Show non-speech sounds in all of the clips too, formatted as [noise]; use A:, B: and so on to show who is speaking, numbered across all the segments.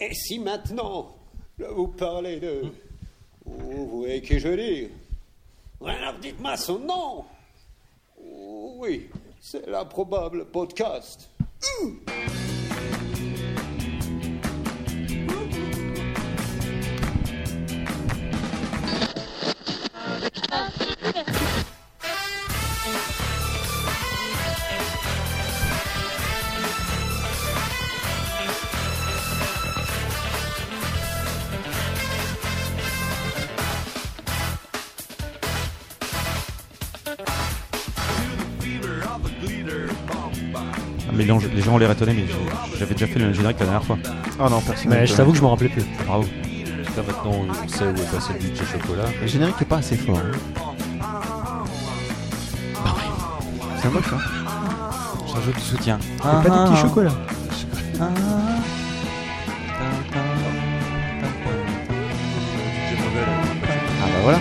A: Et si maintenant vous parlez de. Vous voyez qui je dis Alors dites-moi son nom Oui, c'est l'improbable podcast.
B: Ah, mais les gens- les gens ont l'air étonnés, mais j'ai- j'avais déjà fait le même générique la dernière fois.
C: Ah non, personne.
D: Mais Eh, je t'avoue que je m'en rappelais plus.
B: Bravo.
E: Là maintenant, on sait où est passé le budget chocolat.
C: Le générique est pas assez fort. hein. C'est un moque ça.
B: C'est un jeu de soutien. Ah,
C: C'est pas des petits chocolats. Ah bah voilà.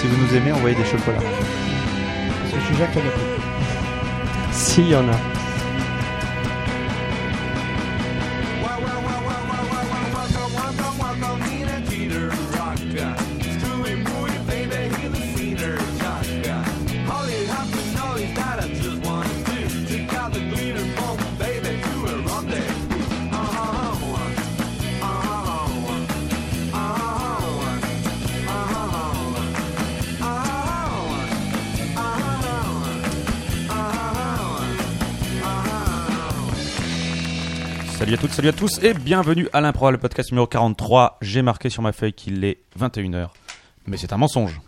C: Si vous nous aimez, envoyez des chocolats.
D: Parce que je suis Jacques Canapé. Si, il y en a.
B: Salut à toutes, salut à tous et bienvenue à l'improbable podcast numéro 43. J'ai marqué sur ma feuille qu'il est 21h. Mais c'est un mensonge.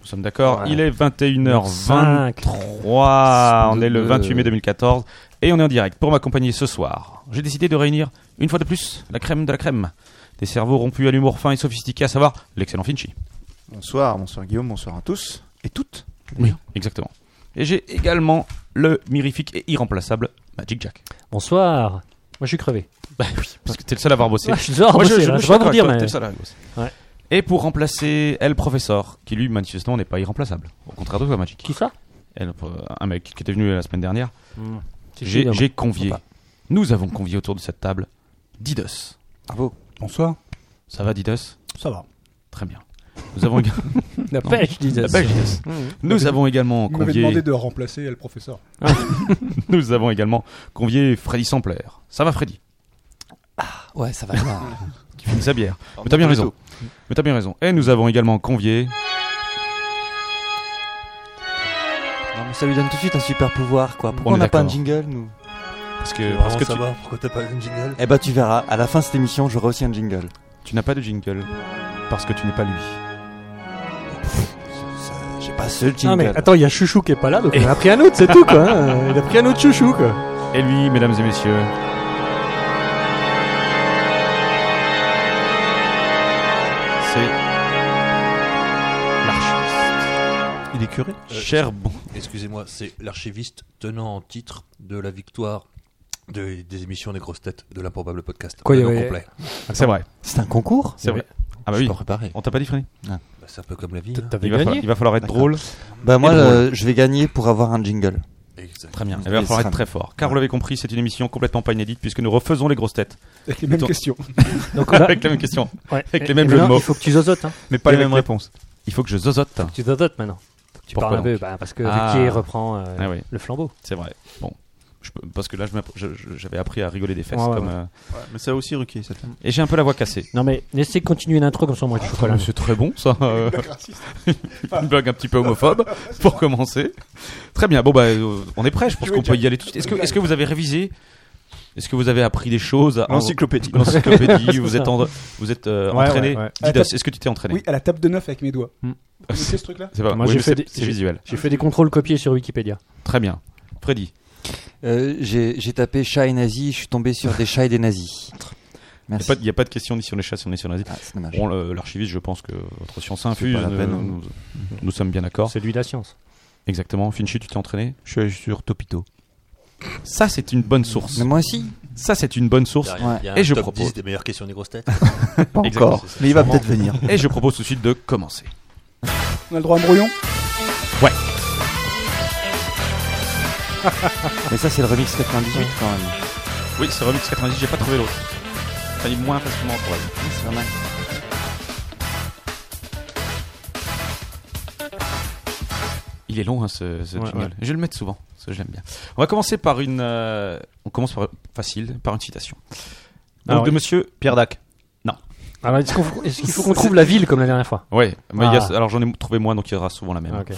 B: Nous sommes d'accord,
C: Voilà.
B: il est 21h23.
D: Cinq.
B: On est le
C: Deux.
B: 28 mai 2014 et on est en direct. Pour m'accompagner ce soir, j'ai décidé de réunir une fois de plus la crème de la crème. Des cerveaux rompus à l'humour fin et sophistiqué, à savoir l'excellent Finchi.
C: Bonsoir, bonsoir Guillaume, bonsoir à tous et toutes.
B: Oui, exactement. Et j'ai également le mirifique et irremplaçable Magic Jack.
D: Bonsoir. Moi, je suis [laughs] crevé.
B: Bah oui, parce que t'es le seul à avoir bossé.
D: Ah, je suis dehors
B: Moi,
D: bosser, là. Je vais
B: d'accord
D: vous dire,
B: avec toi,
D: mais.
B: t'es le seul à avoir bossé.
D: Ouais.
B: Et pour remplacer El Professor, qui lui, manifestement, n'est pas irremplaçable. Au contraire de toi, Magic.
D: Qui ça
B: El, euh, un mec qui était venu la semaine dernière.
D: C'est qui,
B: J'ai
D: là, moi
B: j'ai convié,
D: Sympa.
B: nous avons convié autour de cette table Didos.
C: Bravo.
F: Bonsoir.
B: Ça va, Didos
F: Ça va.
B: Très bien. Nous avons,
D: [laughs]
B: éga-
D: La pêche, disais.
B: La belle Didos. Nous avons également
F: Vous m'avez demandé
B: convié,
F: de remplacer le professeur.
B: nous avons également convié Freddy Sampler. Ça va, Freddy
G: Ouais, ça va. bien.
B: Qui finit sa bière. Mais t'as bien raison. Mais t'as bien raison. Et nous avons également convié.
G: Non, mais ça lui donne tout de suite un super pouvoir, quoi. Pourquoi
B: On
G: on
B: est
G: n'a pas un
B: d'accord.
G: jingle, nous
B: Parce que, parce que tu,
E: va, pourquoi t'as pas une jingle
G: Eh bah, tu verras. À la fin de cette émission, je reçois un jingle.
B: tu n'as pas de jingle. Parce que tu n'es pas lui.
G: J'ai pas ce jingle.
D: Non, Ah, mais attends, il y a Chouchou qui est pas là, donc on a pris un autre, c'est [laughs] tout, quoi. hein. Il a pris un autre Chouchou, quoi.
B: Et lui, mesdames et messieurs. C'est. L'archiviste. Euh,
C: Il est curé.
B: Cher bon.
E: Excusez-moi, c'est l'archiviste tenant en titre de la victoire de- des émissions des grosses têtes de l'improbable podcast.
D: Quoi,
E: Le
D: il y
E: nom
D: avait-
E: complet.
B: C'est vrai,
G: C'est un concours
B: c'est vrai. Ah bah
E: Je suis
B: oui,
E: pas préparé.
B: on t'a pas dit Freddy
E: Bah, c'est un peu comme la vie. hein.
D: T'avais
B: il va, falloir,
D: gagné.
B: il va falloir être
C: D'accord.
B: drôle.
G: Bah, moi,
B: Et drôle.
G: le- je vais gagner pour avoir un jingle.
E: Exact.
B: Très bien. Il
G: Il
B: va
G: va
B: falloir
G: sera-
B: être très fort. Car vous l'avez compris, c'est une émission complètement pas inédite puisque nous refaisons les grosses têtes.
F: Avec les mêmes
B: Attends.
F: questions.
D: Donc, on a-
B: Avec la même [laughs] question,
D: ouais.
B: avec les
D: Et
B: mêmes
D: maintenant,
B: jeux de mots.
D: Il faut que tu zozotes, hein.
C: Mais pas les
B: Avec
C: mêmes
B: les-
C: réponses.
B: Il faut que je zozote.
D: Tu zozotes maintenant. Faut que tu
B: Pourquoi
D: parles un
B: donc
D: peu, bah, parce que
B: Ah.
D: Ricky reprend euh,
B: Ah oui.
D: le flambeau.
B: C'est vrai. Bon. Je peux- parce que là, je m'appro- je- je- j'avais appris à rigoler des fesses.
D: Ouais, ouais,
B: comme,
D: ouais.
B: euh,
C: Ah, mais ça aussi Ruki cette femme.
B: Et j'ai un peu la voix cassée.
D: Non, mais laissez continuer l'intro, comme ça, moi, du chocolat.
B: C'est très bon, ça. euh, [laughs] une blague un petit peu homophobe, pour commencer. Très bien. Bon, bah, euh, on est prêt. Je pense qu'on peut y aller tout de suite. Est-ce que, est-ce que vous avez révisé Est-ce que vous avez appris des choses en-
C: L'encyclopédie.
B: L'encyclopédie, vous
D: ça.
B: êtes, en- vous êtes euh,
F: Ouais,
B: entraîné.
F: ouais, ouais.
B: Didos, est-ce que tu t'es entraîné
F: Oui, à la table de neuf avec mes doigts.
D: Hmm.
F: Vous connaissez ce truc-là
B: C'est pas
D: Moi,
B: oui,
D: j'ai
B: mais
D: fait
B: c'est-
D: des-
B: c'est visuel.
D: J'ai fait des contrôles copiés sur Wikipédia.
B: Très bien. Freddy,
G: Euh, J'ai j'ai tapé chat et nazi, je suis tombé sur des chats et des nazis. Merci.
B: il n'y a, pas de question ni sur les chats, ni sur les nazis.
G: Ah, c'est dommage.
B: Bon, le- l'archiviste, je pense que votre science infuse.
C: pas la
B: euh,
C: peine, hein.
B: nous, nous sommes bien d'accord.
D: C'est lui la science.
B: Exactement. Finchi, tu t'es entraîné
C: Je suis allé sur Topito.
B: Ça, c'est une bonne source.
G: Mais moi aussi.
B: Ça, c'est une bonne source.
E: Il y a- il y a un
B: Et je
E: top
B: propose.
E: 10 des meilleures questions des grosses têtes.
C: Pas
B: Exactement,
C: encore.
E: c'est ça.
C: Mais il va peut-être venir.
B: Et je propose tout de suite de commencer.
F: On a le droit à un brouillon
B: [laughs]
G: Mais ça, c'est le remix 98 quand même.
B: Oui, c'est Remix 90, j'ai pas trouvé l'autre. Ça dit moins facilement trouvable.
G: C'est pas mal.
B: Il est long hein, ce, ce
D: Ouais,
B: jingle.
D: ouais.
B: Je vais le mettre souvent, parce que je l'aime bien. On va commencer par une. euh, on commence par facile, par une citation. Donc
D: Alors,
B: de
D: oui.
B: Monsieur Ah Pierre Dac.
D: Alors, Ah, est-ce qu'on- est-ce qu'il faut qu'on trouve la ville comme la dernière fois
B: Ouais. mais il y a-
D: Ah.
B: alors j'en ai trouvé moins, donc il y aura souvent la même.
D: Ah, ok.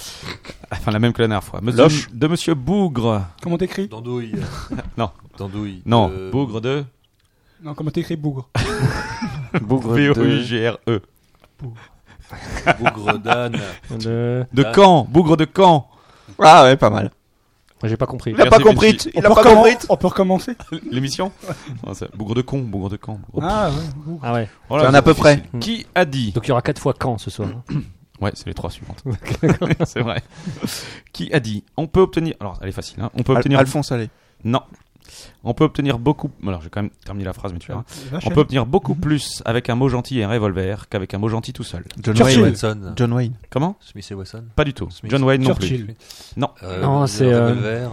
B: [laughs] Enfin la même que la dernière fois. Monsieur-
C: Loche.
B: De Monsieur Bougre.
F: Comment t'écris
H: D'andouille.
B: Non.
H: D'andouille.
B: Non.
H: Euh,
B: Bougre de.
F: Non, comment t'écris bougre
G: Bougre
B: B o u
G: de...
B: g r e.
H: Bougre d'âne.
D: Ah, De-
B: De Caen. Bougre de Caen.
C: Ah ouais, pas mal.
D: J'ai pas compris.
C: Il a pas
B: Merci,
C: compris.
B: Benji.
C: Il a
F: peut
C: pas
F: recommen-
C: compris.
F: On peut recommencer
B: L'émission. Non, c'est- Bougre de con. Bougre de Caen. Bougre-
F: Ah ouais, bougre.
D: Ah ouais.
B: Oh là
C: C'est
B: là,
C: un à peu près.
B: c'est- Qui a dit
D: Donc il y aura quatre fois quand ce soir. hein.
B: Ouais, c'est les trois
C: [laughs]
B: suivantes. [laughs] c'est vrai. Qui a dit On peut obtenir. Alors, elle est facile. hein. On peut
C: Al-
B: obtenir.
C: Alphonse Allais.
B: Non. On peut obtenir beaucoup. Alors, j'ai quand même terminé la phrase, mais tu verras.
C: Ah,
F: La
B: On
F: chaîne.
B: peut obtenir beaucoup plus avec un mot gentil et un revolver qu'avec un mot gentil tout seul.
C: John
H: Smith et
C: Wayne.
H: Watson.
C: John Wayne.
B: Comment
H: Smith et Watson.
B: Pas du tout.
H: Smith.
B: John Wayne non plus.
F: Churchill.
H: Euh,
D: Non,
H: le
D: c'est, euh,
H: revolver.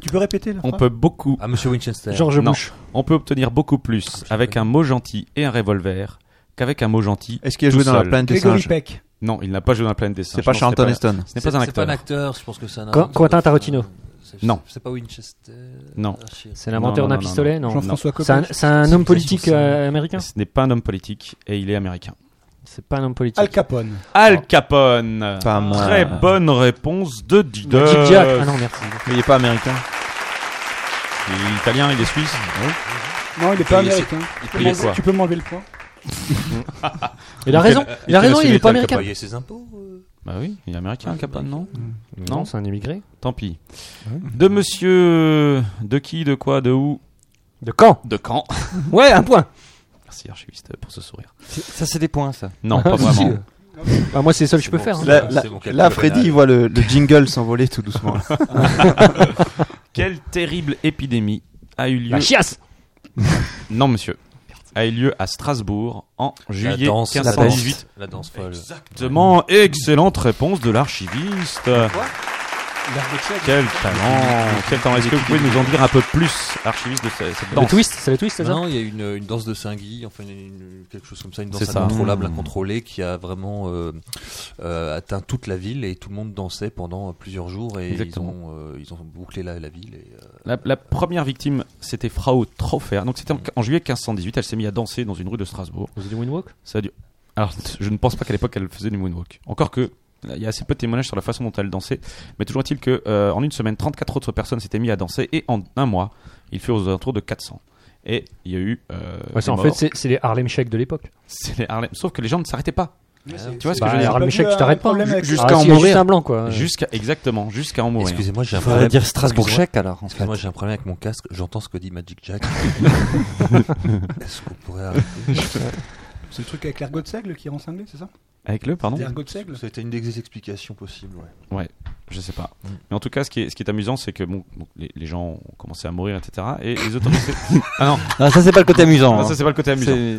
F: Tu peux répéter là
B: On peut beaucoup.
H: Ah, Monsieur Winchester.
D: George
B: Non.
D: Bush.
B: On peut obtenir beaucoup
C: Ah,
B: plus
H: putain.
B: avec un mot gentil et un revolver qu'avec un mot gentil.
C: Est-ce qu'il a
B: Tout
C: joué dans la
B: seul.
C: planète des
F: Gregory
C: singes
F: Peck.
B: Non, il n'a pas joué dans la planète des singes.
C: C'est pas
B: Non,
C: Charlton
B: Ce
C: Heston.
B: n'est pas un
H: C'est pas
B: acteur.
H: un acteur, je pense que c'est un.
D: Qu-
H: c'est
D: Quentin
H: pas-
D: Tarantino.
H: c'est-
B: Non.
H: C'est pas Winchester.
B: Non.
H: Archie.
D: C'est
B: Non,
D: l'inventeur
B: non,
D: d'un
B: non, non,
D: pistolet, non.
F: Jean-François Copé.
D: C'est un, c'est un homme politique
H: Civilisation,
D: euh, américain
B: Ce n'est pas un homme politique et il est américain.
D: C'est pas un homme politique.
F: Al Capone.
B: Al Capone.
C: Pas mal.
B: Très bonne réponse de Dider.
D: Magic Jack. Ah non, merci.
C: Mais il est pas américain.
B: Il est italien, il est suisse.
F: Non, il est pas américain. Tu peux
B: payait
F: m'enlever-
B: quoi
F: Tu peux m'enlever le point
D: Il a raison. Il a raison, il est pas
H: Il a
D: américain.
H: payé ses impôts. euh.
B: Bah oui, il est américain, Al Capone, non
D: Non, c'est un immigré.
B: Tant pis. De monsieur. De qui, de quoi, de où
D: De quand
B: De quand
D: Ouais, un point.
B: Merci Archiviste pour ce sourire. Ah,
G: Ça, c'est des points, ça.
B: Non, pas
D: Si,
B: vraiment.
D: si. Bah, moi, c'est le seul que je peux
H: bon,
D: faire. hein.
H: c'est
C: Là,
H: bon,
C: là-
H: c'est bon,
C: là,
H: calcul
C: Freddy,
H: rénal.
C: il voit le, [laughs] le jingle s'envoler tout doucement.
B: Quelle terrible épidémie a eu lieu.
D: La chiasse
B: Non, monsieur. A eu lieu à Strasbourg en
H: La
B: juillet
H: danse, la
B: 1518.
H: danse, la danse folle.
B: Exactement. Excellente réponse de l'archiviste. Quel talent. Quel talent. Est-ce que vous pouvez nous en dire un peu plus, archiviste, de ce- cette
D: Le
B: danse
D: twist, c'est le twist, c'est ça
H: Non, il y a une, une danse de Singui, enfin une- quelque chose comme ça, une danse
B: C'est ça.
H: incontrôlable,
B: Mmh.
H: incontrôlée, qui a vraiment euh, euh, atteint toute la ville et tout le monde dansait pendant euh, plusieurs jours et ils
B: Exactement.
H: ont, euh, ils ont bouclé la, la ville. Et, euh,
B: La, la première victime, c'était Frau Trofer. Donc c'était en, en juillet 1518. Elle s'est mise à danser dans une rue de Strasbourg.
D: Vous avez du moonwalk
B: Ça a dû- Alors, je ne pense pas qu'à l'époque elle faisait du moonwalk. Encore que, là, il y a assez peu de témoignages sur la façon dont elle dansait. Mais toujours est-il que, euh, en une semaine, 34 autres personnes s'étaient mises à danser et en un mois, il fut aux alentours de 400. Et il y a eu. euh,
D: Ouais, c'est-
B: des
D: En fait,
B: morts.
D: c'est- c'est les Harlem Shake de l'époque.
B: C'est les Harlem. Sauf que les gens ne s'arrêtaient pas. Tu vois ce que
D: Bah,
B: je veux
D: les
B: dire
F: Harlem-
D: Harlem Shake, tu t'arrêtes pas.
F: Problème avec-
D: Ah,
C: Jusqu'à
D: si,
C: en
D: il y a juste
C: mourir.
D: un blanc, quoi.
B: Jusqu'à, exactement, jusqu'à en mourir.
H: Excusez-moi, j'ai un
G: Faudrait
H: problème.
G: dire Strasbourg
H: Excusez-moi.
G: chèque, alors, en fait.
H: Excusez-moi, j'ai un problème avec mon casque. J'entends ce que dit Magic Jack. Est-ce qu'on pourrait arrêter
F: C'est le truc avec l'ergot de seigle qui rend cinglé, c'est ça
B: Avec le, pardon
F: L'ergot de seigle
H: C'était une des explications possibles. ouais.
B: Je sais pas. Mais en tout cas, ce qui est, ce qui est amusant, c'est que bon, donc, les, les gens ont commencé à mourir, etc. Et les autorités. ah non,
G: Non, ça, c'est pas le côté amusant.
B: Ah,
G: hein.
B: ça c'est pas le côté amusant.
G: C'est-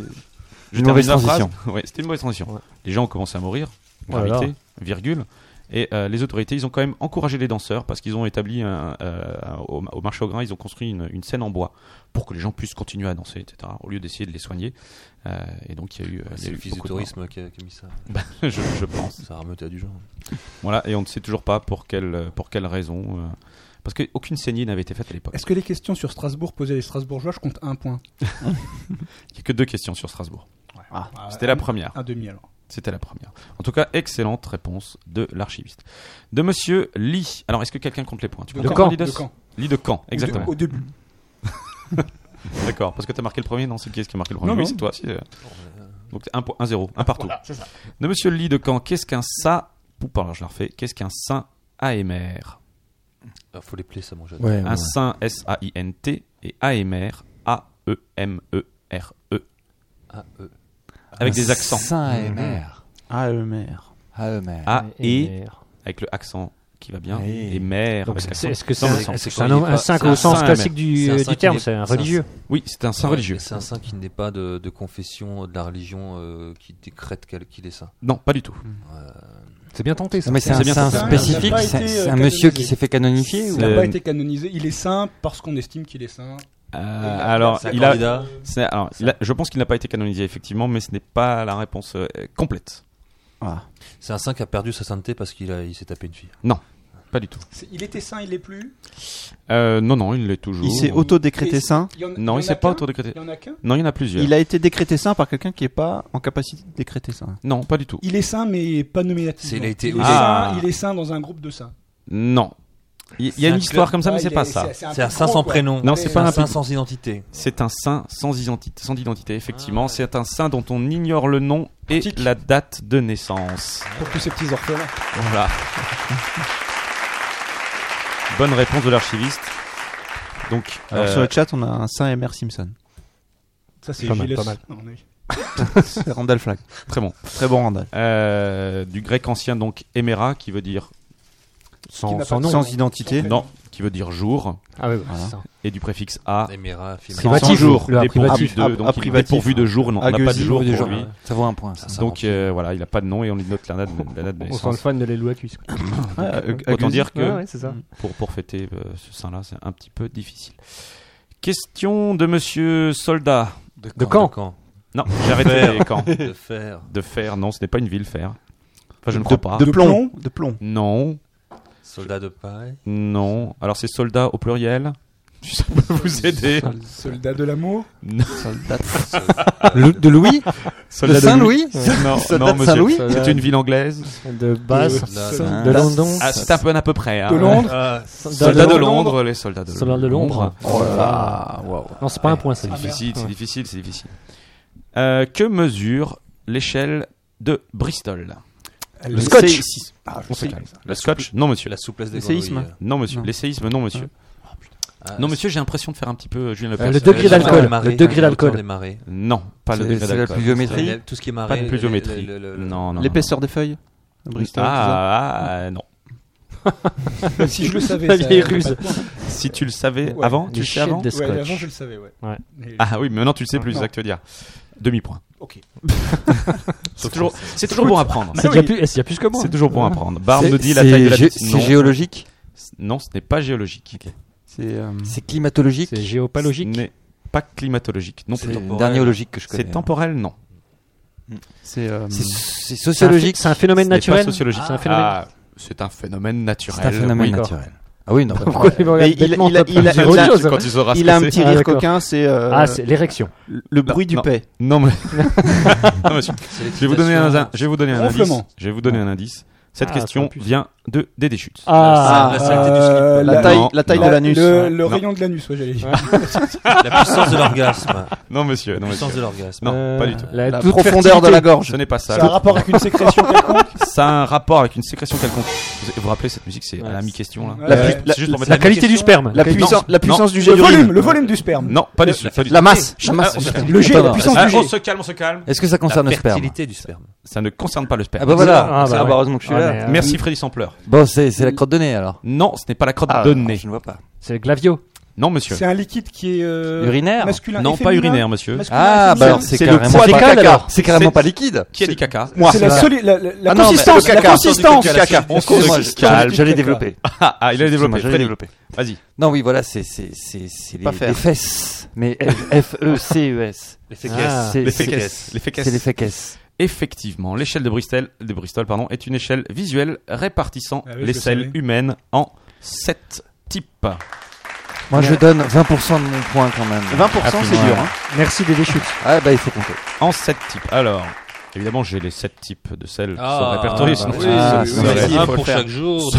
B: Je
G: une
B: termine
G: mauvaise
B: la
G: transition.
B: phrase. Ouais, c'était une mauvaise transition.
D: Ouais.
B: Les gens ont commencé à mourir,
D: Oh là
B: gravité,
D: là.
B: virgule. Et euh, les autorités, ils ont quand même encouragé les danseurs parce qu'ils ont établi un, euh, un- au, au marché au grain, ils ont construit une, une scène en bois pour que les gens puissent continuer à danser, etc. Au lieu d'essayer de les soigner. Euh, et donc il y a eu. euh, il y a
H: C'est
B: eu
H: le fils du
B: beaucoup de
H: tourisme qui a, qui a mis ça.
B: morts. [laughs] je, je pense.
H: Ça remonte à du genre.
B: Voilà. Et on ne sait toujours pas pour quelle pour quelle raison. euh, parce qu'aucune saignée n'avait été faite à l'époque.
F: Est-ce que les questions sur Strasbourg posées à les Strasbourgeois, je compte un point
B: Il n'y a que deux questions sur Strasbourg.
F: Ah,
B: C'était
F: un-
B: la première.
F: Un demi alors.
B: C'était la première. En tout cas, excellente réponse de l'archiviste. De monsieur Lee. Alors, est-ce que quelqu'un compte les points Tu
F: De
B: comptes les
F: Caen,
B: points, Lidos
F: de Caen.
B: Lee de Caen, exactement.
F: Au début.
B: D'accord, parce que tu as marqué le premier. Non, c'est qui est-ce qui a marqué le premier
F: Non,
B: Oui,
F: non.
B: c'est toi. si, euh. Donc, 1-0, un partout. De monsieur Lee de Caen, qu'est-ce qu'un sa. Poup, alors je la refais. Qu'est-ce qu'un saint AMR
H: Il Ah, faut les plaies, ça mange.
G: Ouais, ouais,
B: Un
G: ouais.
B: saint S-A-I-N-T et AMR E A-E-M-E-R-E.
H: Ah, euh,
B: E, Avec
G: Un
B: des accents. Mmh. Ah,
G: Saint AMR.
C: Ah, le maire.
G: AMR.
B: A
D: Et
B: et
D: merde.
B: avec le accent qui va bien.
G: Et-
B: Et mère
D: Donc,
B: avec
D: c'est-
B: l'accent.
D: Est-ce que c'est
B: sans
D: un-
B: accent.
H: c'est
D: c'est
H: quand
D: un
H: il est
D: homme-
H: pas-
D: un 5
H: c'est un
D: au sens
B: saint,
D: classique
H: mais-
D: du
H: c'est un
D: euh,
H: saint
D: du terme
H: qui
D: C'est
H: n'est-
D: un
H: c'est un
D: religieux.
B: Oui, c'est un saint
H: ouais,
B: religieux.
H: mais C'est un saint qui n'est pas de, de confession de la religion euh, qui décrète quel- qu'il est saint.
B: Non, pas du tout.
D: C'est bien tenté, ça.
G: Non, mais c'est un
B: C'est bien
G: saint
B: ça.
F: Il
G: spécifique,
F: a pas
G: c'est
F: été,
G: c'est
F: euh,
G: un monsieur
F: canonisé.
G: qui s'est fait canonifier
F: Il
G: ou...
B: C'est-
F: n'a pas été canonisé. Il est saint parce qu'on estime qu'il est saint.
B: Euh, alors,
H: C'est un
B: il a,
H: candidat.
B: c'est- alors, il a- je pense qu'il n'a pas été canonisé effectivement, mais ce n'est pas la réponse euh, complète.
C: Ah.
H: C'est un saint qui a perdu sa sainteté parce qu'il a- il s'est tapé une fille.
B: Pas du tout.
F: C'est- Il était sain, il l'est plus.
B: Euh, non, non, il l'est toujours.
C: Il s'est autodécrété
F: Et-
C: saint.
F: y en-
B: Non,
F: y en
B: il
F: a
B: s'est pas
F: qu'un
B: autodécrété.
F: Il y en a qu'un.
B: Non, il y en a plusieurs.
C: Il a été décrété saint par quelqu'un qui n'est pas en capacité de décréter saint.
B: Non, pas du tout.
F: Il est sain, mais pas nominatif.
H: C'est- il a été-
F: il, est
B: Ah.
F: sain, il est saint dans un groupe de saints.
B: Non. Il il y a
H: C'est un
B: une histoire
H: club.
B: comme ça, mais
F: Ah,
B: c'est
F: il
B: pas
F: est-
B: ça.
F: un
H: C'est un
F: plus
H: saint
F: gros,
H: sans
F: quoi.
H: prénom.
B: Non, c'est
F: Mais
B: pas
H: un
B: un
H: saint
B: petit-
H: sans identité.
B: C'est un saint sans identité, sans identité effectivement.
H: Ah.
B: C'est un saint dont on ignore le nom et
F: Antique.
B: la date de naissance.
F: Pour tous ces petits orphelins.
B: Voilà. Bonne réponse de l'archiviste. Donc,
C: Alors
B: euh,
C: sur le chat, on a un saint Emer Simpson.
F: Ça, c'est
D: Pas mal,
F: Gilles.
D: pas mal.
F: Non, on a eu-
C: C'est Randall Flagg.
B: très bon.
C: Très bon Randall.
B: Euh, du grec ancien, donc, éméra, qui veut dire
F: Qui
D: Sans,
F: n'a
D: sans
F: pas
D: nom.
F: de
C: Sans identité.
F: Sans
B: non, qui veut dire jour,
D: Ah ouais, bah,
C: Voilà.
D: c'est ça.
B: et du préfixe a,
H: Émirat, Fimrat.
D: Privatif.
C: Sans jour.
D: Le
B: dépourvu
D: privatif.
B: de,
C: Ah,
B: donc
C: ah,
B: il est
C: privatif.
B: dépourvu de jour, non, on n'a pas de
C: Agueusi,
B: jour pour
G: des jours.
B: lui.
G: Ça vaut un point. Ça.
H: Ça, ça
B: Donc
H: rend-
B: euh, voilà, il n'a pas de nom et on note la date, la date de
D: On sent le
B: naissance.
D: fan de l'élo à cuisse. quoi.
B: Autant dire que
D: Ouais, ouais, c'est ça.
B: pour, pour fêter euh, ce saint-là, c'est un petit peu difficile. Question de monsieur Soldat.
D: De quand
B: Non, j'ai arrêté [laughs]
H: Fer.
B: quand
H: De fer.
B: De Fer, non, ce n'est pas une ville, Fer. Enfin, je ne crois pas.
C: De
F: De
C: plomb. De plomb.
B: Non,
H: Soldat de paille.
B: non. Alors, c'est soldat au pluriel. Si ça peut vous aider.
F: Soldat de l'amour.
B: Non.
D: Le- de Louis
B: Soldat
D: De Saint-Louis
B: Non,
D: Soldat
B: non,
D: de
B: monsieur.
D: Saint-Louis
B: C'est une ville anglaise.
D: Mm. De Basse
H: Soldat
D: De London
B: Ah, c'est à peu, à peu près. hein.
F: De Londres.
H: Ah,
B: Soldats de Londres, les soldats de
D: Soldats de Londres.
C: Oh là là.
D: Non, c'est pas un point, ça.
B: C'est difficile, c'est
D: Ouais.
B: difficile, c'est difficile. Euh, que mesure l'échelle de Bristol
F: Le
B: séisme.
F: Ah,
B: On
F: je
B: se
F: sais.
B: calme. Le scotch Non, monsieur.
H: la souplesse des
C: Le séisme.
H: grenouilles.
B: Non, monsieur.
C: Non.
B: Les séismes, non, monsieur.
H: Ah,
B: Non, monsieur, j'ai l'impression de faire un petit peu euh, Julien
D: Euh,
B: Lepers.
D: le degré
H: Euh,
D: d'alcool.
H: la marée,
D: Le degré
H: la
D: d'alcool.
H: hauteur des marées.
B: Non, pas le
G: C'est-
B: degré
G: c'est la
B: d'alcool.
G: pluviométrie.
H: La- Tout ce qui est marée.
B: Pas de pluviométrie.
H: le- le- le- le-
B: Non, non.
C: L'épaisseur des feuilles.
B: non.
C: Bristol,
B: Ah, ah, non.
F: Ah, Si je le [laughs] savais.
D: La
F: ça-
D: vieille ruse.
B: Si tu le savais
F: Ouais.
B: avant, tu le sais
D: L'échelle
B: avant
D: des
F: Ouais, avant,
D: scotch.
F: je le savais, ouais.
D: Ouais.
F: Mais-
B: Ah oui, mais maintenant tu le sais plus, c'est
F: Non.
B: ça que tu veux dire. Demi-point.
F: Ok.
B: [laughs] c'est toujours, c'est toujours bon à prendre.
D: C'est déjà plus, eh, c'est déjà plus que moi.
B: C'est toujours bon à prendre. Barbe nous dit la
G: C'est-
B: taille de la
G: c'est
B: bite.
G: gé-
B: Non.
G: C'est géologique
B: Non, ce n'est pas géologique.
C: C'est. euh,
G: C'est climatologique
D: C'est géopalogique.
B: Ce n'est pas climatologique. Non,
H: C'est
B: plus.
G: C'est le
H: temporel.
G: dernier au logique que je connais.
B: C'est temporel, non.
C: C'est. euh,
G: C'est c'est
D: C'est un phé-
G: sociologique
D: C'est un phénomène
B: Ce n'est pas
D: naturel.
B: sociologique.
D: C'est un phénomène.
B: [laughs] Ah, c'est un phénomène naturel.
G: C'est un phénomène
B: oui.
G: naturel. Ah oui, non. bah,
D: Pourquoi il me regarde
C: Mais il a-
D: bêtement,
C: il a-
D: Top
C: il a-
D: C'est
C: il a-
D: autre chose.
B: Quand tu sauras ce
C: Il
B: que
C: a un
B: c'est.
C: petit
D: Ah,
C: rire
D: d'accord.
C: coquin, c'est euh,
D: Ah, c'est l'érection.
C: le bruit du
B: non.
C: paix.
B: Non, mais. non, monsieur.
H: C'est
B: Je vais vous donner un,
H: l'excitation.
B: un- je vais vous donner un indice.
F: Ronflement.
B: Je vais vous donner un indice. Cette
D: Ah, c'est
B: question
D: un puce.
B: vient de Dédé Chutes.
D: Ah,
H: la saleté du slip.
F: Euh,
C: La,
F: la-
C: taille,
B: non,
C: la taille
B: non.
C: de l'anus. euh,
F: Le, le
B: Non.
F: rayon de l'anus, ouais, j'allais dire.
H: La puissance
B: [laughs]
H: de l'orgasme.
B: Non, monsieur.
H: La
B: Non,
H: puissance
B: monsieur.
H: de l'orgasme.
B: Non,
D: euh,
B: pas du tout.
D: La
C: La
D: toute
C: profondeur de
D: fertilité.
C: la gorge.
B: Ce n'est pas ça.
F: C'est un rapport avec une [laughs] sécrétion quelconque.
B: Ça a un rapport avec une sécrétion quelconque. Vous vous vous rappelez cette musique, c'est à la
D: Ouais.
B: mi-question là.
F: La
B: C'est
C: pu- la-
B: juste pour mettre
D: La qualité du sperme.
C: La, puissance-
B: non.
C: la puissance du jet
F: Le volume,
C: d'urine.
F: le volume du sperme.
B: Non, pas du tout. pas du
C: La
B: tout.
C: masse.
B: Ah,
C: La masse.
B: on se calme.
F: Le jet,
G: Attends,
F: la puissance
B: Ah,
F: du
B: on
F: jet.
B: se calme, on se calme.
G: Est-ce que ça concerne le
H: la
G: sperme
H: fertilité du sperme.
B: Ça ne concerne pas le
G: Ah
B: sperme.
G: bah voilà,
D: Ah, bah
G: c'est- ah,
D: ouais.
G: bah, heureusement que je suis
D: Ah,
G: là.
D: mais, euh,
B: Merci Freddy Sampleur.
G: Bon, c'est c'est la crotte de nez alors.
B: Non, ce n'est pas la crotte
G: Ah,
B: de nez.
G: Je ne vois pas.
D: C'est le glavio.
B: Non, monsieur.
F: C'est un liquide qui est euh,
G: Urinaire
F: masculin.
B: Non,
F: et
B: pas
F: féminin.
B: urinaire, monsieur.
F: Masculin
G: Ah
F: et
G: bah
F: féminin.
G: alors c'est
C: C'est le
G: carrément
C: poids
G: pas
C: des
G: caca.
C: caca.
G: C'est carrément pas liquide.
B: Qui a dit caca
C: Moi.
F: c'est la, soli- la, la- la
G: Ah non, mais
F: consistance,
G: le
F: la
G: caca,
F: consistance.
H: le caca.
B: On
G: Excuse-moi,
B: se
G: je-
B: calme.
G: J'allais développer.
B: Ah, ah, il a
G: Excuse-moi,
B: développé.
G: J'allais
B: Freddy,
G: développer.
B: vas-y.
G: Non, oui, voilà, c'est c'est c'est c'est les,
C: Pas faire.
G: les fesses, mais F E C E S.
H: Les
D: Ah.
H: fécaisses.
G: C'est-
B: Les
G: c'est-
B: fécaisses. Les
G: C'est les
B: fécaisses.
G: fesses.
B: Effectivement, l'échelle de Bristol, de Bristol pardon, est une échelle visuelle répartissant
F: Ah oui, je
B: les
F: le
B: selles
F: savais.
B: humaines en sept types.
G: Moi, je donne 20% de mon point quand même.
C: 20% c'est
G: Ouais.
C: dur. hein.
D: Merci des déchutes.
G: Ah bah il faut compter.
B: En sept types. Alors, évidemment, j'ai les sept types de selles qui sont
H: Ah,
B: répertoriées,
H: bah
B: sinon
H: oui,
C: Ah,
B: ce,
C: oui,
B: ne
C: oui,
B: serait-
C: oui.
H: un
C: il faut le
H: pour
C: faire.
B: [laughs]
H: chaque jour.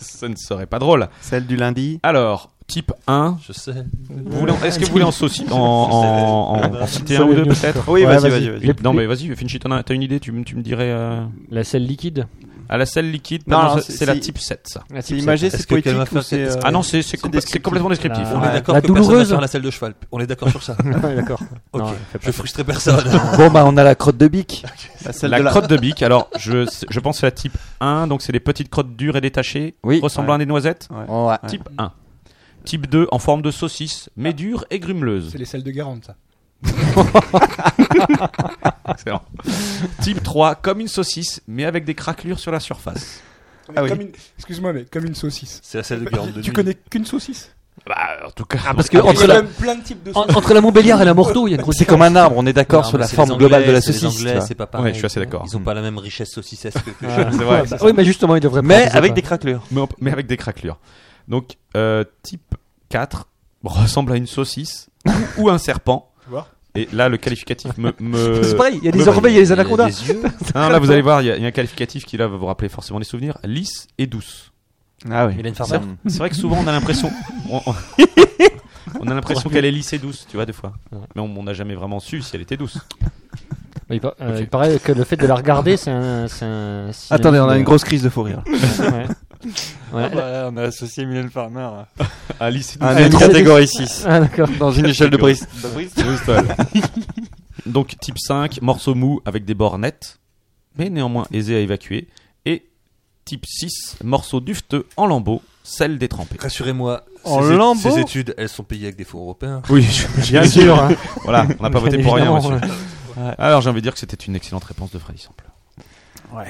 B: ce ne serait pas drôle.
C: Celle du lundi.
B: Alors, type 1,
H: Je sais.
B: vous voulez en- est-ce que vous voulez en, sauci- en,
G: [laughs]
B: en, en- en citer un ou deux peut-être
C: Oui,
D: Ouais,
C: vas-y,
D: vas-y.
C: vas-y, vas-y.
D: Les-
B: Non, mais vas-y, Finchy, t'en as, t'as une idée Tu, me- tu me dirais. euh,
D: La selle liquide.
B: À la selle liquide,
C: Non,
B: pardon,
C: non,
B: c'est
C: c'est-
B: c'est la
C: c'est-
B: type 7, ça.
D: La
C: C'est
D: type
C: imagé,
H: Est-ce
C: c'est
H: que quelqu'un
C: poétique
H: va
C: ou
H: faire cette
C: c'est. euh,
B: Ah non, c'est c'est
C: c'est
B: compl- c'est complètement descriptif.
D: La-
H: On
D: Ouais.
H: est d'accord
D: La
H: que personne va
D: douloureuse.
H: faire la selle de cheval. On est d'accord sur ça.
D: Ouais, D'accord.
H: Ok.
D: Non, fais pas
H: Je
D: ça.
H: frustrais personne.
G: [laughs] Bon bah on a la crotte de bique.
C: bah, celle
B: La,
C: de
B: crotte de bique, alors je, je pense que c'est la type 1, donc c'est des petites crottes dures et détachées,
G: Oui.
B: ressemblant à des noisettes.
G: Ouais.
C: Ouais.
B: Type 1. Type 2, en forme de saucisse, mais dure et grumeleuse.
F: C'est les selles de Garante, ça.
B: Excellent. [laughs] type 3, comme une saucisse, mais avec des craquelures sur la surface.
C: Ah oui.
F: Comme une- Excuse-moi, mais comme une saucisse.
H: C'est la selle de Guérande de
F: Tu
H: nuit.
F: connais qu'une saucisse
B: Bah, en tout cas.
I: Ah, parce que
G: Après,
I: entre
G: il y a
I: la,
G: même
J: plein de types de
I: en- entre la Montbéliard et la Morteau, il y a une grosse
G: C'est comme un arbre, on est d'accord
H: Non,
G: sur
H: mais
G: la
H: c'est
G: forme
H: les
G: globale de la
H: Anglais, c'est les
G: saucisse. tu
H: Anglais,
G: vois.
H: c'est pas pareil.
B: Ouais, je suis assez d'accord.
H: Ils ont pas la même richesse saucissesque que
I: différence.
H: je.
B: C'est vrai,
I: Ah,
B: c'est
I: bah, oui, mais justement, il devrait
G: Mais
I: préciser
G: avec
I: ça.
G: des craquelures.
B: Mais, on- mais avec des craquelures. Donc, euh, type 4 ressemble à une saucisse ou- ou un serpent.
J: vois
B: Et là, le qualificatif me. [laughs] me-
G: Euh,
I: C'est pareil, il y a
B: me
I: des
B: valide.
I: orbeilles, il y a des
H: Il a
I: anacondas.
H: des yeux.
B: Non, là, vous allez voir, il y, a il y a un qualificatif qui là va vous rappeler forcément des souvenirs lisse et douce.
G: Ah oui.
H: Il a une farmer.
G: Mm.
B: C'est vrai que souvent on a l'impression, on, on- on a l'impression qu'elle est lisse et douce, tu vois, des fois.
D: Ouais.
B: Mais on on n'a jamais vraiment su si elle était douce.
D: Il, pa- euh,
B: Ok.
D: il paraît que le fait de la regarder, c'est un. c'est un synonyme
C: Attendez, on a
D: de-
C: une grosse crise de fou rire.
D: Ouais. Ouais.
G: on a associé Mylène Farmer hein.
B: Ah, lisse et douce.
G: à
D: Ah,
G: une
D: non.
G: [laughs] catégorie 6
D: Ah, d'accord.
G: dans une échelle de brise.
B: Bristol. Donc type 5, morceau mou avec des bords nets, mais néanmoins aisé à évacuer. Et type 6, morceau dufteux en lambeaux, sel détrempée.
H: Rassurez-moi,
I: En
H: ces, é-
I: lambeaux
H: ces études, elles sont payées avec des fonds européens.
B: Oui,
D: Bien sûr. hein.
B: Voilà, on n'a pas voté pour rien,
D: Évidemment,
B: monsieur.
D: ouais.
B: Alors j'ai envie de dire que c'était une excellente réponse de Freddy Sample.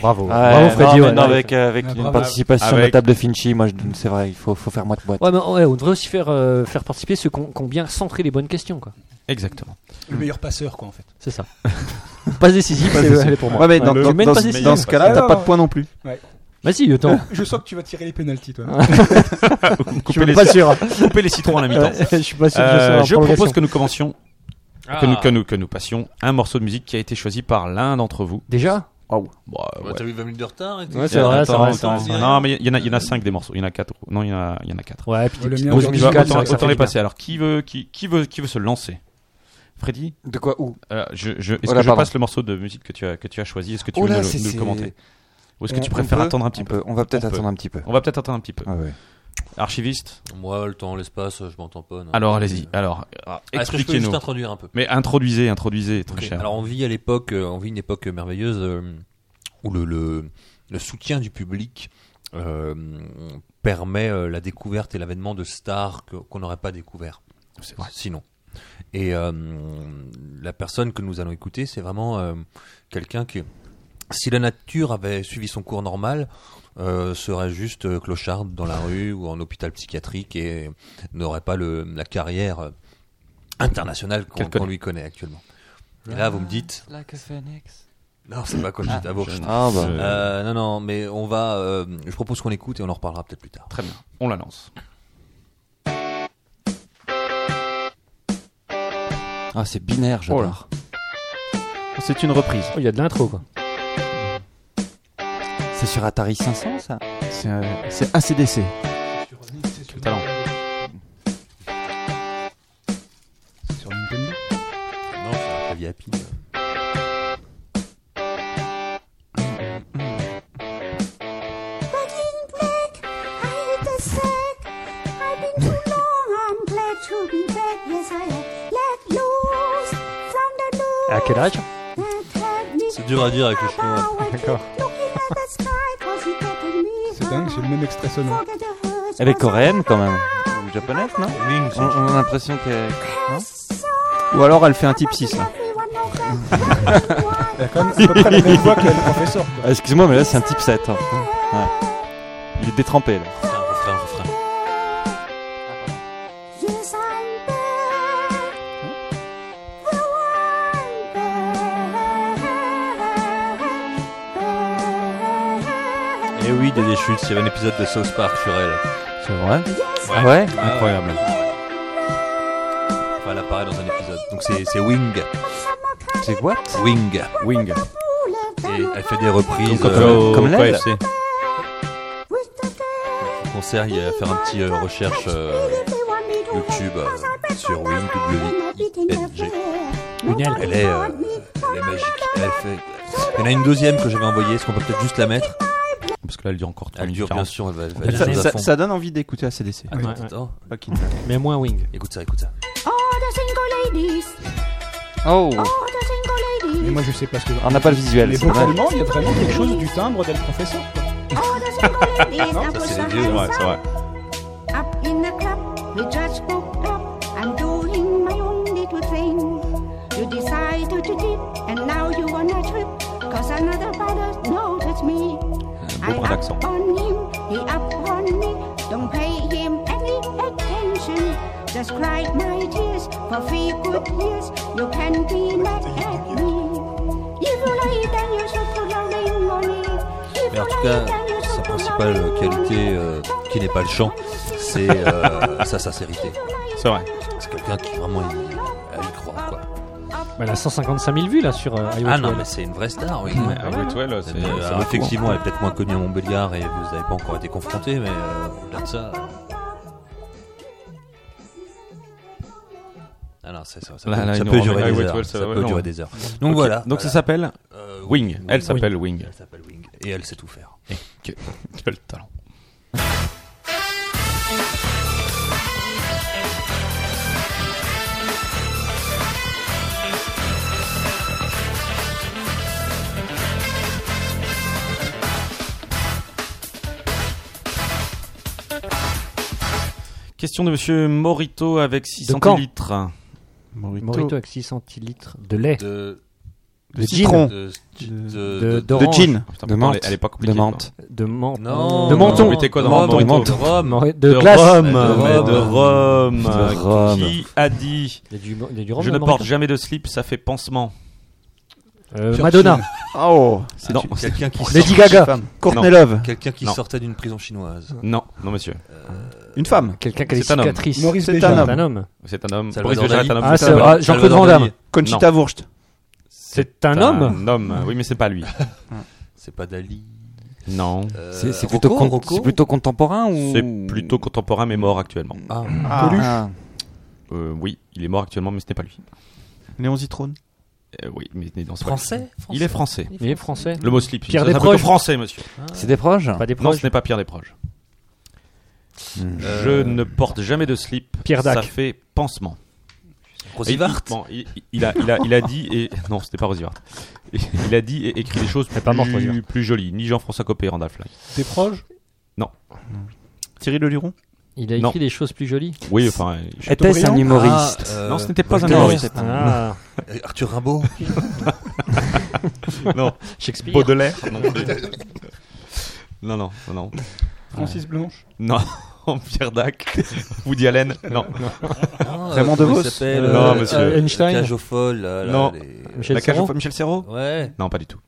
D: Bravo.
G: Ouais,
D: Bravo, Freddy.
G: non,
D: ouais.
G: mais non, avec euh, avec
J: Ah,
G: une
J: bravo.
G: participation
B: Avec-
G: notable de Finchi, moi je- c'est vrai, il faut, faut faire moite boîte.
D: Ouais, mais, ouais, on devrait aussi faire, euh, faire participer ceux qui ont qui ont bien centré les bonnes questions. Quoi.
B: Exactement.
J: Le meilleur passeur, quoi, en fait.
D: C'est ça. pas décisif, c'est elle est pour moi.
C: Ouais, mais dans,
D: Tu
C: dans-
D: mènes
C: dans
D: pas
C: ce-
D: décisif.
C: dans ce cas-là,
J: Ah,
C: t'as
J: non.
C: pas de points non plus.
D: Vas-y, le temps.
J: Je sens que tu vas tirer les pénalties, toi.
B: Couper les, [laughs]
D: pas sûr.
B: couper les citrons à la mi-temps.
D: [laughs] je suis pas sûr que
B: Euh,
D: je
B: je
D: sois en prolongation.
B: propose que nous commencions, que,
D: Ah.
B: nous, que, nous, que nous passions un morceau de musique qui a été choisi par l'un d'entre vous.
D: Déjà
B: Bon, euh,
H: Ouais,
B: ouais.
H: T'as eu 20 minutes de retard et tout.
D: Ouais, c'est vrai,
B: Attends,
D: c'est vrai,
B: attends,
D: c'est vrai,
B: attends.
D: c'est vrai.
B: Non, mais il y, en a- il y en a 5 des morceaux. Il y en a 4. Non, il y en a, il y en a 4.
D: Ouais, puis des
J: Le
D: petites
J: mien,
D: pauses
J: on
B: Tu vois,
D: musicales, c'est
B: autant
D: vrai que ça
B: autant
D: fait
B: les
D: du bien.
B: passer. Alors, qui veut, qui, qui veut, qui veut se lancer Freddy,
G: De quoi où
B: euh, je, je, est-ce
D: Oh
G: Voilà,
B: que je
G: pardon.
B: passe le morceau de musique que tu as, que tu as choisi Est-ce que tu
G: Oh
B: veux
G: là,
B: nous, le-
G: c'est-
B: nous le
G: c'est-
B: commenter Ou est-ce que
G: on-
B: tu
G: on
B: préfères
G: peut-
B: attendre un petit
G: on
B: peu
G: peut- On va peut-être
B: On peut.
G: attendre un petit peu.
B: On va peut-être attendre un petit peu.
G: Ah ouais.
B: Archiviste
H: Moi, le temps, l'espace, je m'entends pas. non.
B: Alors, allez-y.
H: Ah,
B: Alors, euh,
H: Est-ce que je peux
B: expliquez-nous.
H: juste introduire un peu
B: Mais introduisez, introduisez, très
H: Ok.
B: cher.
H: Alors on vit à l'époque, euh, on vit une époque merveilleuse euh, où le, le, le soutien du public euh, permet euh, la découverte et l'avènement de stars que- qu'on n'aurait pas découvert
B: C'est vrai.
H: sinon. Et euh, la personne que nous allons écouter, c'est vraiment euh, quelqu'un qui, si la nature avait suivi son cours normal, euh, serait juste euh, clocharde dans la rue ou en hôpital psychiatrique et n'aurait pas le, la carrière euh, internationale qu'on
B: Qu'elle connaît.
H: qu'on lui connaît actuellement. Et là, vous me dites, non, c'est pas comme je dis, d'abord.
B: Je-
G: Ah bah.
B: je-
H: Euh, non, non, mais on va. euh, je propose qu'on écoute et on en reparlera peut-être plus tard.
B: Très bien. On la lance.
G: Ah, c'est binaire, j'adore.
C: C'est une reprise.
D: Oh, Il y a de l'intro, quoi.
G: C'est sur Atari 500 ça
C: C'est euh, c'est ACDC.
B: Talent.
J: Sur Nintendo.
H: Non, c'est un clavier à pile.
D: À quel âge
H: C'est dur à dire avec les chinois.
D: D'accord.
J: C'est dingue, c'est le même extrait sonore.
G: Elle est coréenne quand même. Ou japonaise, non on, on a l'impression que.
C: Ou alors elle fait un type 6
J: hein.
C: là.
K: [laughs]
J: Elle a quand même à peu près la même voix que le professeur. quoi.
G: Ah, Excuse-moi, mais là c'est un type 7. hein. Ouais.
J: Ah.
G: Il est détrempé là.
H: Refrain, refrain, refrain. Ah. Et Eh oui, des déchutes, il y avait un épisode de South Park sur elle.
G: C'est vrai Ah ouais
B: Incroyable.
H: Enfin, elle apparaît dans un épisode. Donc c'est c'est Wing.
G: C'est what
H: Wing.
B: Wing.
H: Et elle fait des reprises.
B: Comme,
H: euh,
B: au-
G: comme
B: au
G: l'aile.
B: KFC.
H: au concert, euh, il y a à faire un petit euh, recherche euh, YouTube euh, sur Wing, W-I-N-G.
D: Une aile.
H: Elle est, euh, elle est magique. Elle fait... Il y en a une deuxième que j'avais envoyée. Est-ce qu'on peut peut-être juste la mettre
B: Parce que là, elle dure encore 3
H: Elle
B: minutes
H: dure, bien
B: 40.
H: sûr. Elle va, elle va
C: Ça,
H: elle va à
C: ça-
H: fond.
C: ça donne envie d'écouter ACDC.
D: Ouais, ouais.
H: Attends,
C: Fucking
D: Mais moins wing.
H: écoute ça, écoute ça.
G: Oh
J: Mais moi, je sais pas ce que.
G: On n'a pas le visuel,
J: Mais
G: c'est vrai.
J: vocalement, il y a vraiment quelque chose du timbre d'El Professeur. quoi.
H: Ça, c'est les vieux.
B: Ouais, c'est vrai.
K: Up in the club, we just woke up. I'm doing my own little thing. You decided to dip, and now you on a trip. Cause another brother noticed me.
B: Un beau
K: I
B: brin d'accent.
K: up on him, he up on me. Don't pay him any attention. ocean. Just cried my tears for three good years. You can be mad at me. If you like, then you should put your name on it. If
H: Mais en
K: you
H: tout
K: like,
H: cas,
K: then you
H: sa
K: should put your name
H: principale
K: on
H: qualité,
K: it.
H: euh, qui n'est pas le chant, c'est euh, sa sincérité.
B: C'est vrai.
H: C'est quelqu'un qui vraiment y, à y croit, quoi.
D: Bah, Elle a 155 000 vues là sur euh, iWatch
H: Ah non,
D: Web.
H: mais c'est une vraie star, oui.
B: Ah, Wet Well, c'est-
H: Euh,
B: c'est
H: alors,
B: beaucoup, hein.
H: effectivement, elle est peut-être moins connue à Montbéliard et vous n'avez pas encore été confronté, mais euh, au-delà de ça. Ah non, ça, ça, ça
B: Là,
H: peut,
B: là,
H: ça
B: il nous
H: peut
B: remet-
H: durer
B: Ah,
H: des
B: Wet
H: heures.
B: Well, ça
H: ça
B: va,
H: peut
B: non.
H: durer des heures. Donc voilà.
B: Donc ça
H: Voilà.
B: s'appelle
H: Euh,
B: Wing. Elle s'appelle Wing.
H: Elle s'appelle Wing. Et elle sait tout faire.
B: Que- [laughs] Quel talent. Question de monsieur Morito avec 6
D: De Caen.
B: centilitres. Ah,
D: Morito avec 6 centilitres de lait.
H: De,
C: De
D: De
C: citron.
H: de,
C: De-
H: de-
D: De,
H: de-
D: d'orange.
C: De gin.
B: Putain,
G: De
B: pourtant,
G: menthe.
B: Elle elle est pas
G: de
B: compliquée.
G: menthe.
D: De menthe.
H: Non.
D: De menton.
B: Vous mettez quoi dans
D: De
B: Morito
D: menton.
H: de rhum.
D: Mor-
B: De
D: De glace.
B: Rome,
H: De
B: mais
H: Rome.
B: de Rome.
G: De Rome.
B: Qui a dit
D: Il y a du, il y a du rhum
B: Je
D: dans
B: ne
D: Morito
B: porte jamais de slip, ça fait pansement.
D: Euh, Madonna.
C: Oh,
B: Non,
H: Quelqu'un qui, sort-
D: Lady Gaga.
C: Courtney Love.
H: quelqu'un qui
B: Non.
H: sortait d'une prison chinoise.
B: non, non, monsieur.
C: Une femme.
D: Quelqu'un qui a des
B: C'est un homme.
D: cicatrices.
J: Maurice
C: C'est
J: Béjart.
C: un
D: C'est un
C: homme.
D: homme.
B: C'est un homme.
H: Salvador
B: Boris Vigerat est un homme.
D: Ah,
B: tout
D: c'est-
B: à fait.
D: ah, Jean-Claude
H: Salvador
D: Van Damme.
H: Dali.
C: Conchita Wurst.
D: C'est un homme
B: Un homme, oui, mais c'est pas
D: [laughs]
B: lui.
H: C'est pas Dali.
B: Non.
H: Euh,
G: C'est c'est
H: Rocco,
G: plutôt, con-
H: Rocco
G: c'est plutôt contemporain
D: Euh,
G: ou
B: C'est plutôt contemporain mais mort actuellement.
H: Ah.
G: Ah.
B: Euh, oui, il est mort actuellement, mais ce n'est pas lui.
C: Léon Zitrone.
B: Euh, oui, mais ce n'est- non, c'est pas lui.
H: Français,
B: Il est français.
D: Il est français.
B: Le mot slip.
D: Mmh. Pierre
B: C'est un peu
D: Desproges.
B: français, monsieur.
G: C'est des proches
D: Pas des
B: Non, ce
D: proches.
B: n'est pas Pierre Desproges. Je ne porte jamais de slip.
D: Euh. Pierre
B: ça
D: Dac.
B: fait pansement.
H: Rosivart.
B: Et il- bon, il, il a, il, a, il a dit et [laughs] non, c'était pas Rosivart. Il a dit et écrit des choses plus,
D: pas mort, Rosivart.
B: plus jolies, ni Jean-François Copé, Randolph Fly.
I: T'es proche
C: Thierry Leluron.
D: Il a
B: Non.
D: écrit des choses plus jolies.
B: Oui, enfin. je-
G: Était-ce un
I: Chateaubriand
G: humoriste
H: Ah, euh,
B: non, ce n'était pas un
H: Voltaire.
B: humoriste.
D: Ah,
H: Euh, Arthur Rimbaud.
B: Non,
D: Shakespeare.
B: Baudelaire. Non, plus. non, non, non, non.
J: Francis Blanche.
B: Non, Pierre Dac, [laughs] Woody Allen, non.
H: Non,
C: Raymond
H: euh, comment
C: DeVos.
H: il s'appelle,
B: Euh,
H: euh,
B: non, monsieur.
H: euh,
I: Einstein.
H: Cage aux folles, là, là,
B: Non.
H: les-
D: Michel
B: La cage
D: Serrault.
B: aux folles, Michel Serrault
H: Ouais.
B: Non, pas du tout.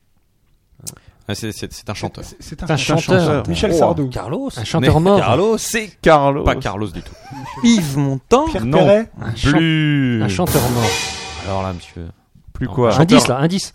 B: Ah, c'est- C'est c'est un chanteur.
F: Euh,
J: C'est- C'est un,
D: C'est un
J: chanteur.
D: chanteur.
J: Michel
C: Oh.
F: Ah,
J: Sardou.
H: Carlos.
D: Un chanteur
B: Mais-
D: mort.
H: Carlos, c'est
C: Carlo.
B: Pas Carlos du tout.
G: Yves Montand
J: Pierre
B: Non.
J: Perret.
D: Un chan-
B: Plus.
D: euh, Un chanteur mort.
B: Euh, Alors là, monsieur.
C: Plus
B: Non.
C: quoi
B: Chanteur.
D: Indice là, indice.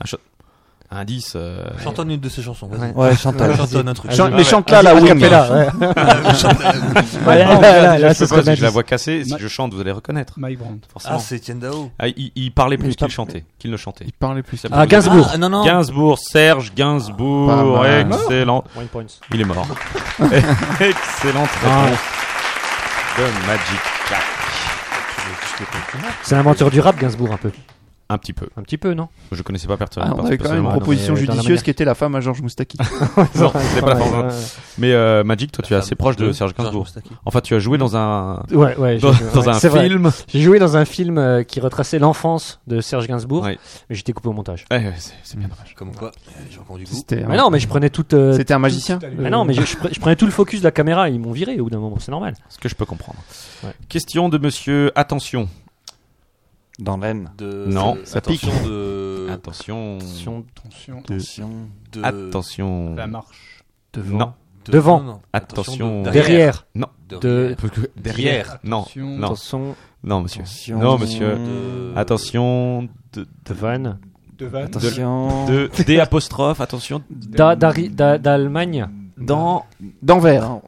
B: Indice. euh,
H: Chantonne une de ses chansons. vas-y.
D: Ouais.
G: Ouais, chanteur.
H: Chantonne un truc. Ah,
D: Ah,
C: Chan-
D: oui.
C: Mais chante là, la Wing.
D: Capella, ouais.
J: Mike
D: Voilà,
J: Brandt.
D: là,
B: je
G: Ah,
D: là,
B: peux
D: ce
B: pas,
D: serait
B: parce que je la
D: l'indice.
B: vois cassée. Si
J: Ma-
B: je chante, vous allez reconnaître.
J: Mike Brandt.
H: Ah,
B: Forcément.
H: c'est Etienne Dao.
B: Ah, il, il parlait
C: Mais
B: plus
C: je t'en-
B: qu'il chantait. Qu'il ne chantait.
C: Il parlait plus.
B: Ah,
D: Ah, Gainsbourg.
H: Ah, non, non.
B: Gainsbourg, Serge Gainsbourg,
C: Pas mal.
B: excellent.
D: One Ah, points.
B: Il est mort. [laughs] Excellente
D: Ah.
B: réponse de Magic Jack.
D: C'est l'inventeur du rap, Gainsbourg, un peu.
B: Un petit peu.
D: Un petit peu, non
B: Je connaissais pas personne.
C: Ah, on avait quand même une proposition
D: mais dans la
C: judicieuse
D: manière.
C: qui était la femme à Georges Moustaki.
B: [laughs] Non, c'était pas la
D: Ouais,
B: forme. Mais euh, Magic, toi, tu es assez proche de Serge Gainsbourg.
H: Ah, Moustaki.
B: Enfin, tu as joué dans un
D: Ouais, ouais.
B: dans,
D: j'ai-
B: dans
D: ouais,
B: un
D: c'est vrai.
B: film.
D: J'ai joué dans un film euh, qui retraçait l'enfance de Serge Gainsbourg,
B: Ouais.
D: mais j'étais coupé au montage.
B: Ouais, ouais, c'est c'est bien dommage.
H: Comme quoi, euh, les gens qui ont du goût.
C: C'était
D: Mais
C: un...
D: non, mais je prenais toute. euh,
C: c'était un magicien.
J: Tout à l'heure.
D: Mais non, mais je, je pre- je prenais tout le focus de la caméra, ils m'ont viré au bout d'un moment, c'est normal.
B: Ce que je peux comprendre.
D: Ouais.
B: Question de Monsieur. Attention.
G: Dans l'aine.
H: De,
B: Non,
H: de-
B: ça
H: attention De,
B: Attention.
D: Euh, Attention, euh,
J: Attention.
G: Attention.
H: de-
B: Attention.
J: La marche.
B: Non.
H: de-
D: Devant.
H: non, non,
B: Attention.
H: de-
D: derrière,
H: De.
B: Derrière. Non.
J: Attention.
B: Non.
D: attention,
B: Non, monsieur.
G: Attention.
B: Non, monsieur.
H: de-
B: Attention. De.
D: de Van,
J: De Van.
G: Attention.
B: De. D apostrophe. Attention.
D: Da- d'Ari- Da- d'Allemagne,
B: Dans.
C: D'Anvers.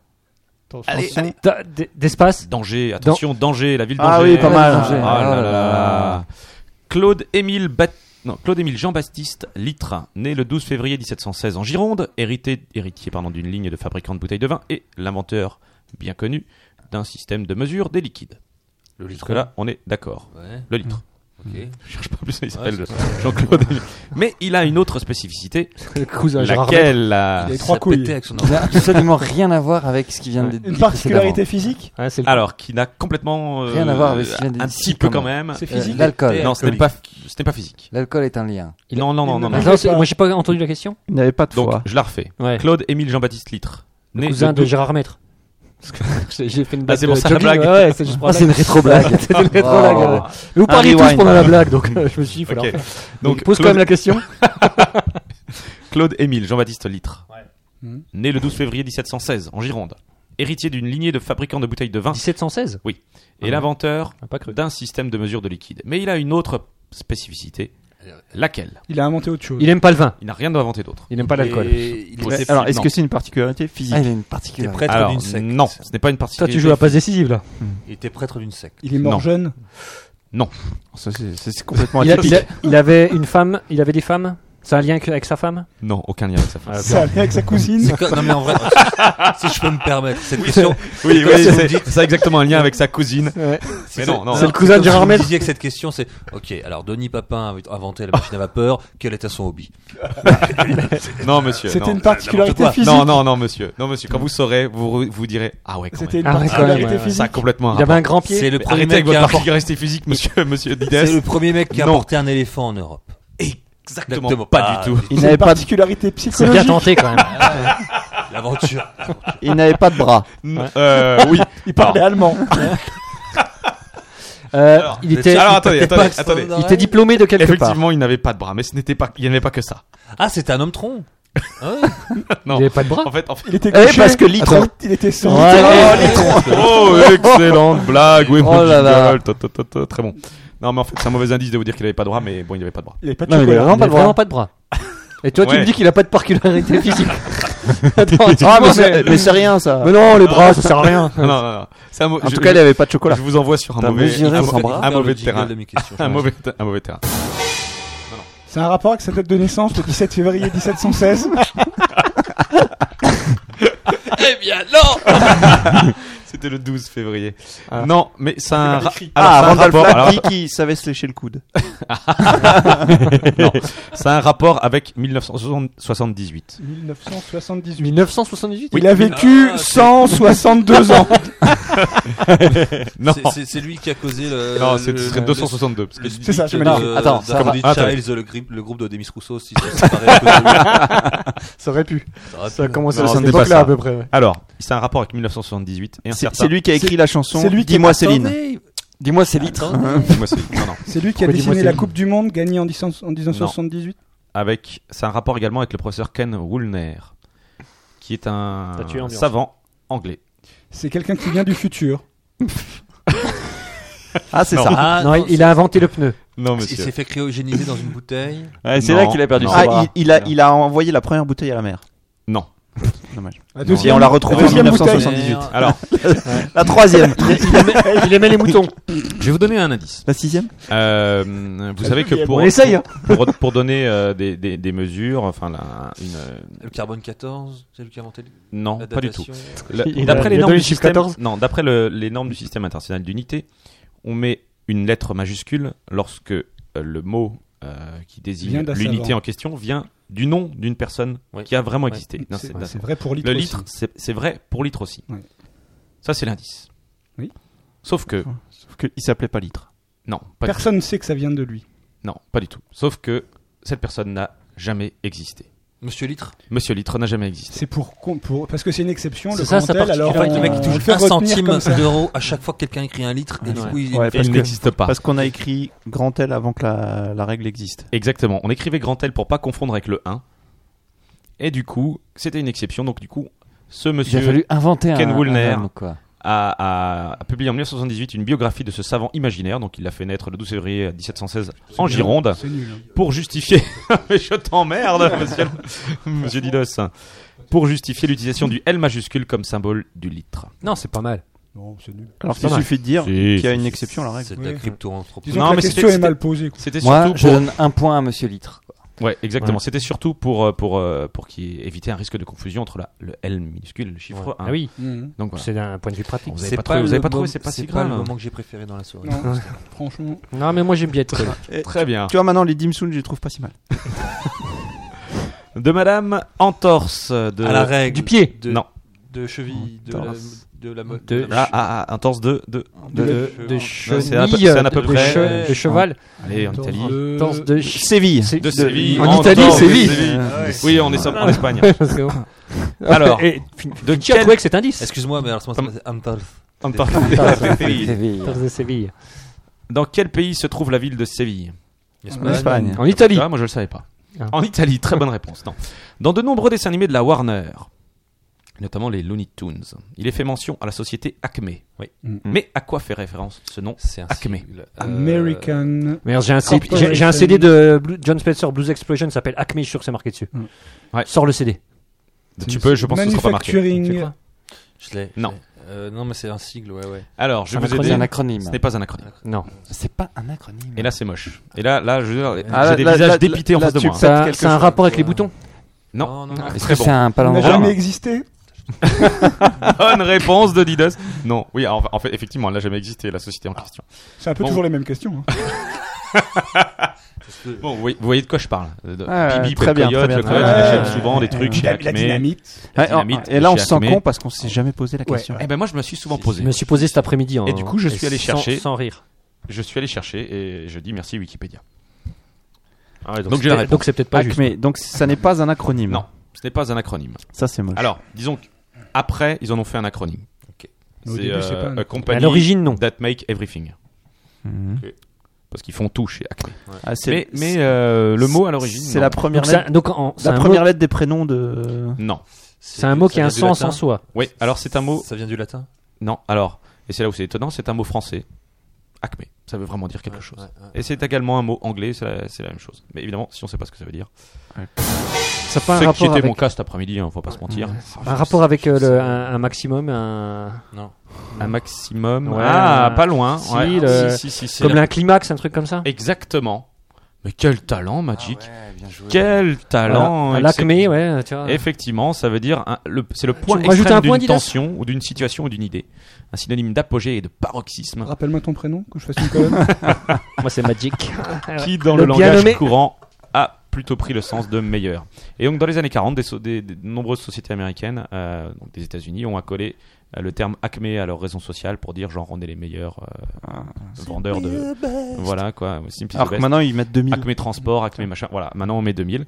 J: Attention.
D: Da- d- d'espace, [laughs]
B: Danger. Attention. Danger. La ville
C: Ah
B: d'Angers.
C: oui, pas mal.
B: Ah
G: Danger.
B: là
G: Ah
B: là
G: là
B: là. Claude Émile Bat- non, Claude Émile Jean-Baptiste Littre, né le 12 février 1716 en Gironde, hérité, héritier pardon, d'une ligne de fabricants de bouteilles de vin et l'inventeur bien connu d'un système de mesure des liquides.
H: Le litre.
B: Parce que là, on est d'accord.
H: Ouais,
B: Le [laughs] litre.
H: ok.
B: Je cherche pas plus, il s'appelle
H: Ouais,
B: Jean-Claude. Émile. Mais il a une autre spécificité,
D: le cousin Gérard
B: laquelle a-
J: Il y a
H: Ça
J: trois couilles.
H: pétait avec son
G: Il n'a absolument rien à voir avec ce qui vient
D: Ouais.
G: d'être dit.
J: Une
G: précédemment.
J: particularité physique
D: Lemaitre. Ouais, Ah, c'est le-
B: alors qui n'a complètement euh,
G: Rien à voir avec ce qu'il vient de
B: un
G: dire,
B: petit peu quand même.
J: C'est
G: Euh,
J: physique
G: L'alcool.
B: Non, ce n'est pas, ce n'est pas physique.
G: L'alcool est un lien.
D: Il-
B: non, non, non, non, non.
D: Attends, Ah, c'est- moi j'ai pas entendu la question.
C: Il n'avait pas de
B: Donc,
C: foi.
B: je la refais.
D: Ouais.
B: Claude Émile Jean-Baptiste Littre, né
D: cousin
B: le
D: de
B: 12
D: Gérard Maître. Parce que [laughs] j'ai- J'ai fait une
B: Ah,
D: blague.
B: c'est pour
D: de
B: ça la
D: jogging,
B: blague.
D: ouais, ouais, c'est juste pour
G: Ah,
D: la
G: c'est une
D: blague. Ah, [laughs]
G: rétro blague.
D: C'était une rétro-blague,
G: Oh.
D: ouais. Mais Vous
G: Un
D: parliez tous
G: rewind.
D: pendant la blague, donc euh, je me suis dit, il faut la
B: Ok.
D: refaire.
B: Donc,
D: Donc, pose quand
B: Claude-
D: même la [laughs] question.
B: Claude Émile Jean-Baptiste Litre.
D: Hmm.
J: Mhm.
B: Né le 12 février 1716 en Gironde, héritier d'une lignée de fabricants de bouteilles de vin
D: 1716
B: et l'inventeur
D: Ah, Pas cru.
B: d'un système de mesure de liquide. Mais il a une autre spécificité, laquelle
J: Il a inventé autre chose.
D: Il aime pas le vin.
B: Il n'a rien inventé d'autre.
D: Il aime pas l'alcool.
H: Il
B: Possible,
H: est
C: Alors, est-ce
B: non.
C: que c'est une particularité
G: Ah,
C: physique
G: il a une
H: il était
G: particularité.
H: prêtre
B: Alors,
H: d'une secte.
B: non, ce n'est pas une partie.
D: Toi, tu joues la passe décisive, là.
H: Il était prêtre d'une secte.
J: Il est mort
B: Non.
J: jeune.
C: Ça, C'est c'est- c'est complètement
D: Il, a-
C: atypique.
D: il a- il avait une femme, il avait des femmes. C'est un lien que- avec sa femme
B: Non, aucun lien avec sa
D: Ah,
B: femme.
J: Ça allait avec sa cousine.
H: C'est quoi- Non mais en vrai, [laughs] si je peux me permettre, cette question,
B: Oui,
H: Comme
B: oui,
H: si vous
B: c'est-
H: dites-
B: ça a exactement un lien avec sa cousine. Mais non, non.
D: C'est le cousin de
H: comme si
D: Gérard
H: vous me
D: Metz.
H: disiez que cette question, c'est ok. Alors Denis Papin a inventé la machine à vapeur. Quel était son hobby
B: Non, monsieur.
J: C'était
B: euh, non.
J: une particularité physique.
B: Non, non, non, monsieur. Non, monsieur. Quand vous saurez, vous vous direz ah ouais. quand
J: C'était une
D: Ah, ouais, quand
J: particularité
D: même, ouais.
B: même.
J: physique.
B: Ça a complètement. un
D: Il avait
B: rapport.
D: un grand pied.
H: C'est le
B: Mais
H: premier
B: Arrêtez
H: mec
B: avec
H: qui
B: votre
H: a apporté-
B: particularité physique, monsieur, monsieur
H: C'est
B: Dides.
H: le premier mec qui a
B: Non.
H: porté un éléphant en Europe.
B: Exactement Euh, pas [laughs]
H: Ah,
B: du tout.
J: Il
C: n'avait
J: une
C: pas-
J: particularité
D: C'est bien
J: psychologique.
D: tenté, quand même.
B: [laughs]
H: L'aventure.
G: Il n'avait pas de [laughs] bras.
B: Euh, oui.
J: Il parlait allemand.
D: Euh,
B: Alors,
D: il était,
B: Alors attendez,
D: il était
B: attendez,
D: pas-
B: attendez.
D: il était diplômé de quelque part.
B: Effectivement, il n'avait pas de bras, mais ce n'était pas, il n'y avait pas que ça. [laughs]
H: Ah, c'était un homme tronc.
B: Ah,
H: Hein
D: Il
B: Non.
D: avait pas de bras.
B: En fait, en fait.
J: Il était
G: Eh,
J: couché.
G: parce que Litre-
J: Attends, Il était sans.
D: Ouais.
B: Oh, excellente blague, oui,
G: Oh
B: mon
G: là là.
B: jingle, ta, ta, ta, ta, très bon. Non, mais en fait, c'est un mauvais indice de vous dire qu'il n'avait pas de bras, mais bon, il n'avait pas de bras.
J: Il avait pas de
C: Non, mais il
J: chocolat.
C: avait vraiment
D: Il
C: pas
D: a
C: de
D: vraiment
C: bras.
D: pas de bras. Et toi, tu
B: Ouais.
D: me dis qu'il a pas de particularité physique. Attends,
C: Ah,
D: excuse-moi,
C: mais
D: mais-
C: c'est- mais c'est rien, ça.
D: Mais non, les bras, ça sert à rien.
B: [laughs] Non, non, non. C'est un mo-
C: En
B: je-
C: tout cas, il avait pas de chocolat.
B: je vous envoie sur un
G: T'as
B: mauvais,
G: mesuré
B: un
G: son
B: mauvais-
G: bras
B: un mauvais
H: Le jingle
B: terrain.
H: de mes questions,
B: Un
H: je
B: mauvais, te- un mauvais terrain.
J: C'est un rapport avec sa date de naissance, le 17 février
B: [laughs]
J: 1716.
B: C'était le 12 février. Non, mais ça a un, ra- alors, ça
C: Ah,
B: a un
C: Randall
B: rapport.
C: Flagg
B: alors,
C: dit qu'il savait se lécher le coude.
B: non, ça a un rapport avec 1978.
J: 1978.
D: 1978
J: Il a vécu
H: Ah, c'est-
J: 162
B: [laughs]
J: ans.
B: Non,
H: C'est- c'est- C'est lui qui a causé le.
B: non, c'est-
H: le-
B: ce serait
H: le-
B: 262. parce que-
H: le
J: C'est ça, je
H: leak
J: me l'ai
H: de-
G: dit. Attends, ça
H: d'Harry
B: va.
H: Childs, le, gri- le groupe de Demis Rousseau, si ça
B: [laughs]
H: se séparait à cause de lui.
D: Ça aurait pu.
H: Ça aurait pu.
D: Ça a commencé
B: Non,
D: à cette
B: c'était pas
D: époque-là,
B: ça.
D: à peu près. ouais.
B: Alors, c'est un rapport avec 1978 et un
C: C'est
B: certain.
C: c'est lui qui a écrit la chanson.
J: c'est lui qui
C: Dis-moi
J: est-
C: Céline.
H: Attendez,
G: Dis-moi, c'est litre.
H: attendez.
B: Moi,
C: [laughs]
B: c'est- non, non.
J: C'est lui qui a
D: Pourquoi dis-moi
J: dessiné la
D: Céline
J: Coupe du Monde gagnée en 19- en 1978.
B: Avec, c'est un rapport également avec le professeur Ken Woolner, qui est un
D: T'as tué ambiance.
B: savant anglais.
J: C'est quelqu'un qui vient du futur.
C: Ah, c'est
B: Non.
C: ça.
H: Ah,
D: Non, il- il a inventé le pneu.
B: Non,
H: Il s'est fait cryogéniser dans une bouteille.
C: Ouais,
B: Non.
C: son
B: Ah,
C: bras. il, il a, il a envoyé la première bouteille à la mer.
B: Non.
C: Dommage.
J: La
C: Et on l'a retrouvée en
J: deuxième bouteille.
C: 1978.
H: Merde.
B: Alors,
C: La [laughs] troisième.
D: Il aimait les moutons.
B: je vais vous donner un indice.
C: la sixième.
B: Euh, vous savez que pour
D: On essaye. hein.
B: pour, pour donner euh, des, des, des mesures, enfin, la, une, euh,
H: Le carbone 14, c'est lui qui a inventé
B: non,
H: la
B: pas du tout.
H: datation.
B: La-
D: Il a-
B: D'après
D: il
B: les normes du
D: a donné le chiffre
B: système,
D: 14.
B: non, d'après le- les normes du système international d'unité, on met une lettre majuscule lorsque euh, le mot euh, qui
J: Vient
B: désigne
J: d'un
B: l'unité
J: savant.
B: en question vient du nom d'une personne
H: Oui.
B: qui a vraiment
H: Ouais.
B: existé. d'un-
J: C'est
B: d'un-
J: c'est vrai pour Litre.
B: le
J: aussi.
B: litre, c'est c'est vrai pour litre aussi.
J: Ouais.
B: Ça, c'est l'indice.
J: Oui.
B: Sauf que
C: Sauf qu'il s'appelait pas litre.
B: non, pas du,
J: Personne ne sait que ça vient de lui.
B: non, pas du tout. Sauf que cette personne n'a jamais existé.
H: Monsieur Litre.
B: Monsieur Litre n'a jamais existé.
J: C'est pour, con- pour parce que c'est une exception. Le
D: C'est ça, sa
J: Cantel, alors
H: En fait,
J: on-
H: le
F: Euh,
H: mec, il
J: on le
H: touche
J: fait
H: un
J: retenir
H: centime
J: comme ça.
H: d'euro à chaque fois que quelqu'un écrit un litre. Et du
D: Ouais.
H: coup, il-
C: Ouais,
B: Et
C: parce
B: il
C: que-
B: n'existe pas.
C: Parce qu'on a écrit grand L avant que la, la règle existe.
B: Exactement. On écrivait grand L pour pas confondre avec le 1. Et du coup, c'était une exception. Donc du coup, ce
G: Il a
B: monsieur
G: fallu inventer un.
B: Ken
G: un
B: Woolner.
G: homme, quoi.
B: a, a- a publié en 1978 une biographie de ce savant imaginaire. Donc il l'a fait naître le 12 février 1716 en Gironde
J: C'est nul. hein.
B: pour justifier. [laughs] Mais je [laughs] t'emmerde, monsieur, monsieur Didos. Pour justifier l'utilisation du L majuscule comme symbole du litre.
D: Non, c'est pas mal.
J: Non, c'est nul.
C: Alors
B: pas
C: qu'il
B: mal.
C: suffit de dire
B: Si,
C: qu'il y a
B: si,
C: une exception à la règle.
H: c'est de la
J: Oui.
H: crypto-entreprise.
J: Disons
B: Non,
J: que
B: mais
J: la
B: c'était-
J: question est
B: c'était-
J: mal posée. quoi.
B: C'était
G: Moi,
B: surtout
G: je
B: pour...
G: donne un point à Monsieur Litre.
B: Ouais, exactement. C'était surtout pour, euh, pour, euh, pour qui éviter un risque de confusion entre la, le L minuscule et le chiffre 1.
D: Ah oui,
B: Donc voilà.
D: c'est un point de vue pratique.
B: Vous avez pas trouvé- vous avez pas trouvé, c'est pas si grave.
H: le moment que j'ai préféré dans la soirée.
J: Non, franchement.
D: Non, mais moi j'aime bien être seul.
B: Très bien.
C: Tu vois, maintenant, les dimsum, je les trouve pas si mal.
B: De Madame Entorse de
H: À la règle.
D: Du pied.
H: De,
B: Non.
H: De cheville. De la,
C: Torse.
H: de la mode.
D: De-
B: Ah, ah, ah, Entorse de de.
D: De,
H: de-
D: de
H: de-
D: chenille,
B: c'est à peu- c'est à peu
D: de
B: près,
D: che-
H: euh,
D: de cheval,
B: Allez en Italie.
J: Euh,
D: danse de ch-
C: Séville.
D: c'est-
B: De Séville. Ah
D: En
B: Entorse
D: Italie,
B: de
D: Séville.
B: [laughs] Oui, on est en Espagne.
D: Parce que-
B: [laughs] [laughs] Alors,
D: Et fin-
B: de
D: Fincher a
B: quel-
D: trouvé que cet indice.
H: Excuse-moi, mais alors, comment ça
B: Comme-
H: s'appelle Antarth.
D: Force de Séville.
B: Dans quel pays se trouve la ville de Séville
C: En Espagne.
D: En Italie.
B: Ah, moi je le savais pas.
D: Ah.
B: En Italie, très bonne réponse. Non. Dans de nombreux dessins animés de la Warner, notamment les Looney Tunes, il est fait mention à la société Acme.
H: Oui.
J: Mm.
B: Mais à quoi fait référence ce nom
H: C'est un
B: Acme.
H: sigle.
B: Euh,
H: Euh,
J: American.
D: Merde, j'ai un, CD,
J: Corporation.
D: j'ai- j'ai un CD de Blue- John Spencer, Blues Explosion, ça s'appelle Acme, je suis sûr que c'est marqué dessus.
J: Mm.
B: Ouais.
D: Sors le CD.
B: Tu peux, je pense que ce sera pas marqué.
D: Tu
J: Manufacturing.
D: crois
H: Je l'ai. je
B: Non.
H: l'ai. Euh, non, mais c'est un sigle, ouais, ouais.
B: Alors, je
D: Un
B: vais vous
D: acronyme.
G: C'est
B: aider.
G: un acronyme.
B: Ce n'est pas un acronyme.
D: Non.
G: C'est pas un acronyme.
B: Et là, c'est moche. Et là, là, je veux dire,
G: Ah,
B: j'ai
G: là,
B: des
G: là,
B: visages
G: là,
B: dépités en
G: là,
B: face de
G: tu-
B: moi.
G: ça-
B: hein.
D: Ça,
G: quelque
D: ça a un
G: chose,
D: rapport avec les
H: euh,
D: boutons
B: Non,
H: non, non.
G: Est-ce
B: très
G: que
B: bon.
G: c'est un
J: Il n'a
G: palindrome
J: jamais existé.
B: bonne réponse de Didos. Non, oui, en en fait, effectivement, elle n'a jamais existé, la société en question.
J: C'est un peu
B: Bon.
J: toujours les mêmes questions. hein.
B: Bon, vous voyez, vous voyez de quoi je parle. De- de-
C: Ouais,
B: Bibi,
C: très
B: Pep
C: bien,
B: Coyote,
C: très
B: le
C: bien.
B: coyote,
J: Ouais.
B: j'achète souvent des trucs chez
J: La, la
B: Acme.
J: dynamite.
B: la
C: Ouais, en-
B: dynamite
C: et là, on
B: chez
C: se sent
B: Acme.
C: con parce qu'on s'est jamais posé la
J: Ouais.
C: question.
B: Eh ben moi je me suis souvent
D: Je
B: posé.
D: me suis posé cet après-midi. hein,
B: Et du coup, je suis allé
D: sans-
B: chercher.
D: Sans rire.
B: Je suis allé chercher et je dis merci Wikipédia.
D: donc,
B: Donc, j'ai la
D: c'est-
B: réponse.
D: donc c'est peut-être pas juste.
C: Acme, donc ça n'est pas un acronyme.
B: Non. Ce n'est pas un acronyme.
C: Ça, c'est moche.
B: Alors, disons qu'après, ils en ont fait un acronyme.
J: Mais au
B: C'est
J: début,
B: euh,
J: c'est pas un-
B: a
D: Mais
B: company
D: À l'origine, non.
B: that make everything.
C: Mhm.
B: Parce qu'ils font tout chez Acme.
C: Ah, c'est-
B: Ah. Mais, mais, euh, le mot à l'origine.
C: C'est
B: non.
C: la première
D: Donc, c'est un-
C: lettre.
D: donc, en- c'est
C: La
D: un
C: première
D: mot-
C: lettre des prénoms de.
B: Non.
D: c'est un mot
H: ça
D: qui a un
H: vient du
D: sens en
H: latin.
D: soi.
B: Oui, alors c'est un mot.
H: Ça vient du latin
B: Non, alors. Et c'est là où c'est étonnant, c'est un mot français. Acme. Ça veut vraiment dire quelque
H: Ouais,
B: chose.
H: ouais, ouais.
B: Et c'est également un mot anglais, c'est la, c'est la même chose. Mais évidemment, si on ne sait pas ce que ça veut dire.
D: Ça pas un
B: Ce qui
D: rapport
B: était
D: avec,
B: mon cas cet après-midi, on va pas se mentir.
D: un, rapport avec euh, le- un, un maximum, un-
H: Non.
B: Un maximum.
D: Ouais.
B: ah, pas loin.
D: Si,
B: ouais.
D: le-
B: si, si, si, c'est
D: comme
B: la-
D: un climax, un truc comme ça.
B: Exactement. Mais quel talent, Magic.
C: Ah
G: bien joué.
B: Quel talent.
D: Voilà. Un
B: excep-
D: Acme, ouais, tu vois.
B: Effectivement, ça veut dire un- le- c'est le point
D: rajoutes
B: extrême
D: un point,
B: d'une
D: Didas
B: tension ou d'une situation ou d'une idée. Un synonyme d'apogée et de paroxysme
D: Ah
J: Rappelle-moi ton prénom, que je fasse une colonne.
D: [laughs] Moi, c'est Magic.
B: qui, dans le,
D: Le bien
B: langage
D: nommé.
B: courant, a plutôt pris le sens de meilleur. Et donc, dans les années 40, des, so- des- des nombreuses sociétés américaines, euh, donc des États-Unis, ont accolé euh, le terme acme à leur raison sociale pour dire genre on est les meilleurs euh,
D: Ah,
B: vendeurs de voilà quoi Simply the
C: Alors que
B: best.
C: maintenant, ils mettent 2000.
B: Acme Transport, Acme machin. Voilà, maintenant on met 2000.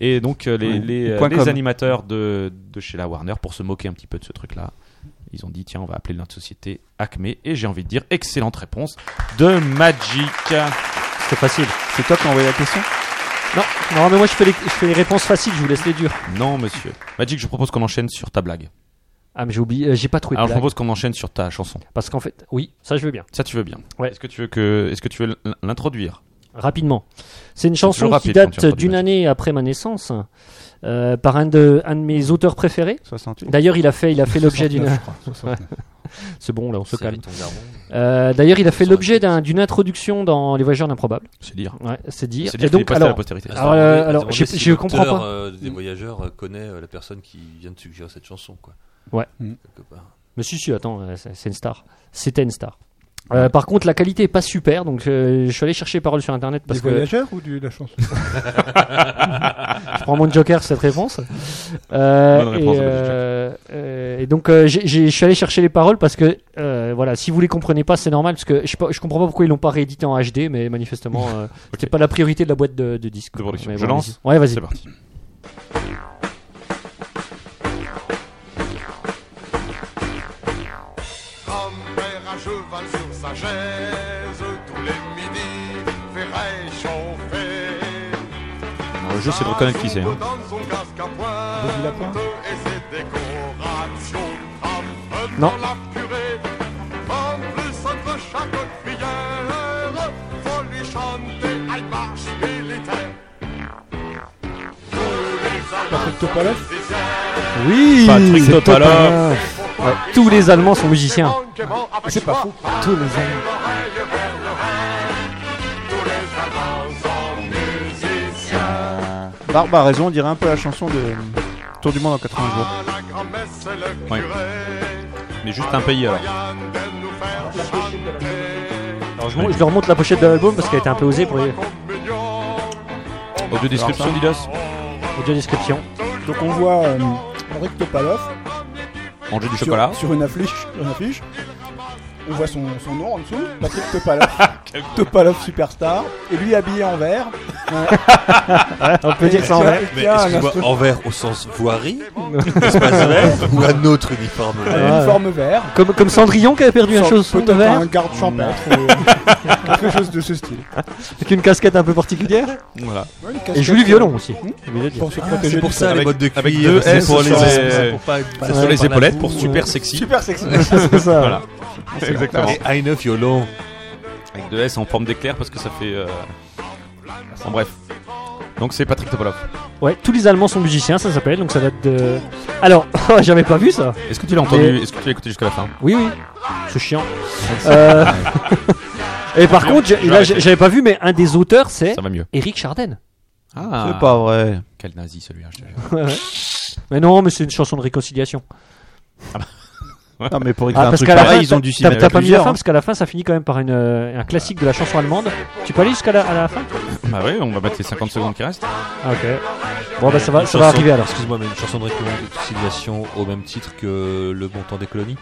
B: Et donc euh, les,
C: Ouais.
B: les, euh,
C: Point
B: les
C: com.
B: animateurs de, de chez la Warner, pour se moquer un petit peu de ce truc-là, ils ont dit tiens, on va appeler notre société Acme. Et j'ai envie de dire excellente réponse de Magic.
D: C'était facile.
C: C'est toi qui as envoyé la question
D: Non, non, mais moi, je fais les, je fais les réponses faciles, je vous laisse les dures.
B: Non, monsieur. Magic, je propose qu'on enchaîne sur ta blague.
D: Ah, mais j'ai oublié, euh, j'ai pas trouvé de
B: Alors je
D: blague.
B: propose qu'on enchaîne sur ta chanson.
D: Parce qu'en fait, oui, ça, je veux bien.
B: Ça, tu veux bien
D: Ouais.
B: Est-ce que tu veux que, est-ce que tu veux l- l'introduire
D: Rapidement. C'est une
B: toujours
D: chanson
B: rapide
D: qui
B: quand
D: date
B: tu entends
D: d'une
B: des
D: année après ma naissance, euh, par un de, un de mes auteurs préférés.
C: 68.
D: D'ailleurs, il a fait, il a fait l'objet d'une.
J: 69, je crois, 69.
D: [laughs] C'est bon, là, on se
H: C'est
D: calme.
H: avec ton daron.
D: Euh, D'ailleurs, il a fait
H: Ça
D: l'objet
H: reste-
D: d'un- d'une introduction dans Les Voyageurs d'improbable.
B: C'est dire.
D: Ouais, c'est dire.
B: C'est dire
D: Et
B: qu'il est
D: donc,
B: passé à la
D: alors,
B: postérité.
D: Alors, euh,
H: Demandez-
D: alors,
H: demandez
D: je-
H: si
D: je comprends
H: l'auteur,
D: pas.
H: euh, des voyageurs euh, connaît euh, la personne qui vient de suggérer cette chanson, quoi.
D: Ouais.
J: Mm.
H: Quelque part.
D: mais si, si, attends, euh, c'est c'est une star. C'était une star. Euh, par contre, la qualité est pas super, donc euh, je suis allé chercher parole sur internet parce
J: Des
D: que
J: voyageurs ou de la chanson
D: Je prends mon joker sur
B: [laughs]
D: cette réponse. Euh,
B: Bonne réponse,
D: et,
B: le
D: euh, euh, et donc, euh, j'ai- j'ai- je suis allé chercher les paroles parce que, euh, voilà, si vous les comprenez pas, c'est normal parce que je, sais pas- je comprends pas pourquoi ils l'ont pas réédité en HD, mais manifestement,
B: [laughs]
D: euh, c'était pas la priorité de la boîte de, de disques.
B: De production.
D: Mais
B: Je lance
D: vas-y. Ouais, vas-y.
B: C'est parti.
L: Grand-père à cheval sur sa chaise, tous les midis, fait réchauffer.
B: Le jeu, c'est de reconnaître qui c'est. hein.
L: Dans son casque à pointe
J: Bobby Lapin.
L: et ses décorations trempent
D: Non.
L: dans la purée. En plus, entre chaque cuillère, faut lui chanter une marche militaire. Tous les
J: Patrick Topalov
C: Oui
B: Patrick
C: c'est
B: Topalov.
C: Topalov.
D: Tous les Allemands sont musiciens.
L: manquements avec
J: Ah, C'est pas
L: joie,
J: faux.
C: Tous les ans.
L: l'oreille vers l'oreille. Tous les amants sont musiciens.
C: Barbe a raison, on dirait un peu la chanson de Tour du monde en 80 jours.
L: À la grand-messe, et le
B: Ouais.
L: curé.
B: Mais juste un pays alors.
D: Alors, je, mon- je leur montre la pochette de l'album parce qu'elle était un peu osée pour les
B: Audio description, Didas.
D: audio description.
J: Donc on voit euh, Patrick Topalov
B: Manger du
J: sur-
B: chocolat.
J: sur, une affiche. [laughs] sur une affiche. On voit
B: [laughs] Ah,
J: son, son nom en dessous, Patrick Topalov. Topalov Superstar. Et lui habillé en vert.
I: On
D: Ah,
I: peut dire ça en vrai.
H: Mais excuse-moi, envers au sens voirie,
D: [laughs]
H: espace vert ou un autre uniforme
J: Un uniforme vert.
D: Comme, comme Cendrillon qui avait perdu un
J: Sans-
D: chausson de
J: peut-être
D: verre
J: Un garde champêtre ou
B: [laughs]
J: quelque chose de ce style.
D: avec une casquette un peu particulière.
B: Voilà.
J: Ouais, une
D: Et
J: casquette,
D: Julie Violon
J: euh,
D: aussi.
J: Pour se
H: Ah,
J: protéger
H: c'est pour
J: du
H: ça
J: soleil.
H: les
B: Avec-
H: bottes de cuir.
B: avec deux
H: c'est
B: S
H: pour
B: sur les-
H: c'est pour pas-
B: C'est
H: passer
B: sur les
H: par la
B: épaulettes
H: boue,
B: pour
H: euh,
B: super sexy.
J: Super sexy.
D: C'est ça.
B: Voilà. Exactement.
H: Et I know violon.
B: Avec deux S en forme d'éclair parce que ça fait. euh, En bref. Donc c'est Patrick Topolov.
D: Ouais, tous les Allemands sont musiciens, ça s'appelle, donc ça date de. Alors, [laughs] oh, j'avais pas vu ça.
B: Est-ce que tu l'as entendu Est-ce que tu l'as écouté jusqu'à la fin
D: Oui, oui. C'est chiant. Euh, [laughs] Et par contre, j'ai-
B: Je vais
D: là,
B: arrêter.
D: j'ai- j'avais pas vu, mais un des auteurs, c'est
B: Ça va mieux.
D: Eric Chardin.
B: Ah,
C: C'est pas vrai.
B: Quel nazi celui-là. je te jure.
D: Mais non, mais c'est une chanson de réconciliation.
C: Non, mais pour écrire
D: Ah,
C: un
D: parce
C: truc
D: qu'à la fin,
C: pareil, ils ont dû s'y
D: t'as- T'as
C: mettre
D: pas mis la
C: plusieurs.
D: fin
C: hein.
D: parce qu'à la fin, ça finit quand même par une, euh, un classique de la chanson allemande. Tu peux aller jusqu'à la, à la fin
B: Bah ouais, on va mettre les 50 secondes qui restent.
D: Ah, Ok. Bon, bah ça va,
H: Une
D: ça va
H: chanson-
D: arriver alors.
H: Excuse-moi, mais une chanson de réconciliation au même titre que Le Bon Temps
D: [laughs]
H: des Colonies.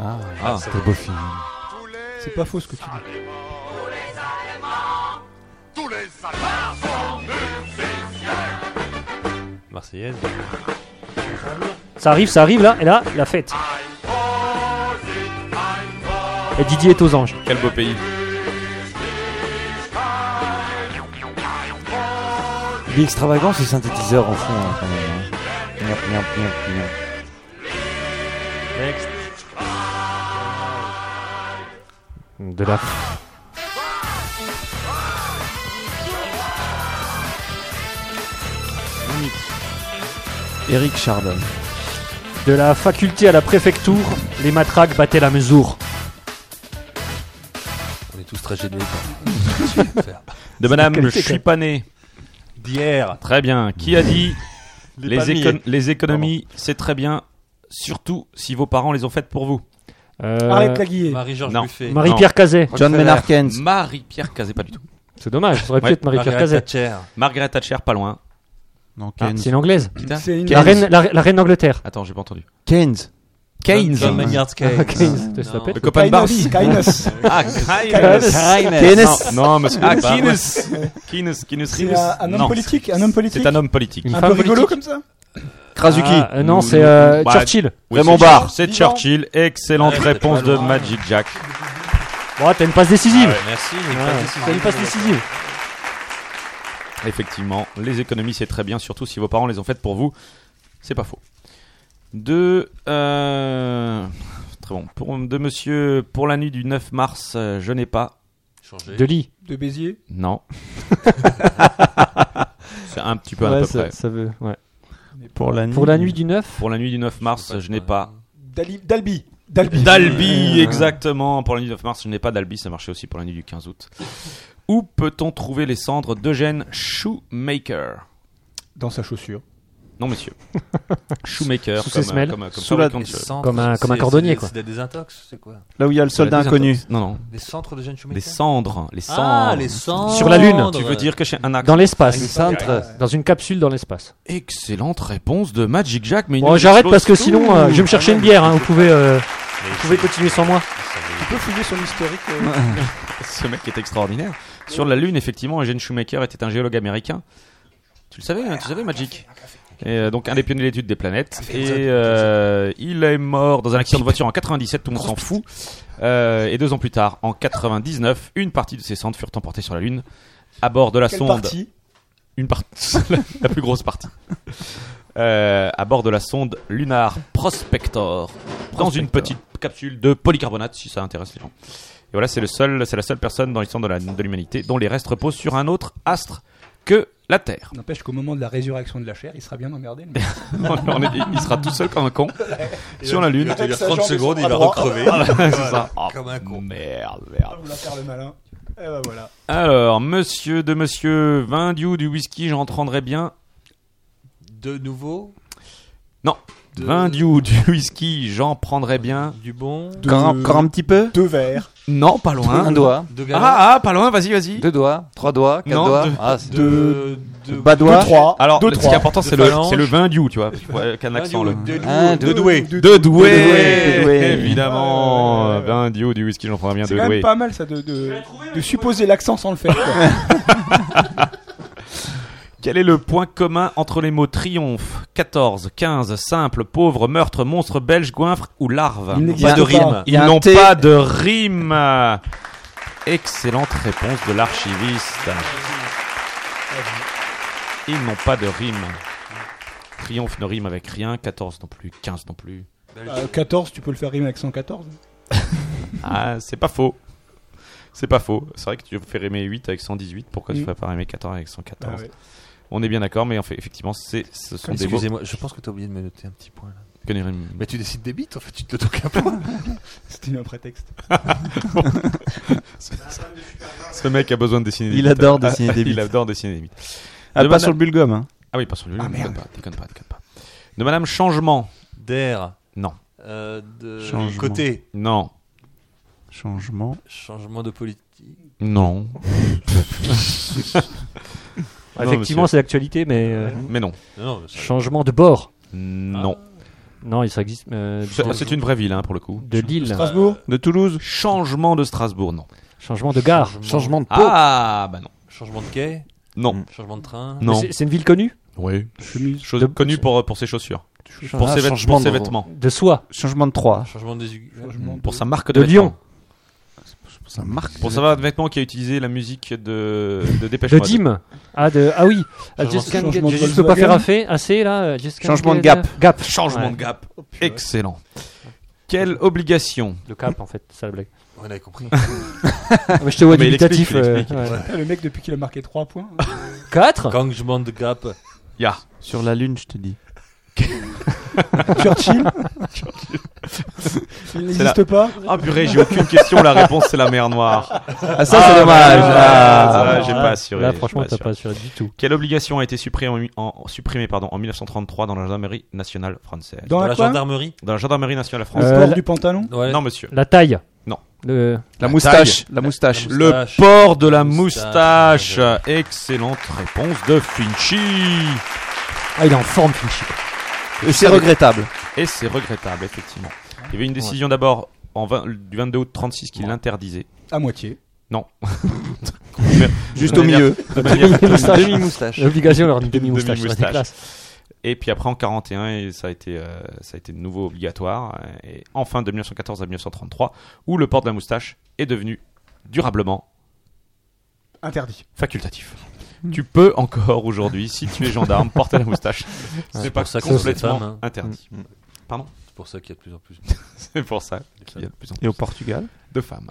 G: Ah,
H: Ah.
G: c'était beau film.
J: C'est pas faux ce que tu dis.
L: Tous les Allemands sont musiciens.
H: Marseillaise.
D: Ça arrive, ça arrive là, et là, la fête. Et Didier est aux anges.
B: Quel beau pays.
G: Il est extravagant ce synthétiseur en fond, hein, quand même. hein. Miam, miam, miam, miam.
D: De la.
C: Eric Chardon.
D: De la faculté à la préfecture, les matraques battaient la mesure.
H: On est tous très gênés.
B: De Madame
D: qualité,
B: Chupané.
H: D'hier.
B: Très bien. Qui a dit [laughs] les,
C: palmiers.
B: écon- les économies, c'est très bien, surtout si vos parents les ont faites pour vous.
D: Euh,
J: Arrête la guillée.
H: Marie-Georges
B: Non.
H: Buffet.
D: Marie-Pierre Cazet.
C: John Maynard Keynes.
B: Marie-Pierre Cazet, pas du tout.
D: C'est dommage, ça aurait pu
B: Ouais.
D: être Marie-Pierre
H: Margaret
D: Cazet.
H: Thatcher.
B: Margaret Thatcher, pas loin.
C: Non,
D: Ah,
C: Keynes.
D: c'est une anglaise.
B: Putain.
J: C'est une
D: La reine, la, la reine d'Angleterre.
B: Attends, j'ai pas entendu.
C: Keynes.
H: Keynes. John Maynard Keynes.
D: Keynes, ça
H: Non.
D: s'appelle.
B: Le copain de Barbie.
J: Kainos.
B: Ah,
J: Keynes.
C: Keynes.
B: Non, mais c'est
C: Ah,
B: pas
C: Keynes.
B: vrai. [laughs] Keynes. Keynes.
J: C'est un, un homme
B: Non,
J: politique. Un homme politique.
B: C'est un homme politique.
D: Une
J: Un
D: femme
J: peu rigolo
D: politique.
J: comme ça.
C: Krasuki.
D: Ah, euh, non, c'est euh,
B: Bah,
D: Churchill.
B: Oui,
C: Raymond
B: c'est-
C: Barre.
B: C'est
J: Vivant.
B: Churchill. Excellente
H: Ouais, c'est
B: réponse
H: pas
B: de
H: loin.
B: Magic Jack.
D: Bon, t'as une passe décisive.
H: Ouais, Merci. une
D: Ouais,
H: passe
D: T'as
H: décisive.
D: une passe décisive.
B: Effectivement, les économies, c'est très bien, surtout si vos parents les ont faites pour vous. C'est pas faux. De. euh, Très bon. Pour, de monsieur, pour la nuit du 9 mars, euh, je n'ai pas.
H: Changer.
D: De lit.
J: De Béziers.
B: [laughs] Non. c'est un petit peu à peu près.
D: veut. Ouais.
C: Pour la nuit.
D: Pour la nuit du 9.
B: Pour la nuit du 9 mars, je n'ai pas.
J: D'Ali- D'Albi. D'Albi.
B: D'Albi, exactement. Pour la nuit du 9 mars, je n'ai pas d'Albi. Ça marchait aussi pour la nuit du 15 août. Où peut-on trouver les cendres d'Eugène Shoemaker
J: Dans sa chaussure.
B: Non,
D: [laughs]
B: monsieur. Shoemaker.
D: Sous ses
B: comme, euh,
D: semelles.
B: comme, euh, comme
C: Sous la-
B: fabricant de-
H: Les centres,
D: Comme un- comme un
H: c'est-
D: cordonnier,
H: c'est des-
D: quoi.
H: C'est des désintox, c'est quoi
C: [laughs] Là où il y a le soldat
B: Des
C: inconnu.
B: intox- Non, non.
H: Les centres de jeunes Schumacher
B: Les cendres. Les cendres.
H: Ah, les cendres.
D: Sur la Lune.
B: Tu veux dire que chez un acte.
D: Dans
G: Le
D: l'espace.
G: cintre.
D: Dans une capsule dans l'espace.
B: Excellente réponse de Magic Jack. Mais il
D: Bon,
B: nous
D: j'arrête
B: explose
D: parce que
B: tout.
D: sinon, euh, je vais me chercher une bière. hein. Vous pouvez, euh,
H: Mais
D: vous pouvez continuer sans moi.
J: Tu peux fouiller son historique. euh,
B: [laughs] Ce mec est extraordinaire. Sur la Lune, effectivement, Eugene Shoemaker était un géologue américain. Tu le savais, hein, tu savais, Magic et euh, donc un des pionniers de l'étude des planètes et euh, il est mort dans un accident de voiture en 97 tout le monde s'en fout Euh, et deux ans plus tard en 99 une partie de ses cendres furent emportées sur la lune à bord de la
J: Quelle
B: sonde
J: partie
B: une partie, la, [laughs] la plus grosse partie, Euh, à bord de la sonde Lunar Prospector, dans une petite capsule de polycarbonate, si ça intéresse les gens. Et voilà, c'est le seul, c'est la seule personne dans l'histoire de, la- de l'humanité dont les restes reposent sur un autre astre que la
H: [laughs]
B: Terre.
J: N'empêche qu'au moment de la résurrection de la chair, il sera bien emmerdé. lui.
B: On est- il sera tout seul comme un con sur la Lune.
H: Il va
B: [laughs]
J: Avec sa
H: 30
J: jambe et son
H: secondes, il va
J: bras droit.
H: recrever. [laughs]
B: C'est ça. Oh,
H: Comme un con.
J: Ah,
B: Merde,
J: On
B: merde.
J: va faire le malin. Eh ben voilà.
B: Alors, monsieur de monsieur, vin du ou du whisky, j'en prendrais bien.
H: De nouveau
B: de... Vin du, du whisky, j'en prendrais bien.
H: Du bon.
J: De- Encore- encore un petit
B: peu
J: Deux verres.
B: Non, pas loin.
G: Un doigt.
H: Deux galoches.
B: ah, ah, pas loin, vas-y, vas-y.
G: Deux doigts, trois doigts, quatre
B: Non,
G: doigts.
B: deux-
G: Ah, c'est-
H: de,
J: Bas doigt. Trois.
B: Alors,
J: deux,
B: ce qui
J: trois.
B: est important, c'est
H: Deux
B: le,
H: phalanges.
B: c'est le vin du, tu vois. Avec un accent, le.
G: Un, deux,
J: doué.
B: De doué,
G: De doué.
J: Ouais,
B: évidemment.
J: ouais, ouais, ouais.
B: Vin du, du whisky, j'en prendrais bien
J: C'est
B: de
J: quand même
B: doué.
J: pas mal ça de, de, de supposer l'accent sans le faire. quoi.
B: Quel est le point commun entre les mots triomphe, 14, 15, simple, pauvre, meurtre, monstre, belge, goinfre ou larve
J: Il n'existe
H: Pas de
J: pas.
H: rime.
B: Ils n'ont pas de rime. Excellente réponse de l'archiviste. Ils n'ont pas de rime. Triomphe ne rime avec rien, 14 non plus, 15 non plus.
J: [laughs] Euh, 14, tu peux le faire rimer avec 114.
B: Ah, c'est pas faux. C'est pas faux. C'est vrai que tu fais rimer 8 avec 118, pourquoi tu
J: Mm.
B: vas pas rimer 14 avec 114
J: Ah ouais.
B: On est bien d'accord, mais en fait, effectivement, c'est, ce sont des mots.
H: Excusez-moi, je pense que t'as oublié de me noter un petit point là.
B: que les rimes-
H: Mais tu décides des bites en fait, tu te [laughs] toques un point.
J: C'était un prétexte.
B: Ce mec a besoin de dessiner des
C: Il
B: bites.
C: adore dessiner
B: [laughs]
C: des
B: Il
C: bites.
B: adore dessiner des bites.
C: Ah,
B: Demande à-
C: pas sur le bulgum. Hein.
B: Ah oui, pas sur lui.
J: Ah,
B: déconne
J: merde.
B: pas, déconne pas, déconne pas. De Madame Changement.
H: D'air.
B: Non.
H: Euh, de
C: Changement.
H: côté.
B: Non.
C: Changement.
H: Changement de politique.
B: [laughs] Non. Ah Non,
D: Effectivement, c'est l'actualité, mais euh,
B: monsieur. Mais non.
H: Non, non, ça-
D: changement de bord.
B: Non.
D: Non, ça existe. euh,
B: C'est-
D: de-
B: C'est une vraie ville, hein, pour le coup.
D: de Lille.
J: Strasbourg
B: Ah, De Toulouse. Changement de Strasbourg, non.
D: Changement de gare.
G: Changement de peau.
B: Ah, bah non.
H: Changement de quai.
B: Non.
H: Changement de train.
D: Mais
B: Non.
D: c'est- C'est une ville connue
B: Oui.
J: Chemise.
B: Chose
D: De-
B: connue pour, pour ses chaussures. Pour
G: Ah,
B: ses, vêt- pour
G: changement
B: ses
G: de-
B: vêtements.
D: De soie.
C: Changement de 3.
H: Changement des. aiguilles.
B: Pour sa marque de,
D: De
B: vêtements.
D: Lyon.
C: Ça marque.
B: Pour sa marque de vêtements qui a utilisé la musique de, de Dépêche
D: De
B: Mode.
D: Dim. Ah, de, ah oui. Ah,
H: Changement-
D: just can't get-
J: changement de
D: je je peux pas
J: Volkswagen.
D: faire assez, assez là. euh, just can't
C: Changement de
D: get-
C: gap.
D: Gap.
B: Changement
D: Ouais.
B: de gap. Excellent. Quelle obligation
D: Le cap en fait, c'est ça la blague.
H: On avait compris.
D: Ah, mais je te vois
B: Mais il explique,
D: dubitatif.
B: il
D: euh,
B: explique.
D: ouais.
J: Ah, Le mec, depuis qu'il a marqué 3 points.
D: Quatre
H: Changement de gap.
B: Ya.
C: Sur la lune, je te dis.
J: Churchill Il n'existe pas
B: Ah purée, j'ai aucune question, la réponse c'est la mer Noire.
C: Ah, ça, c'est dommage.
B: Ah,
C: Ah.
B: ça, j'ai pas assuré.
D: Là,
B: j'ai
D: franchement,
B: pas
D: t'as
B: assuré.
D: pas assuré du tout.
B: Quelle obligation a été supprimée en, en- supprimée, pardon, en 1933 dans la gendarmerie nationale française
J: Dans
H: Dans
J: la
H: la
J: quoi
H: gendarmerie.
B: Dans la gendarmerie nationale
J: Le
B: française
D: Euh,
J: port
D: la-
J: du pantalon
H: Ouais.
B: Non, monsieur.
D: La taille
B: Non.
D: Le-
C: La moustache. La moustache.
H: La
B: Le
H: moustache.
B: port de la
H: Moustache.
B: moustache. Excellente réponse de Finchy.
D: Ah, il est en forme, Finchy.
C: Et C'est regrettable.
B: Et c'est regrettable, effectivement. Il y avait une décision d'abord en vingt- du 22 août 36 qui l'interdisait.
J: À moitié.
C: Juste
B: De
C: au milieu.
B: De manière-
D: Demi-moustache.
G: Demi-moustache.
D: L'obligation d'avoir une demi-moustache. ça
B: Demi-moustache.
D: déplace.
B: Et puis après en 41, et ça a été euh, ça a été de nouveau obligatoire. Euh, Et enfin de 1914 à 1933, où le port de la moustache est devenu durablement
J: Interdit.
B: facultatif. Tu peux encore aujourd'hui, si tu es gendarme, porter la moustache. C'est
H: C'est
B: pas
H: pour ça que
B: complètement
H: c'est les femmes, hein.
B: interdit.
H: C'est pour ça qu'il y a de plus en plus.
B: C'est pour ça qu'il y a de plus en
C: Et
B: plus
C: au Portugal.
B: de femmes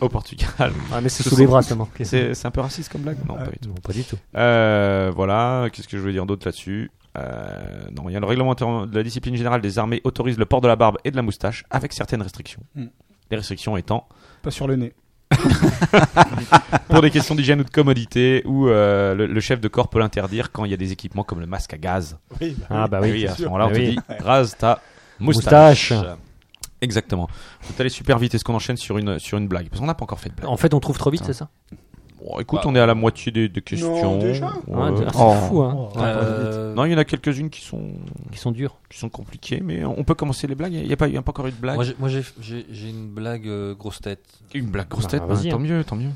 B: au Portugal.
D: Ah, mais c'est
B: Ce
D: sous les
B: sont-
D: bras seulement. Ok.
B: C'est c'est un peu raciste comme blague Non, pas du tout.
D: Non, pas du tout.
B: Euh, voilà, qu'est-ce que je voulais dire d'autre là-dessus Euh, Non, il y a le règlement inter- de la discipline générale des armées autorise le port de la barbe et de la moustache avec certaines restrictions.
J: Mm.
B: Les restrictions étant
J: Pas sur le nez.
B: pour des questions d'hygiène ou de commodité où euh, le, le chef de corps peut l'interdire quand il y a des équipements comme le masque à gaz.
J: Oui,
D: Ah, bah oui.
B: à ce moment-là, on
D: Bah
B: te
D: oui.
B: dit rase ta moustache.
D: Moustache.
B: Exactement. Vous allez super vite. Est-ce qu'on enchaîne sur une, sur une blague Parce qu'on n'a pas encore fait de blague.
D: En fait, on trouve trop vite, c'est ça
B: Bon, écoute, on est à la moitié des, des questions.
J: déjà
B: Ouais.
D: Ah, C'est
C: Oh.
D: fou, hein.
H: Euh,
B: Non, il y en a quelques-unes qui sont,
D: Qui sont durs.
B: qui sont compliquées, mais on peut commencer les blagues. Il n'y a, pas il y a pas encore eu de blague.
H: Moi, j'ai- moi, j'ai j'ai- j'ai une blague euh, grosse tête.
B: Une blague grosse
D: Bah,
B: tête, bah,
D: vas-y,
B: tant
D: hein.
B: mieux, tant mieux.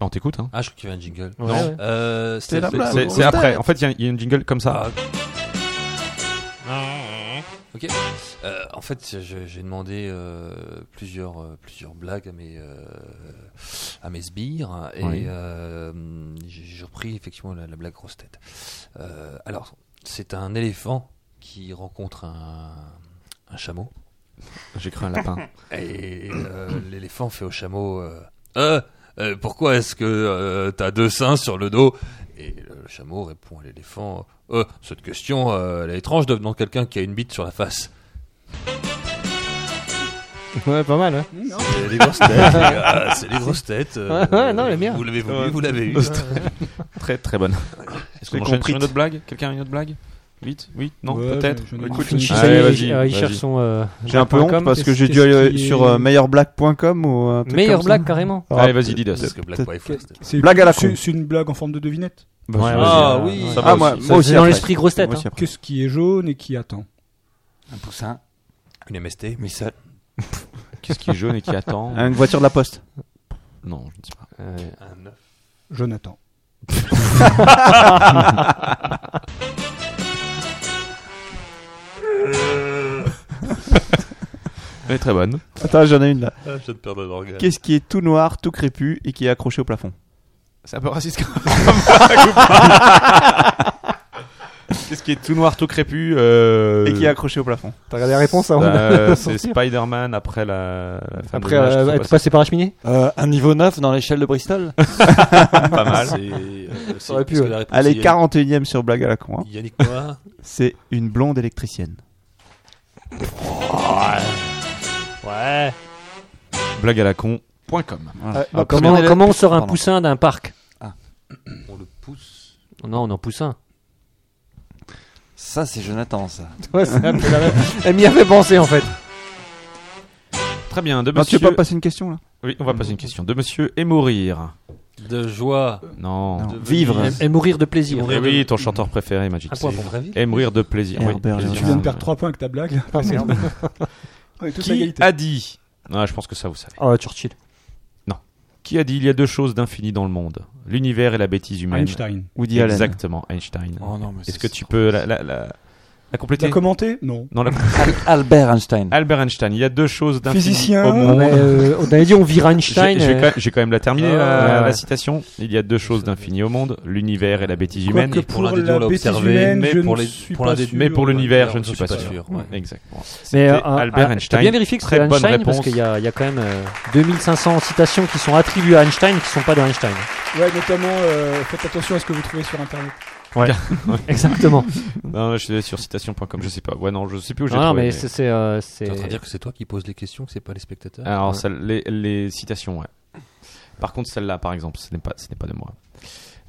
B: Bah, on t'écoute, hein.
H: Ah, je crois qu'il y avait un jingle.
D: Ouais,
B: Non.
D: ouais.
H: Euh,
C: C'est la blague.
B: C'est
C: grosse
B: c'est après. En fait, il y a- il y, a une jingle comme ça.
H: Ah. Ok. Euh, en fait, je- j'ai demandé euh, plusieurs euh, plusieurs blagues à mes euh, à mes sbires hein, et
B: Oui.
H: euh, j'ai j'ai repris effectivement la, la blague grosse tête. Euh, alors, c'est un éléphant qui rencontre un un chameau
B: J'ai cru un lapin.
H: et euh, l'éléphant fait au chameau euh, Euh, euh, pourquoi est-ce que euh, t'as deux seins sur le dos Et le chameau répond à l'éléphant Euh, cette question, euh, elle est étrange devenant quelqu'un qui a une bite sur la face.
D: Ouais, pas mal, hein.
H: C'est les [laughs] grosses têtes, les gars, Ah, c'est les grosses têtes. euh,
D: Ouais, ouais, non, elle est bien.
H: Vous l'avez voulu,
B: Ouais.
H: vous l'avez eu.
B: [laughs] très très bonne. Est-ce qu'on
C: J'ai
B: enchaîne
C: compris.
B: sur une autre blague Quelqu'un a une autre blague 8 Oui Non
J: Ouais,
B: Peut-être
J: je- je-
B: Écoute,
J: je- je-
B: allez,
J: je-
B: Ah, vas-y,
D: euh, il
B: vas-y.
D: cherche son, euh,
C: J'ai un peu
D: black.com,
C: honte parce que
D: qu'est-ce-
C: j'ai dû
D: qu'est-ce
C: aller
D: qui est-
C: sur euh, meilleurblack.com ou un truc
D: Meilleur
C: comme ça.
D: black carrément.
C: Ah,
B: Allez, vas-y, dis-le.
H: Parce que Black Wi-Fi, c'était-
J: C'est-
C: Blague à la
J: c'est-
C: con.
J: C'est une blague en forme de devinette.
B: Bah,
D: Ouais,
B: ça,
D: ouais,
B: vas-y.
H: Ah
D: ouais.
H: oui.
B: Ça
C: Ah,
B: va
C: moi,
B: aussi.
D: Ça
C: moi aussi
D: faisait dans
C: après.
D: l'esprit grosse tête.
C: Moi
D: hein.
C: aussi après.
J: Qu'est-ce qui est jaune et qui attend
G: Un poussin,
H: Une MST.
G: mais ça.
B: Qu'est-ce qui est jaune et qui [laughs] attend
C: Une voiture de la poste.
B: Non, je ne sais pas.
H: Un œuf.
J: Jonathan.
B: Elle est très bonne.
C: Attends, j'en ai une là.
H: Ah, je viens de perdre l'organe.
C: Qu'est-ce qui est tout noir, tout crépu et qui est accroché au plafond
B: C'est un peu raciste [laughs] Qu'est-ce qui est tout noir, tout crépu euh,
C: Et qui est accroché au plafond.
I: T'as regardé la réponse
F: Bah,
I: avant
J: [laughs]
I: de
B: euh, C'est
I: sortir.
B: Spider-Man après la. la femme
D: Après
B: de ménage
D: euh,
B: qui se
D: être
B: passe.
D: passé par la cheminée
G: Euh, un niveau 9 dans l'échelle de Bristol
B: pas mal.
H: C'est, euh, c'est-
I: aurait pu,
H: parce que
I: ouais.
H: la réponse,
C: Allez,
H: c'est
C: 41ème sur blague à la con. hein.
H: Yannick Noah.
C: C'est une blonde électricienne.
D: Ouais.
B: Blague à la con.com.
C: Voilà.
G: Ah,
D: comment,
G: combien
D: comment on sort un
G: Pardon.
D: poussin d'un parc
H: On le pousse.
D: Non, on en pousse un.
G: Ça, c'est Jonathan, ça.
I: Ouais, c'est un peu la même.
D: Elle m'y avait pensé en fait.
B: Très bien. De
C: Non, tu
B: monsieur...
C: veux pas passer une question là
B: Oui, on va passer une question. De monsieur et mourir.
H: De joie.
B: Non.
C: Non.
H: de
C: Vivre.
D: Et mourir de plaisir.
B: Eh oui, ton chanteur préféré, Magic.
D: Un point pour moi.
B: Et mourir de plaisir. Oui,
C: Herbert
B: plaisir.
C: Léonard.
J: Tu viens de perdre 3 points avec ta blague. là. [laughs] On est tous à
B: Qui
J: égalité.
B: a dit Ah, je pense que ça vous savez.
D: Oh, Churchill.
B: Qui a dit il y a deux choses d'infini dans le monde l'univers et la bêtise humaine.
J: Einstein.
C: Woody Allen.
B: Exactement, Einstein.
G: Oh non, mais
B: Est-ce
G: ça,
B: que
G: c'est
B: tu
G: trop
B: peux la, la, la, la compléter
J: T'as commenté Non.
B: Non, la-
G: Albert Einstein.
B: Albert Einstein. Il y a deux choses d'infini
J: Physicien.
B: au monde.
D: Mais, euh, on avait dit on vire
B: J'ai
D: Einstein.
B: j'ai
D: euh,
B: quand, même- j'ai quand même la terminée,
H: Ah,
B: la,
D: ouais,
B: la
D: ouais.
B: citation. Il y a deux choses d'infini au monde, l'univers et la bêtise humaine.
J: Quoique
H: pour
J: pour
H: l'un des deux,
J: la
H: on l'a
J: bêtise
H: observé,
J: humaine,
H: mais
J: je
H: pour
J: ne
H: les-
J: suis
H: pour l'un
J: pas
H: des-
J: sûr.
B: Mais pour l'univers, je ne suis
H: je
B: pas
H: suis pas
B: sûr.
H: sûr, ouais.
B: Exactement.
D: Mais
B: C'était
D: euh,
B: Albert
D: euh,
B: Einstein.
D: t'as bien vérifié que
B: Très
D: c'était
B: bonne
D: Einstein
B: réponse.
D: parce qu'il y, a il y a quand même euh, 2500 citations qui sont attribuées à Einstein qui sont pas de Einstein.
J: Ouais, notamment, euh, faites attention à ce que vous trouvez sur internet.
B: [laughs]
D: Exactement.
B: Non, je suis sur citation.com, je sais pas. Ouais, non, je sais plus où j'ai
D: non, non,
B: trouvé,
D: mais
B: mais-
D: c'est c'est euh, c'est-
H: T'es en train de dire que c'est toi qui poses les questions, que c'est pas les spectateurs
B: Alors,
H: Ouais.
B: celle- les, les citations, ouais. Par contre, celle-là, par exemple, ce n'est pas, ce n'est pas de moi.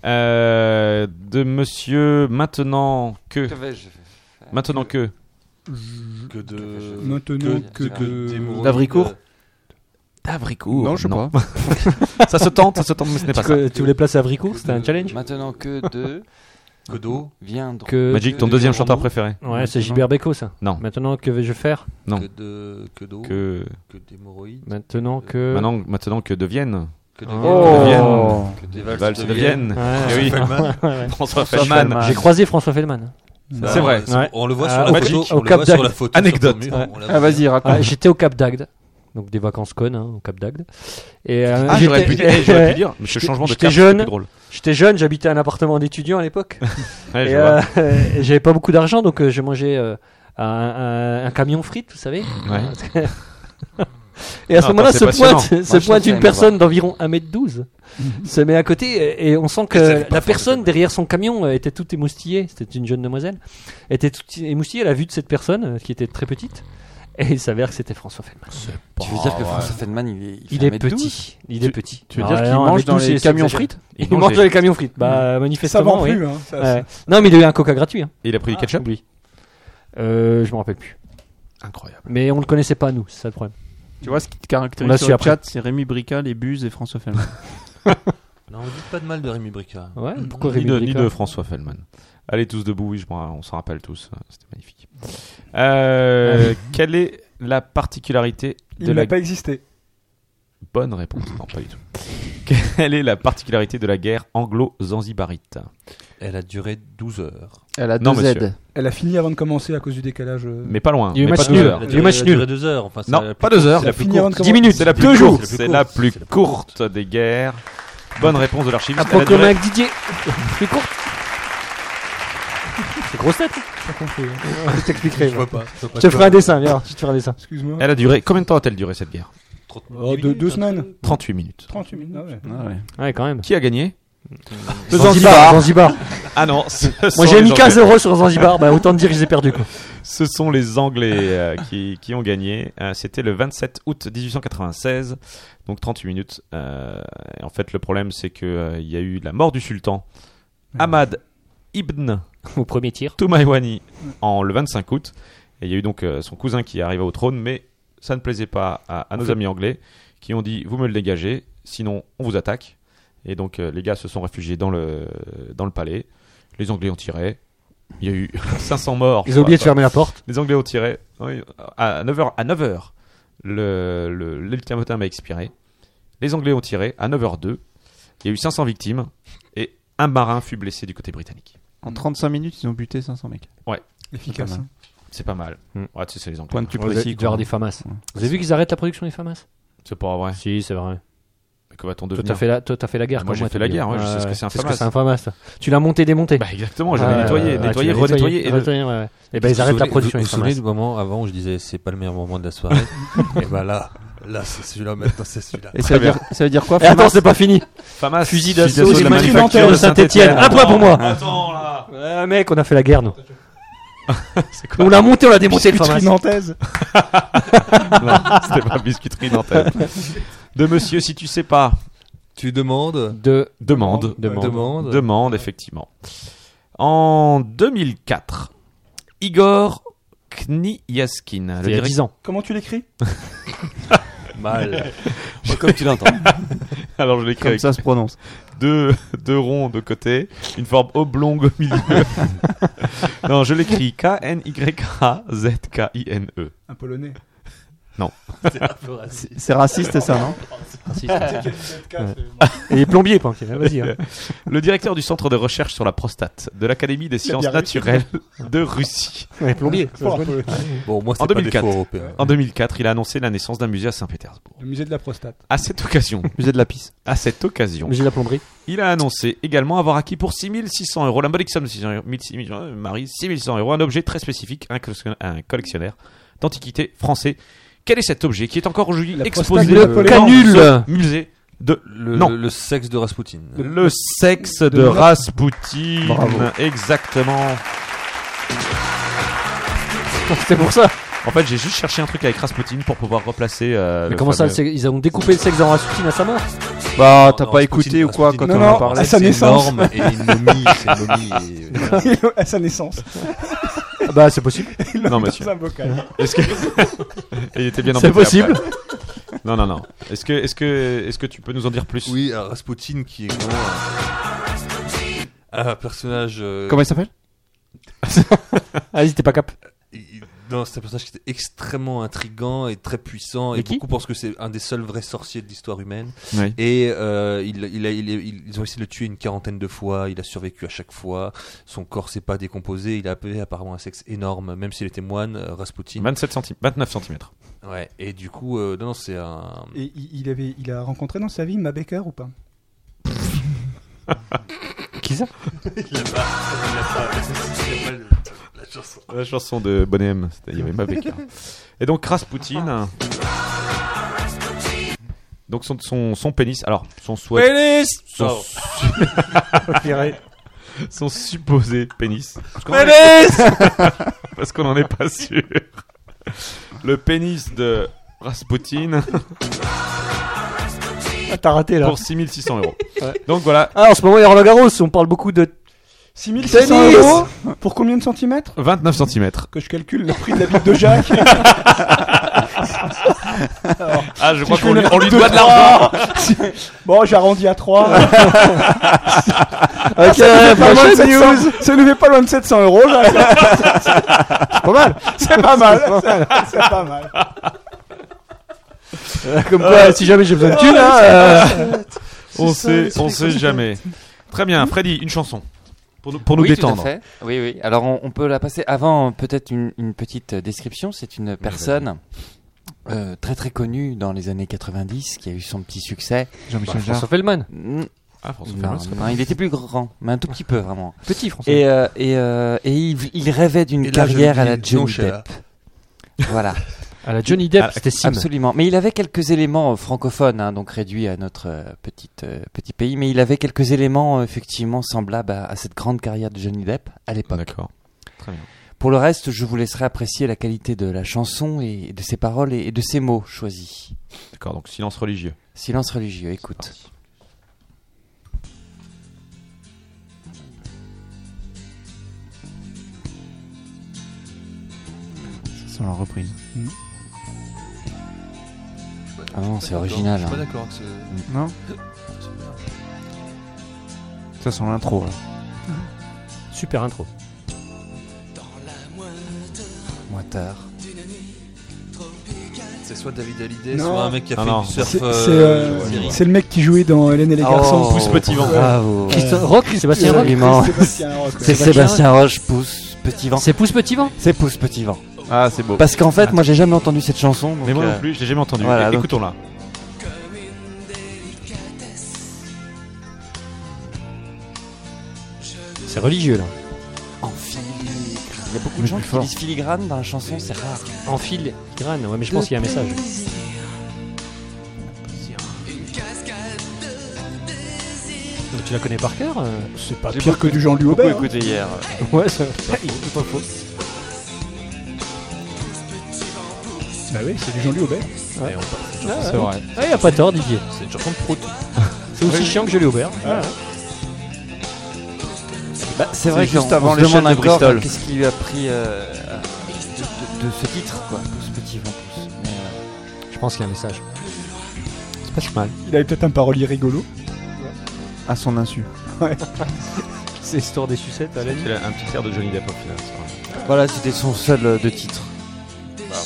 B: Euh, de monsieur, maintenant que. Maintenant que.
H: que de.
J: Maintenant que,
H: des
J: de...
H: mourants,
C: D'Avricourt
H: de-
B: D'Avricourt.
C: Non, je sais pas. [laughs]
B: ça se tente, ça se tente, mais ce n'est pas
D: [laughs] tu,
B: ça.
D: que- tu voulais placer Avricourt, c'était un challenge
G: Maintenant que
B: [laughs]
G: de
H: Que d'eau
G: viendre.
D: que,
B: Magic, ton deuxième chanteur préféré.
D: Ouais, c'est Gilbert Beco ça.
B: Non.
D: Maintenant que vais-je faire
B: Non.
H: Que de. Que d'eau
B: Que.
H: Que d'hémorroïdes
D: Maintenant que
B: Maintenant, maintenant que deviennent.
H: Que
D: Oh.
H: de Vienne
B: Vienne.
H: Que des
B: Les
H: valses
B: valses
H: de
B: de Vienne.
D: [laughs] Ouais.
B: Eh oui.
H: Feldman.
B: François
D: Feldman.
B: Feldman.
D: J'ai croisé François Feldman.
B: C'est vrai.
H: on- On le voit sur
D: Ah,
H: la
D: Magic,
H: photo.
D: au
H: On le
D: Cap
H: voit sur la
D: d'Agde.
H: photo. sur ton
B: Anecdote.
H: mur,
D: Ouais.
H: on la
C: Ah,
H: voit.
C: vas-y, raconte.
D: Ah, J'étais au Cap d'Agde. Donc des vacances connes hein, au Cap d'Agde. Et euh,
B: Ah, j'aurais pu,
D: j'étais-
B: dire-
D: [laughs]
B: eh, j'aurais pu dire, mais ce
D: J'étais-
B: changement de
D: j'étais
B: cap, c'est
D: jeune.
B: plus drôle.
D: J'étais jeune, j'habitais un appartement d'étudiant à l'époque.
B: [laughs] Ouais,
D: et
B: je vois.
D: euh, et j'avais pas beaucoup d'argent, donc euh, je mangeais euh, un, un- un camion frites, vous savez.
B: Ouais.
D: [laughs] Et à
B: Non,
D: ce moment-là,
B: attends,
D: se
B: c'est passionnant.
D: pointe, se
G: Moi, je
D: pointe
G: sais,
D: une
G: mais
D: personne d'environ 1m12, se met à côté, et, et on sent que la personne derrière son camion euh, était toute émoustillée, c'était une jeune demoiselle, était toute émoustillée à la vue de cette personne, euh, qui était très petite, et il s'avère que c'était François Feldman.
G: Tu veux
B: Ah,
G: dire que François Feldman, il est,
D: Il est
G: 1m12?
D: petit, il est petit.
C: tu veux
D: Ah,
C: dire qu'il
D: non,
C: mange dans
D: 1m12,
C: les
D: c'est- c'est
C: camions
D: exagéré.
C: frites
B: Il
D: Il mange
B: mangeait.
D: dans les camions frites, bah
J: Ça
D: manifestement,
J: vend
D: oui.
J: plus, hein.
F: Ah,
J: ça- ça-
D: Ouais. Non, mais il a eu un coca gratuit. hein.
B: Il a pris du ketchup
D: Oublie. Euh, je me rappelle plus. Ah.
B: Incroyable.
D: Mais on le connaissait pas nous, c'est ça le problème.
C: Tu vois, ce qui te
D: On l'a
C: caractérise
D: su
C: sur le
D: après.
C: chat, c'est Rémi Brica, les buses et François Feldman.
H: Non, on dit pas de mal de Rémi Bricard.
D: Ouais, Mmh. pourquoi
B: Ni
D: Rémi hein
B: de, ni
D: Bléca
B: de François Feldman. Allez tous debout, oui, je, m'en- on s'en rappelle tous. C'était magnifique. Euh, quelle est la particularité de
J: Il
B: la
J: n'a pas existé.
B: bonne réponse Non, pas du tout. Quelle est la particularité de la guerre anglo-zanzibarite
H: Elle a duré 12 heures.
G: Elle a
B: Non,
G: deux
B: monsieur.
G: Z.
J: Elle a fini avant de commencer à cause du décalage. euh.
B: Mais pas loin.
D: Il y a eu
B: mais
D: match
B: pas
D: nul.
B: deux
D: Il y a
B: heures.
D: eu match
H: Elle a duré
D: nul.
H: 2 heures. Enfin, c'est la
B: Non,
H: plus
B: pas deux heures.
J: Elle a fini avant de commencer.
B: 10 minutes, c'est la plus
H: Deux jours.
B: courte. C'est la plus courte des guerres. Bonne réponse de l'archiviste.
D: Un
B: Elle a duré-
D: Pokémon avec Didier. Plus court. C'est grosse tête. hein. Je t'expliquerai.
H: Je vois pas. Je vois pas
D: Je te
H: quoi.
D: ferai un dessin, viens, je te ferai un dessin.
J: Excuse-moi.
B: Elle a duré. Combien de temps a-t-elle duré cette guerre
H: Trente-
J: Oh,
H: dix
J: deux,
H: minutes,
J: deux
H: un
J: semaines.
B: 38 minutes.
J: 38 minutes. Ah ouais.
D: Ouais, quand même.
B: Qui a gagné
D: Mm. Zanzibar. Zanzibar.
B: Ah
D: [laughs]
B: non, ce sont
D: Moi j'ai
B: les
D: mis
B: Anglais.
D: 15 euros sur Zanzibar, bah autant te dire que j'ai perdu quoi.
B: Ce sont les Anglais euh, qui, qui ont gagné. Euh, C'était le 27 août 1896, donc 38 minutes. Euh,
D: Mm.
B: et en fait, le problème, c'est que euh, il y a eu la mort du sultan Ahmad Ibn
D: au premier tir.
B: Thomas Iwani en le 25 août. Et il y a eu donc euh, son cousin qui arrivait au trône, mais ça ne plaisait pas à, à nos amis anglais qui ont dit vous me le dégagez, sinon on vous attaque. Et donc euh, les gars se sont réfugiés dans le, dans le palais. Les Anglais ont tiré. Il y a eu [laughs] 500 morts.
I: Ils ont oublié de fermer la porte.
B: Les Anglais ont tiré. Oui, à 9h, à 9h le, le, l'ultimatum a expiré. Les Anglais ont tiré à 9h02. Il y a eu 500 victimes et un marin fut blessé du côté britannique.
C: En 35 minutes, ils ont buté 500 mecs.
B: Ouais.
J: Efficace. hein.
C: Pas mal.
B: C'est pas mal.
H: Mm.
B: Ouais, tu sais, c'est les Anglais.
C: Point de plus
D: Ouais, il doit y
C: précis. quoi.
D: avoir des FAMAS.
C: hein. Ouais.
D: Vous avez vu qu'ils arrêtent la production des FAMAS
B: C'est pas vrai.
D: Si, c'est vrai.
B: Mais que va-t-on
D: Toi,
B: devenir
D: t'as fait la, toi, t'as fait la guerre.
B: Moi,
D: comme
B: j'ai fait
D: t'as
B: la
D: dit.
B: guerre, ouais, je sais ce que c'est un
D: tu sais
B: FAMAS.
D: un FAMAS. toi. Tu l'as monté, démonté.
B: Bah exactement, j'avais
D: Ah,
B: nettoyé,
D: ouais, ouais,
B: nettoyé,
D: tu l'as
B: renettoyé.
D: nettoyé,
B: Et de-
D: nettoyé, ouais, ouais. Et ben
H: Vous
D: ils arrêtent la
H: souvenez-
D: production.
H: Vous
D: des
H: vous souvenez
D: FAMAS.
H: du moment avant où je disais c'est pas le meilleur moment de la [laughs] soirée Et ben là, là c'est celui-là maintenant, c'est celui-là.
C: Et ça veut, dire, ça veut dire quoi
D: Et Eh, attends,
C: Famas
D: c'est pas fini.
B: FAMAS,
D: Fusil d'assaut,
B: de
D: les
B: la
D: manufactures
B: manufacture
D: de Saint-Étienne.
B: Saint-Étienne.
D: Un point pour moi.
B: Attends
D: [laughs]
B: là.
D: Ouais, mec, on a fait la guerre, nous.
B: C'est quoi
D: on l'a monté, on l'a démonté, le
J: Biscuiterie
D: FAMAS.
J: nantaise.
B: Non, c'était pas biscuiterie nantaise. [laughs] De monsieur, si tu sais pas,
H: Tu demandes,
D: De
B: demande.
D: Demande.
H: Demande.
B: Demande, effectivement. En 2004, Igor Kniaskin,
D: il y a 10 ans.
J: Comment tu l'écris
H: [laughs] mal.
G: Comme tu l'entends.
B: Alors je l'écris
C: Comme
B: avec
C: ça se prononce.
B: deux, deux ronds de côté, une forme oblongue au milieu.
D: [laughs]
B: non, je l'écris K-N-Y-A-Z-K-I-N-E.
J: Un polonais.
C: C'est c'est raciste ça, non
D: Et les plombiers, point. Vas-y. hein.
B: Le directeur du centre de recherche sur la prostate de l'Académie des sciences
J: bien réussi.
B: naturelles de Russie.
D: Les plombiers.
J: Fort, un polonais.
H: Bon, moi
B: En
H: c'est pas des
B: 2004.
H: faux européens.
B: En 2004, il a annoncé la naissance d'un musée à Saint-Pétersbourg.
J: [laughs] Le musée de la prostate.
B: À cette occasion,
C: Musée de la pisse.
B: à cette occasion,
D: J'ai la plomberie. [laughs]
B: il a annoncé également avoir acquis pour 6600 euros, la modique somme de 600 euros, 1600 euros, euh, Marie, 6100 euros, un objet très spécifique, un collection- un collectionneur d'antiquités français. Quel est cet objet qui est encore aujourd'hui
J: La
B: exposé
J: prostate de
B: au
J: Napoléon.
B: Canul musée de
H: Le,
B: Non.
H: le- le sexe de Rasputin.
B: le sexe de,
J: de-
B: Rasputin Exactement.
D: C'est pour ça.
B: En fait, j'ai juste cherché un truc avec Rasputin pour pouvoir replacer. euh,
D: Mais
B: le
D: comment
B: fameux-
D: ça, le sexe- ils ont découpé le sexe dans Rasputin à sa mort
C: Bah, t'as
H: Ah, Non,
C: pas
H: Rasputin,
C: écouté ou quoi
H: Rasputin,
C: quand
J: non,
C: on
J: non.
C: en parlait
J: à sa
H: C'est
J: naissance.
H: énorme et une momie, c'est une momie. et-
J: [laughs] à sa naissance.
D: Bah, c'est possible.
J: Il l'a
B: Non,
J: mis
D: [laughs]
B: monsieur.
J: dans un bocal.
B: Est-ce que [laughs] il était bien
D: C'est
B: embêté
D: possible.
B: après. Non non non. Est-ce que est-ce que est-ce que tu peux nous en dire plus
H: Oui, un Rasputin qui est vraiment un, un personnage. euh,
C: Comment il s'appelle
D: Ah, Vas-y, t'es pas cap.
H: il- non, c'est un personnage qui est extrêmement intrigant et très puissant.
D: Mais
H: Et
D: qui
H: beaucoup pensent que c'est un des seuls vrais sorciers de l'histoire humaine.
B: Oui.
H: Et euh, il, il a- il est- il- ils ont essayé de le tuer une quarantaine de fois. Il a survécu à chaque fois. Son corps s'est pas décomposé. Il a appelé apparemment un sexe énorme, même s'il était moine, euh, Rasputin.
B: 27 centi- 29 cm.
H: Ouais. Et du coup, euh, non, non, c'est un.
J: Et il, il avait, il a rencontré dans sa vie Ma Baker ou pas
D: Qui ça
B: La chanson de Bonhomme, c'était- il y avait ma [laughs] Baker. hein. Et donc Rasputin. Donc son, son, son pénis, alors son souhait,
H: Pénis
B: son, su- [laughs] son supposé pénis, parce qu'on en est-
H: Pénis
B: [laughs] parce qu'on n'en est pas sûr. Le pénis de Rasputin
D: Ah, T'as raté là.
B: pour 6600 euros. Donc voilà,
D: Ah, en ce moment, il y a Roland Garros. On parle beaucoup de.
J: 6600
D: Tennis
J: euros Pour combien de centimètres
B: 29 cm.
J: Que je calcule le prix de la bite de Jacques.
B: Ah, je
J: Si
B: crois
J: je
B: qu'on
J: fais
B: lui,
J: le
B: on lui
J: deux,
B: doit de l'argent.
J: bon, j'arrondis à 3.
D: Ok, prochaine news.
J: Ça ne fait pas loin de 700 euros. là.
D: [laughs]
J: C'est pas mal. [laughs] C'est pas mal.
D: Comme quoi, si jamais j'ai besoin de thunes, hein, euh,
B: On sait, on sait jamais. Très bien, Freddy, une chanson pour nous, pour nous
G: oui,
B: détendre.
G: Tout à fait. Oui, oui. Alors, on, on peut la passer avant, hein, peut-être une, une petite euh, description. C'est une personne euh, très très connue dans les années 90 qui a eu son petit succès.
C: Jean-Michel
D: François Fellman.
G: Mm,
B: Ah, François
G: non,
B: Fellman, c'est
G: non, il était plus grand, mais un tout petit peu vraiment.
D: Petit François.
G: Et, euh, et, euh, et il, il rêvait d'une
H: Et là, je
G: carrière
H: dis
G: à la
H: non,
G: Johnny
H: chez la-
G: Depp.
H: [laughs]
G: Voilà,
D: à la Johnny Depp,
B: Ah,
D: c'était Sim.
G: absolument. Mais il avait quelques éléments euh, francophones, hein, donc réduits à notre euh, petite, euh, petit pays, mais il avait quelques éléments euh, effectivement semblables à, à cette grande carrière de Johnny Depp à
B: pas-
G: l'époque.
B: D'accord.
G: Pour le reste, je vous laisserai apprécier la qualité de la chanson et de ses paroles et de ses mots choisis.
B: D'accord, donc silence religieux.
G: Silence religieux,
B: Ah,
G: écoute.
C: sans la reprise.
G: Ah non, c'est original.
H: Je suis pas
G: hein.
H: d'accord que ce-
C: Non Ça sent l'intro hein. là.
D: Super intro.
G: Moins tard.
H: c'est soit David Hallyday,
J: Non.
H: soit un mec qui a
B: Ah
H: fait
B: non.
H: du
J: C'est
H: surf.
J: c'est,
H: euh,
J: euh,
H: je vois.
J: c'est le mec qui jouait dans Hélène et les garçons.
B: pousse petit vent.
G: Oh, Bravo.
D: Christo- Rock, Oh. Sébastien Rock.
G: Absolument.
J: Sébastien Roch, ouais.
G: C'est Sébastien Roche, pousse petit vent.
D: C'est Pouce Petit Vent.
G: C'est pousse petit vent.
B: Ah, c'est beau.
G: Parce qu'en fait, moi j'ai jamais entendu cette chanson. donc,
B: Mais moi
G: euh,
B: non plus, je l'ai jamais entendu.
G: voilà,
B: É-
G: donc-
B: Écoutons-la.
D: C'est religieux là.
G: En filigrane. Il y a beaucoup de gens qui disent filigrane dans la chanson, c'est rare.
D: En fil, grane. Ouais, mais je pense qu'il y a un message. Donc, tu la connais par cœur euh [laughs]
J: C'est pas pire que du Jean-Louis Aubert. hein.
B: écouté hier.
D: Ouais, ça. pas faux.
J: Bah oui, c'est du Jean-Louis Aubert.
B: C'est vrai.
D: Ah, y a pas tort, Didier.
H: C'est une chanson de prout.
D: [laughs] C'est aussi chiant que je l'ai ouvert.
G: Bah, c'est vrai
B: juste
G: qu'on
B: avant
G: on se
B: les chaînes
G: demande
B: de
G: encore
B: Bristol.
G: qu'est-ce qui lui a pris euh, euh, de, de- de ce titre, quoi, pousse petit vent pousse. Mais, euh,
D: Je pense qu'il y a un message.
B: C'est pas si mal.
J: Il avait peut-être un parolier rigolo.
C: À son insu.
D: C'est l'histoire des sucettes à la
B: C'est un petit air de Johnny Depp au final. c'est vrai.
G: voilà, c'était son seul euh, de titre.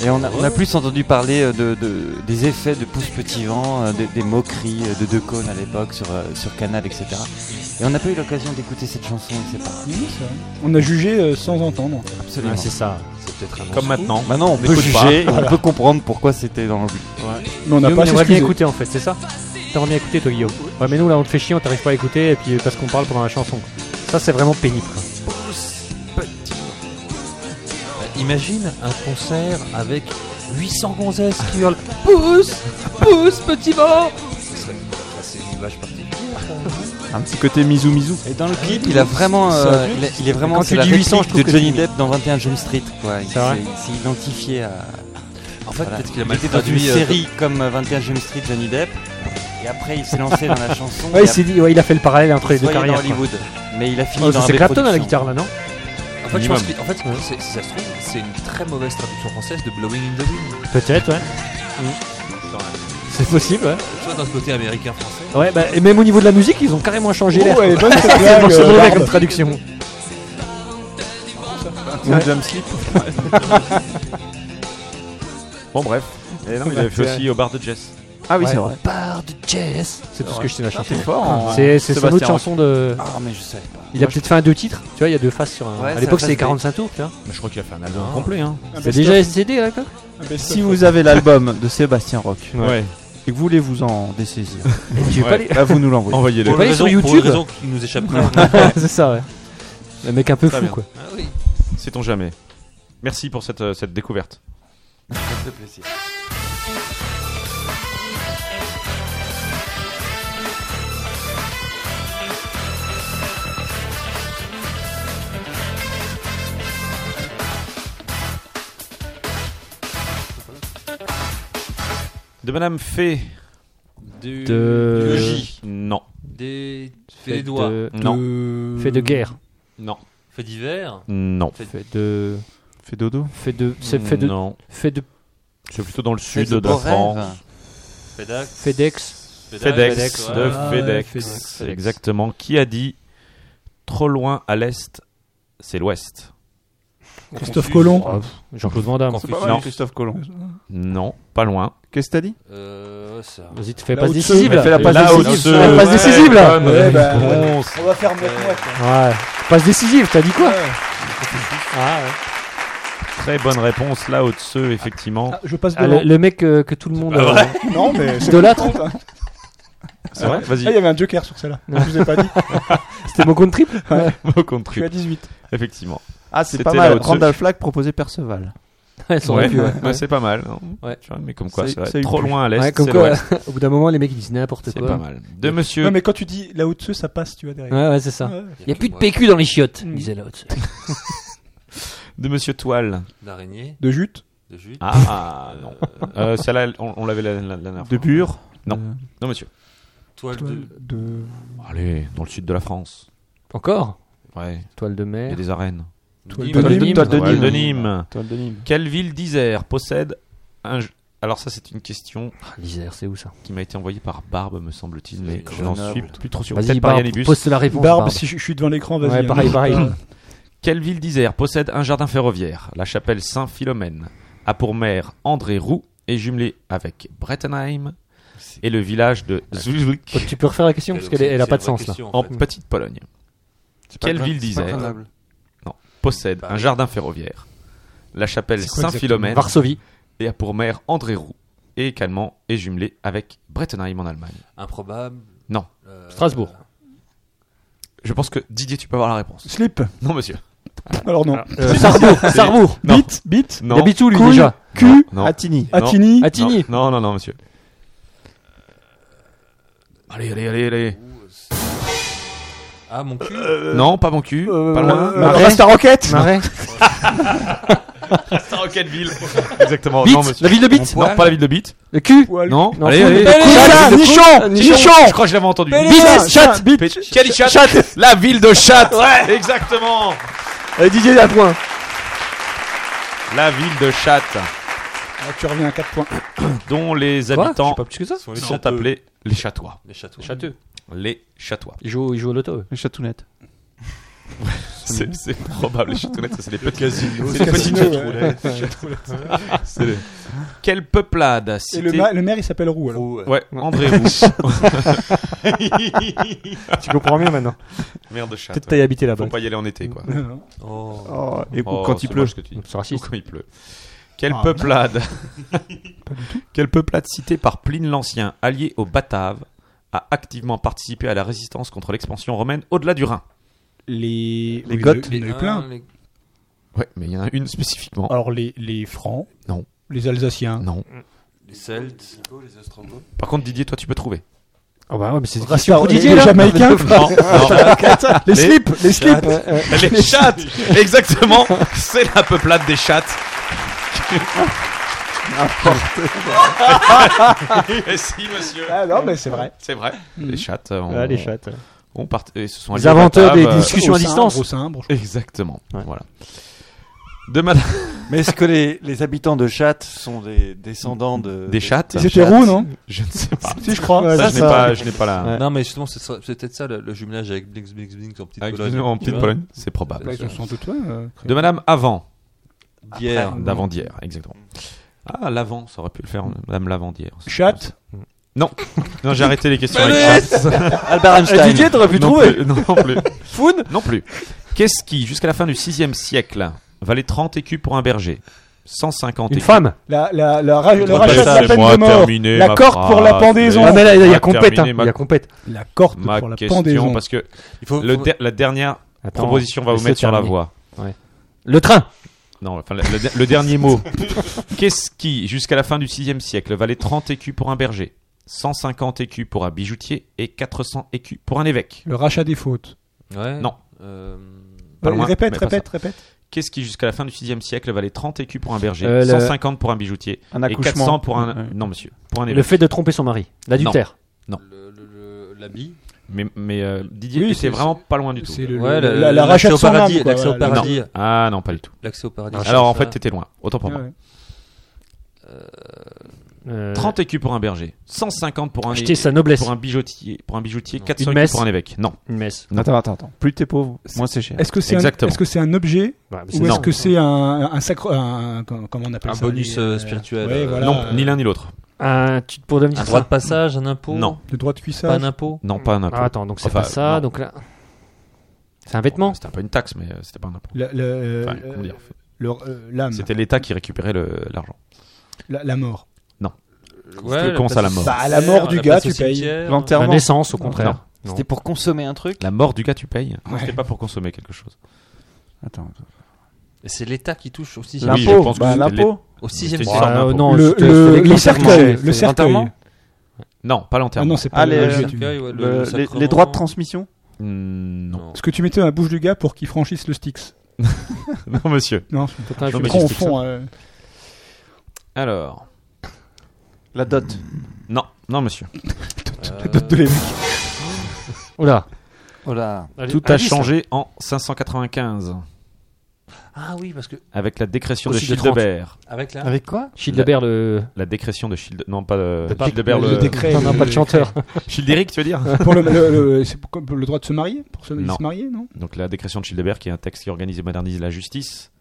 G: Et on a, on a plus entendu parler euh, de, de- des effets de pouce petit vent, euh, des, des moqueries euh, de Decaune à l'époque sur, euh, sur Canal, etc. Et on n'a pas eu l'occasion d'écouter cette chanson, et c'est pas
J: Oui, c'est vrai. On a jugé euh, sans entendre.
G: absolument.
D: c'est ça.
H: C'est peut-être un
B: Comme maintenant.
G: Maintenant, on peut
B: n'écoute pas.
G: juger, et on peut comprendre pourquoi c'était dans le
J: Mais on n'a
D: Guillaume,
J: pas
D: on aimerait bien
J: s'excuser.
D: écouter en fait, c'est ça T'aimerais bien écouter toi, Guillaume Ouais, mais nous là, on te fait chier, on t'arrive pas à écouter, et puis euh, parce qu'on parle pendant la chanson. Ça, c'est vraiment pénible. quoi.
H: Imagine un concert avec 800 gonzesses qui hurlent Pousse Pousse, petit vent C'est une image particulière.
C: Un petit côté misou misou.
G: Et dans le clip, il a vraiment,
D: Ça
G: euh,
D: adulte.
G: il, est- il est vraiment.
D: Quand
G: c'est
D: tu
G: la
D: dis 800, je trouve
G: réplique
D: que
G: de Johnny
D: c'est
G: Depp dans 21 Jump Street, quoi. Il
D: C'est
G: s'est
D: vrai
G: il s'est identifié à.
H: En fait,
G: voilà.
H: peut-être qu'il a
G: Il
H: mal
G: était dans une
H: traduit, euh,
G: série comme euh, 21 Jump Street, Johnny Depp. Et après, il s'est lancé dans la chanson.
D: Ouais,
G: et
D: il s'est dit, ouais, il a fait le parallèle entre les
G: après,
D: deux
G: il est dans
D: carrières. quoi.
G: Hollywood. Mais il a fini
D: Oh,
G: dans
D: ça, c'est
G: des
D: Clapton à la
G: productions.
D: guitare là, non
H: En fait, je pense
B: Minimum.
H: qu'il- en fait, c'est- si ça se trouve, c'est une très mauvaise traduction française de Blowing in the Wind.
D: Peut-être, ouais. [laughs] C'est possible, ouais.
H: Tu vois, dans ce côté américain-français.
D: Ouais, bah, et même au niveau de la musique, ils ont carrément changé l'air.
J: Oh, elle est
D: [laughs]
J: bonne cette
D: C'est
J: blague,
D: bon, c'est
J: euh,
D: mauvais
J: Barbe.
D: comme traduction.
C: Un jump slip.
B: Bon, bref. Et non, il avait fait aussi au bar de Jess.
C: Ah oui,
D: Ouais.
C: c'est vrai.
D: Bar de jazz. C'est tout ce que je t'ai à chanter.
C: Fort. hein.
D: C'est c'est son
B: Sébastien
D: autre
B: Roch.
D: chanson de.
G: Ah, mais je savais pas.
D: Il a peut-être fait un deux titres. Tu vois, il y a deux faces sur un.
G: Ouais,
D: à
G: c'est
D: l'époque,
G: la
D: c'était
G: face B.
D: 45 tours, tu vois.
B: Mais je crois qu'il a fait un album complet. Hein.
G: Ah,
J: Un
D: C'est
J: best-of,
D: déjà SCD là, quoi.
J: un best-of.
C: Si vous avez l'album de Sébastien Roch
B: Ouais.
C: et que vous voulez vous en désaisir,
D: Et tu veux pas les-
C: bah vous nous l'envoyez.
B: Envoyez-le.
D: Pour le- aller sur
H: pour une
D: YouTube.
H: raison qui nous échapperait.
D: [laughs] c'est ça, ouais. Le mec un peu
B: Très
D: fou,
B: bien.
D: quoi.
H: ah oui.
B: Sait-on jamais. Merci pour cette, euh, cette découverte. De Madame Fée.
H: Du...
D: De-
H: du logis.
B: Non.
H: Des... Fait des doigts.
D: de-
B: Non.
D: Fait de guerre.
B: Non.
H: Fait divers.
B: Non.
D: Fait de.
C: Fait dodo.
D: Fait de. c'est Fait de.
B: Mm, Non.
D: Fait de.
B: C'est plutôt dans le
G: Fait
B: sud de la
G: beaux
B: France.
G: rêves.
H: FedEx.
D: FedEx.
B: FedEx,
H: ouais.
B: de
D: Ah,
B: FedEx.
D: FedEx.
B: Exactement. Qui a dit trop loin à l'est, c'est l'ouest
J: Christophe Colomb.
D: Ah, Jean-Claude Van Damme.
H: Confus.
B: mal. Non.
C: Christophe Colomb.
B: Non, pas loin.
C: Qu'est-ce que t'as dit
H: Euh, ça.
D: Vas-y, te fais
J: Là
D: pas
J: où tu-
D: décisive
C: Elle fait
D: là.
C: la passe
B: Là où
C: décisive.
B: se-
D: La passe décisive là.
B: bonne
J: Ouais, bah,
B: réponse.
J: On va faire mettre moi.
D: Ouais. Passe décisive, t'as dit quoi Ah, ouais.
B: Très bonne réponse là au-dessus, effectivement.
J: je passe
D: Ah, le,
J: devant.
D: le mec euh, que tout le monde euh,
J: Non, mais c'est
D: idolâtre.
J: contente, hein.
B: c'est vrai
J: Ah, il y
B: Vas-y,
J: avait un joker sur celle-là. Je vous ai pas
D: [laughs]
J: dit.
D: C'était mon compte triple.
B: [laughs] au
J: Je suis
B: contre.
J: à 18.
B: Effectivement.
C: Ah, c'est
B: C'était
C: pas
B: là
C: mal.
B: au-dessus.
C: Randall Flagg proposait Perceval.
D: Ouais, ça aurait
B: Ouais,
D: pu, ouais.
B: ouais, c'est pas mal. non
D: Ouais.
B: Tu vois, mais comme quoi,
C: Ça-
B: c'est vrai,
C: ça a eu
B: trop
C: plus.
B: loin à l'est,
D: Ouais,
B: c'est
D: comme quoi,
B: l'ouest.
D: [laughs] au bout d'un moment, les mecs ils disent n'importe
B: C'est
D: quoi.
B: pas mal. De
J: Non,
B: monsieur.
J: mais quand tu dis là-haut dessus, ça passe, tu vois, derrière. Ah,
D: Ouais, ouais, c'est ça.
J: Ouais.
D: Il y a plus de PQ dans les chiottes,
J: Mm.
D: disait l'autre.
B: De monsieur Toile.
H: D'araignée,
J: De jute.
H: de jus.
B: Ah, non. Euh, Celle-là, on, on l'avait la, la- la dernière
C: De
B: fois.
C: Bure.
B: Non.
C: Euh,
B: Non, monsieur.
H: Toile de.
J: De.
B: Allez, dans le sud de la France.
D: [laughs] Encore
B: Ouais,
D: Toile de
B: il y a
D: mer.
B: des arènes.
J: Toile
B: Nîmes.
J: de Nîmes.
B: Toile de
J: Toile de
B: Nîmes.
J: Nîmes.
B: Nîmes.
J: Toile de Nîmes.
B: Quelle ville d'Isère possède un. j- Alors, ça, c'est une question
D: L'Isère, Ah, c'est où ça
B: qui m'a été envoyée par Barbe, me semble-t-il, mais je n'en
D: Grenoble.
B: suis plus trop sûr.
D: Vas-y,
B: Peut-être par
D: Barbe,
B: Yannibus.
D: pose la réponse.
F: Barbe, si je je suis devant l'écran, vas-y.
D: Ouais,
F: hein.
D: pareil, pareil.
B: Quelle ville d'Isère possède un jardin ferroviaire La chapelle Saint-Philomène a pour mère André Roux et jumelée avec Brettenheim et le village de Zwick
D: [laughs] Tu peux refaire la question parce qu'elle est- elle a pas de sens là.
B: en petite Pologne.
G: pas
B: Quelle
G: Gren-
B: ville
G: c'est pas
B: d'Isère
G: Grenoble.
B: non, possède un jardin ferroviaire La chapelle
D: C'est quoi exactement
B: Saint-Philomène
D: Varsovie.
B: et a pour mère André Roux et également est jumelée avec Brettenheim en Allemagne.
H: Improbable.
B: Non.
H: Euh,
D: Strasbourg.
B: Je pense que Didier, tu peux avoir la réponse.
F: Slip.
B: [laughs] Non, monsieur.
F: Alors
B: Ah.
F: non.
D: Euh, Sarrebourg,
B: C'est-
D: [laughs] Sarrebourg.
B: Non.
F: Bit, bit.
B: Non.
D: Il habite où lui
F: Couille,
D: déjà
F: cul,
B: Non.
J: Attini.
B: Non.
F: Attini.
D: Attigny.
B: Non, non, non, non, monsieur. Allez, allez, allez, allez.
H: Ah, mon cul.
B: Euh, non, pas mon cul. pas loin.
J: Euh, Rasta Rocket
D: Marais.
B: Star Rockettville. [laughs] Exactement.
D: Bit.
B: non, monsieur.
D: La ville de Bit.
B: Non, pas la ville de Bit.
D: Le cul.
F: Poil.
B: Non.
D: Non,
B: allez,
D: faut-
B: allez.
J: Nichon Nichon
B: Je crois que je l'avais entendu.
J: Nichon
D: Chat.
B: Bit. Quelle chatte La ville de chatte. Ouais, exactement.
I: Allez, Didier Lapointe.
B: La ville de chatte,
F: Ah, tu reviens à 4 points.
B: dont les
D: Quoi
B: habitants
D: Je sais pas plus que ça.
H: sont les
B: sont
H: châteaux.
B: appelés les Chatois.
H: Les châteaux.
D: Châteux.
B: Les Chatois.
D: Il joue, il joue au loto. eux.
C: Les chatounettes.
B: C'est c'est probable. Les Chatounettes, ça, c'est les petits.
H: Casino.
B: C'est les petites
F: casino, ouais.
B: chatounettes. C'est les- Quelle peuplade a
F: Et le,
B: cité
F: ma- le maire, il s'appelle Roux. Alors.
B: Ouais, André Roux.
I: Tu comprends mieux maintenant.
B: Merde de chat.
I: Peut-être
B: ouais.
I: t'as habité
B: Faut
I: là-bas.
B: pas y aller en été, quoi.
H: Oh.
J: Oh, et
B: Oh,
J: quand il
B: c'est
J: pleut.
B: moche ce que tu dis.
D: C'est raciste.
B: Ou quand il pleut. Quelle
F: Ah,
B: peuplade [laughs] Quelle peuplade citée par Pline l'Ancien, alliée aux Bataves, a activement participé à la résistance contre l'expansion romaine au-delà du Rhin
F: Les,
J: Les
F: oui,
J: Goths.
F: Il y en a eu
H: Ah,
F: plein.
B: Ouais, mais il y en a une spécifiquement.
F: Alors, les, les Francs.
B: Non.
F: Les Alsaciens.
B: Non.
H: Les Celtes.
B: Par contre, Didier, toi, tu peux trouver.
D: Ah bah ouais, mais c'est
F: Les, les,
D: Didier, là.
F: Jamaïcains.
B: [laughs] Non, [laughs] non.
F: les
B: Les
F: slips. Les slips.
B: [laughs] les chattes Exactement C'est la peuplade des [laughs]
F: [laughs]
B: chattes Eh si, monsieur
F: Ah non, mais c'est vrai.
B: C'est vrai. Les chattes, euh, on,
I: Ah, les chattes.
B: on part... et se sont alliés
D: Les
B: aux
D: inventeurs des-
B: Bataves,
D: des-
B: euh,
D: Discussion à
F: Au
D: distance.
F: cimbre, au cimbre.
B: Exactement. Voilà. De madame. [laughs]
G: Mais est-ce que les, les habitants de Chatte sont des descendants de.
B: Des chattes
F: Ils étaient roux, non
B: Je ne sais pas.
F: Si, je crois. Ouais,
B: Ça,
F: c'est
B: je n'ai pas, je n'ai pas la.
H: Non, mais justement, c'est ça- c'est peut-être ça le, le jumelage avec Blix Blix Blix en petite
B: Avec
H: Pologne.
B: le- en
H: Tu
B: petite
H: vois
B: Pologne, c'est probable.
F: Ouais, Bah, ils sont sans doute, ouais, euh,
B: De madame Avant,
H: D'hier.
B: d'avant-d'hier, exactement. Ah, l'avant, ça aurait pu le faire, madame l'avant-d'hier.
F: Chat.
B: Non, j'ai arrêté les questions avec chat.
G: Albert Einstein.
I: Didier, t'aurais pu
B: non
I: trouver.
B: Plus, [laughs] non, non plus. Foun Non plus. Qu'est-ce qui, jusqu'à la fin du 6 siècle, valait 30 écus pour un berger 150
D: Une
B: écus.
D: femme.
F: La, la, la, ra- le
B: Laissez-moi
F: rachat de la peine de mort.
B: terminer
F: La
B: ma
F: corde pour la
B: phrase,
F: pendaison.
B: mais-
D: Ah mais là, il y a
B: Laisse-moi
D: compète. hein.
B: terminer ma-
D: Il y a compète.
F: La corde
B: Ma
F: pour la pendaison.
B: question, parce que
H: Il faut,
B: le
H: faut-
B: der- la dernière
D: Attends,
B: proposition va vous
D: laisse-le
B: mettre sur la
D: terminer.
B: voie.
D: Le train.
B: Non, enfin, le, le der- le dernier mot. [laughs] Qu'est-ce qui, jusqu'à la fin du 6 siècle, valait 30 écus pour un berger, 150 écus pour un bijoutier et 400 écus pour un évêque
F: Le rachat des fautes. Bah,
H: Ouais.
B: Non.
H: Euh,
B: Pas loin,
F: répète,
B: mais pas
F: répète, répète.
B: Qu'est-ce qui, jusqu'à la fin du 6 siècle, valait 30 écus pour un berger,
D: Euh, le-
B: 150 pour un bijoutier
J: Un
B: et
J: accouchement.
B: 400 pour un.
J: Ouais.
B: Non, monsieur. Pour un
D: Le
B: évêque.
D: fait de tromper son mari. L'adultère.
H: le- le- le- L'habit.
B: Mais, mais euh, Didier,
F: Oui,
B: c'est
F: c'est-
B: vraiment pas loin du tout.
F: C'est le,
H: Ouais,
F: le-
H: le-
F: la, la
H: l'accès
F: rachat de
H: au
F: son
H: paradis,
F: âme, quoi,
H: l'accès au
F: voilà, la-
B: Non.
H: paradis.
B: Ah non, pas du tout.
H: L'accès au paradis.
B: Alors en
H: ça.
B: fait, t'étais loin. Autant pour
F: Ah Ouais,
B: moi.
F: ouais.
D: Euh,
B: 30 écus pour un berger, 150 pour un
D: Acheter sa noblesse.
B: pour un bijoutier, pour un bijoutier, 400
D: Une
B: écus
D: messe.
B: pour un évêque. Non.
D: Une messe.
J: Attends, attends, attends. Plus t'es pauvre, moins c'est cher.
F: Est-ce que c'est un,
B: Exactement.
F: est-ce que c'est un objet
D: Ouais, Bah, mais c'est
F: ou est-ce
B: non.
F: que c'est un, un sacre, un, comment on appelle
H: Un
F: ça
H: bonus,
F: les-
H: euh, spirituel.
F: ouais,
H: Euh,
F: voilà,
B: non,
F: euh,
B: ni l'un ni l'autre.
D: Un tu- pour devenir
H: Un
D: ça.
H: droit de passage, un impôt
B: Non,
F: Le droit de
H: Pas
F: cuissage.
H: un impôt
B: non, pas un impôt.
D: Ah, attends, donc c'est
B: Enfin,
D: pas ça,
B: non.
D: donc là. C'est un vêtement.
B: C'était un peu une taxe, mais euh, c'était pas un impôt.
F: La- la- euh,
B: Enfin, comment dire,
F: le- euh, l'âme,
B: C'était l'État qui récupérait le- l'argent.
F: la, la mort.
B: que comment ça, Ah, la mort
F: Bah, à la mort du gars, tu payes.
D: La
J: L'enterrement.
D: naissance, au contraire. Non.
G: C'était pour consommer un truc
B: La mort du gars, tu payes. Non,
F: Ouais.
B: C'était pas pour consommer quelque chose.
J: Attends.
H: C'est l'État qui touche aussi.
B: Oui, je
J: L'impôt.
B: pense que
J: Bah,
B: c'était
J: l'impôt.
H: Au sixième
B: C'est
D: Bon,
H: siècle.
B: ça,
D: euh,
B: un
D: non,
F: le
D: c'était-
F: le-
D: c'était
F: le
D: l'enterrement.
F: cercueil, le
D: C'était
F: cercueil.
J: l'enterrement
B: Non, pas
F: Ah
B: l'enterrement.
F: non, c'est pas
J: Ah,
F: le-
J: les-
F: le-
H: Le cercueil, ouais, le-
J: Le-
H: le
J: les,
H: sacrement.
J: les droits de transmission
B: Mm, Non. [laughs]
F: Ce que tu mettais dans la bouche du gars pour qu'il franchisse le Styx.
B: non, monsieur.
F: Non,
D: Putain,
F: je
B: Non,
F: me
B: mais
F: prends au
B: c'est Styx,
F: fond. euh,
B: Alors,
J: La dot.
B: non, non, monsieur.
F: [laughs] de les-
D: Oula.
G: Oh là.
D: Allez,
B: Tout a
D: indice.
B: changé en 595.
H: Ah oui, parce que.
B: Avec la décrétion
H: Aussi
B: de
H: de
B: Childebert.
H: 30. Avec la-
D: Avec quoi Childebert,
B: La-
D: le-
B: La décrétion de Childe. Non, pas euh,
D: Le pape.
B: Childebert
D: Le
B: le. [laughs]
D: décret. Non, non, pas le chanteur.
B: Childéric, tu veux dire [laughs]
F: euh, Pour le, le- le- c'est pour- pour le droit de se marier Pour se, se marier, non
B: Donc la décrétion de Childebert, qui est un texte qui organise et modernise la justice.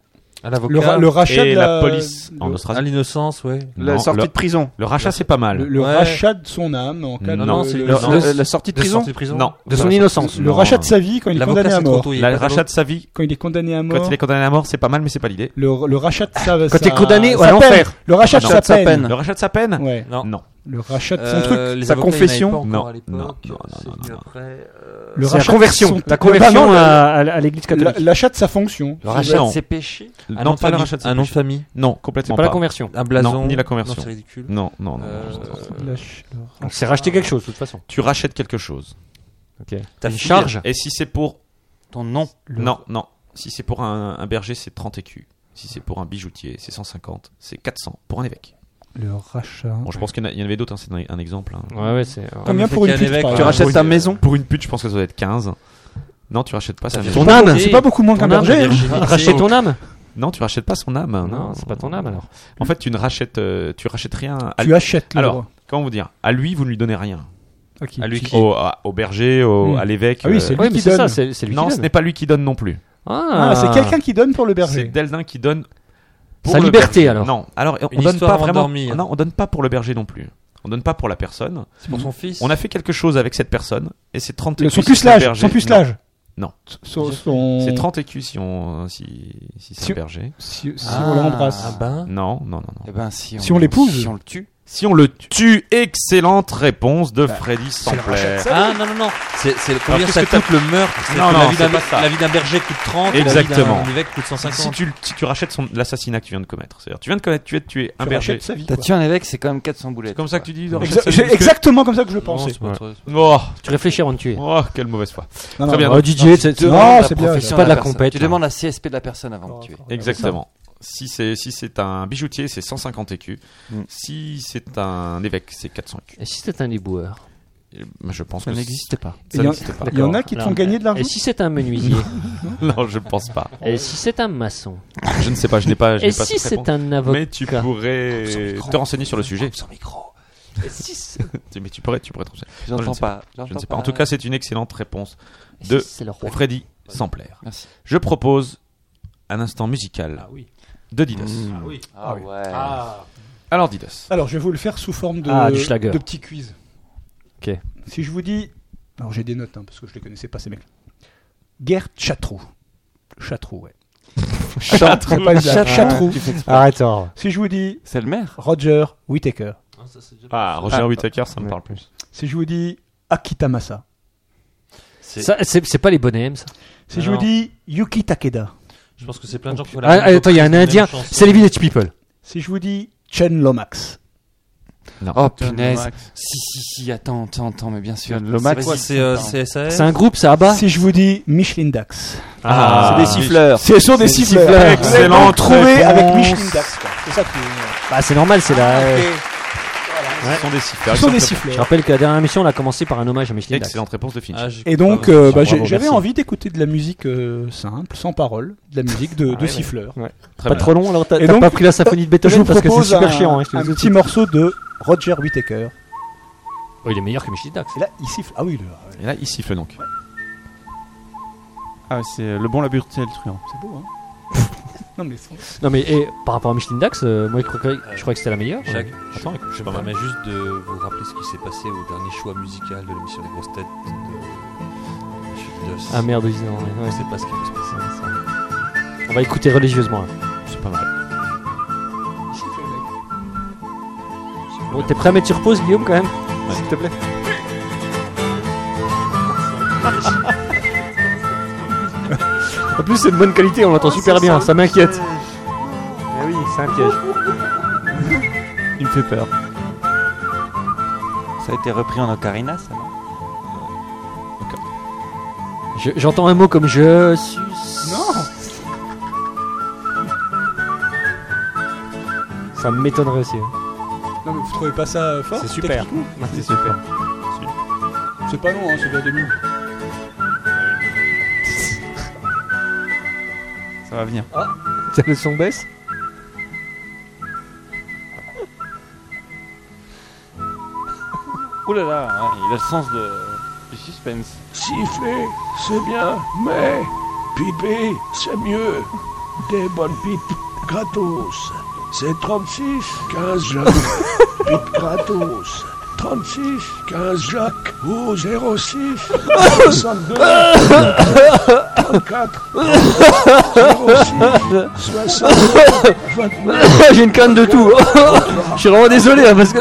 H: l'avocat.
F: Le ra- le rachat
B: et
F: de
B: la,
F: la- euh,
B: police en
F: le-
B: Australie.
H: à l'innocence, ouais.
B: La Non, sortie le- de prison. le rachat, c'est pas mal.
F: Le, le
B: Ouais.
F: rachat de son âme en cas
B: Non,
F: de.
B: c'est
F: de-
B: le- Non.
F: de-
B: la sortie de prison Non.
F: De
B: Non.
F: son innocence. Le
B: Non.
F: rachat de sa vie quand il est
B: L'avocat,
F: condamné à
B: c'est trop
F: mort.
B: tôt, il y a Le pas rachat d'autre. de sa vie.
F: Quand il est condamné à mort.
B: Quand il est condamné à mort, c'est pas mal, mais c'est pas l'idée.
F: Le, le rachat de sa
B: Quand
F: sa-
B: t'es condamné
F: sa
B: à
F: peine.
B: l'enfer.
F: Le rachat de
B: Ah,
F: sa
B: non.
F: peine.
B: Le rachat de sa peine
F: Ouais.
B: Non. Non.
F: Le rachat de son
H: Euh,
F: truc.
H: les
F: Sa
H: avocats, il y en avait pas
F: confession.
H: encore à
B: Non,
H: l'époque.
B: non, non,
H: C'est venu après, euh,
F: Le
D: C'est la
F: rachat de
D: conversion.
F: son-
D: La conversion
F: Bah non, le-
D: à- à- à l'Église catholique.
F: la- L'achat de sa fonction.
B: Le rachat en- Non,
H: Un nom de
B: pas le
H: famille.
B: rachat de sa
H: Un nom de
B: pêche.
H: famille.
B: Non, complètement.
D: C'est pas la conversion.
H: Un blason.
B: Non, ni la
H: Non,
B: conversion.
H: c'est ridicule.
B: Non, non, non.
H: Euh,
D: Donc, c'est racheter quelque chose, de toute façon.
B: Tu rachètes quelque chose.
D: Ok.
B: T'as
D: Une charge
B: Et si c'est pour.
G: Ton nom
B: Non, non. Si c'est pour un, un berger, c'est 30 écus. Si c'est pour un bijoutier, c'est 150. C'est 400 pour un évêque.
F: Le rachat.
B: Bon, je pense qu'il y en a- il y en avait d'autres, hein, c'est un, un exemple. hein. Euh,
D: Ouais, ouais, c'est-
F: Combien pour une pute, par exemple
B: Pour
F: ta
B: une-
F: maison
B: Pour une pute, je pense que ça doit être 15. Non, tu rachètes pas sa maison.
D: Ton âme
F: C'est pas beaucoup moins
D: Ton
F: qu'un
D: âme,
F: berger.
D: la virginité. Racheter ton âme
B: Non, tu rachètes pas son âme. Non,
D: Ah c'est pas ton âme, alors.
B: En fait, tu ne rachètes, euh, tu rachètes rien.
D: Ah,
B: à
F: Tu
B: lui.
F: achètes le
B: Alors,
F: droit.
B: comment vous dire À lui, vous ne lui donnez rien.
F: Ok.
B: À lui
F: Qui
B: Au, à- au berger, au-
F: Hmm.
B: à l'évêque. euh,
F: Ah oui, c'est lui Ouais, qui mais c'est donne. ça, c'est- c'est lui qui
B: non, ce
F: donne.
B: n'est pas lui qui donne non plus.
F: Ah, c'est quelqu'un qui donne pour le berger.
B: C'est Deldin qui donne.
D: Sa
B: le
D: liberté,
B: berger.
D: alors.
B: Non, alors on
H: Une
B: donne
H: histoire
B: pas vraiment. Ah
H: endormie, hein.
B: Non, on donne pas pour le berger non plus. On donne pas pour la personne.
H: C'est pour son fils.
B: On a fait quelque chose avec cette personne et c'est 30
F: Le-
B: écus.
F: son
B: si c'est le
F: pucelage,
B: berger.
F: son pucelage.
B: Non.
F: Son- son-
B: C'est 30 écus si on si si c'est
F: Si-
B: un berger.
F: si- si on l'embrasse.
B: Ah
H: ben.
D: Bah,
B: Non, non, non, non.
G: Eh ben, si on-
F: Si on l'épouse. si on
G: le tue.
B: Si on le tue, excellente réponse
F: Bah,
B: de Freddy Sampler.
H: Ah non, non, non. C'est c'est
B: Alors,
H: combien
B: qu'est-ce
H: ça
B: que t'as-
H: coûte le meurtre C'est
B: Non,
H: que
B: non,
H: la vie d'un-
B: c'est pas ça.
H: La vie d'un berger coûte 30. et la vie d'un-
B: Exactement.
H: d'un évêque coûte 150.
B: Si tu, si tu rachètes son- l'assassinat que tu viens de commettre, c'est-à-dire tu viens de commettre, tu es tué un
F: Tu
B: berger.
F: rachètes sa vie,
G: T'as tué un évêque, c'est quand même 400 boulettes.
B: C'est comme ça que tu dis.
F: Exa- j'ai- exactement comme ça que je le pensais.
B: Oh,
D: Tu réfléchis avant de tuer.
B: oh, quelle mauvaise foi.
F: Non, non,
B: Très bien.
D: oh,
B: donc-
D: DJ, c'est-
F: Non,
D: demandes la
F: c'est bien,
D: profession
F: c'est
D: à la
G: personne.
D: compète.
G: Tu demandes la hein. CSP de la personne
B: Oh,
G: avant de tuer.
B: Exactement. Si c'est si c'est un bijoutier, c'est 150 écus.
G: Mm.
B: Si c'est un évêque, c'est 400 écus.
D: Et si c'était un éboueur
B: Et, mais Je pense
G: Ça
B: que
G: n'existait pas.
B: Ça
F: Il y en-
B: n'existait pas. [laughs]
F: Il y en a qui te
D: Alors,
F: font gagner de l'argent.
D: Et si c'est un
F: [laughs]
D: menuisier
B: Non, je pense pas.
D: Et si c'est un maçon
B: Je ne sais pas, je n'ai pas. je
D: Et
B: n'ai pas
D: si
B: cette
D: c'est
B: réponse.
D: un avocat
B: Mais tu pourrais te renseigner sur le sujet.
D: Et si
H: [laughs]
D: c'est-
B: Tu- Mais tu pourrais, tu pourrais te renseigner.
G: J'entends
B: Non, je ne sais
G: pas,
B: Je ne
G: j'entends
B: sais pas.
G: pas.
B: En tout cas, c'est une excellente réponse
D: Et
B: de
D: si c'est le roi
B: Freddy Sampler.
G: Merci.
B: Je propose un instant musical de Didos.
G: Ah ouais.
B: Alors Didos.
F: Alors, je vais vous le faire sous forme de,
D: Ah, du Schlager.
F: de petits quiz.
D: Ok.
F: Si je vous dis. Alors, j'ai des notes, hein, parce que je les connaissais pas, ces mecs. Gert Chatrou. Chatrou, [laughs] ouais. C'est pas une blague. Chatrou.
G: Ah,
I: Arrête, alors.
F: Si je vous dis
G: C'est le maire
F: Roger Whittaker.
B: Ah, Roger Whittaker, ça me parle plus.
F: Si je vous dis Akitamasa.
D: Ça, C'est c'est pas les bonnets, ça.
F: Si je vous
H: Non.
F: dis Yuki Takeda.
H: Je pense que c'est plein de gens qui font la
D: Ah,
H: même
D: attends, il y a un
H: reprise de la même
D: indien.
H: chanson.
D: C'est les Village People.
F: Si je vous dis Chen Lomax.
G: Oh punaise. Si, si, si, attends, attends, attends, mais bien sûr.
J: Le Mac,
H: Quoi, c'est euh, c'est
D: C'est
H: SAS
D: un groupe, ça abat.
F: Si je vous dis Michelin Dax.
B: Ah,
G: C'est des siffleurs.
F: Ce sont des siffleurs.
B: Excellent
F: Trouvé avec Michelin Dax. quoi. C'est ça qui.
D: Bah, c'est normal, c'est la.
B: Ce sont des siffleurs.
F: Ce sont des
B: Excellente-
D: Je
F: siffleurs.
D: rappelle que la dernière émission, on a commencé par un hommage à Michelin Dax.
B: Excellente réponse de Finch.
H: Ah, j'ai-
F: Et donc,
H: Ah,
F: euh, bah,
D: bravo,
F: j'ai- j'avais
D: merci.
F: envie d'écouter de la musique euh, simple, sans parole, de la musique de, de siffleur.
B: Très bien.
D: Pas trop long, alors t'as
F: Et
D: t'as
F: donc,
D: pas pris la symphonie de
F: Je vous
D: Beethoven parce que c'est
F: propose
D: super
F: un,
D: chiant. hein, je te
F: un
D: le dis tout de
F: petit
D: suite.
F: morceau de Roger Whittaker.
D: Oh, Il est meilleur que Michelin Dax.
F: Et là, il siffle. Ah oui, le-
B: Et là, il siffle donc.
C: Ah, c'est le bon, la brute et le truand.
F: c'est beau. Hein. non mais c'est-
D: Non, mais eh, par rapport à Michelin Dax, euh, moi je crois que, je crois que c'était la meilleure.
H: Jacques,
D: Attends, écoute,
H: je me permets juste de vous rappeler ce qui s'est passé au dernier choix musical de l'émission des grosses têtes de- de.
D: Ah merde, ils- non,
H: Je
D: ouais,
H: sais pas ce qui va se passer.
D: ouais. on va écouter religieusement. hein. là.
B: C'est pas mal.
D: Bon, t'es prêt à mettre sur pause, Guillaume, quand même
B: S'il
M: [laughs]
D: te plaît. en plus, c'est de bonne qualité, on l'entend super bien, ça m'inquiète. Eh oui, c'est un piège.
C: Il me fait peur.
G: Ça a été repris en ocarina, ça non
D: Je- J'entends un mot comme je suis.
F: Non.
D: Ça m'étonnerait aussi. hein.
F: non, mais vous trouvez pas ça euh, fort
D: C'est super.
F: techniquement
D: C'est super.
F: C'est pas long, hein, c'est vers 2000.
G: Ça
C: Ça va venir.
D: Ah, le son baisse
G: Ouh là là, ouais, il a le sens de- du suspense.
N: Siffler, c'est bien, mais piper, c'est mieux. Des bonnes pipes gratos. C'est 36, 15 jacques. Pipes gratos. 36, 15 jacques ou 06, 62, 34, 06, 62, 29.
G: [laughs]
D: J'ai une canne de tout. Je suis vraiment désolé hein, parce que.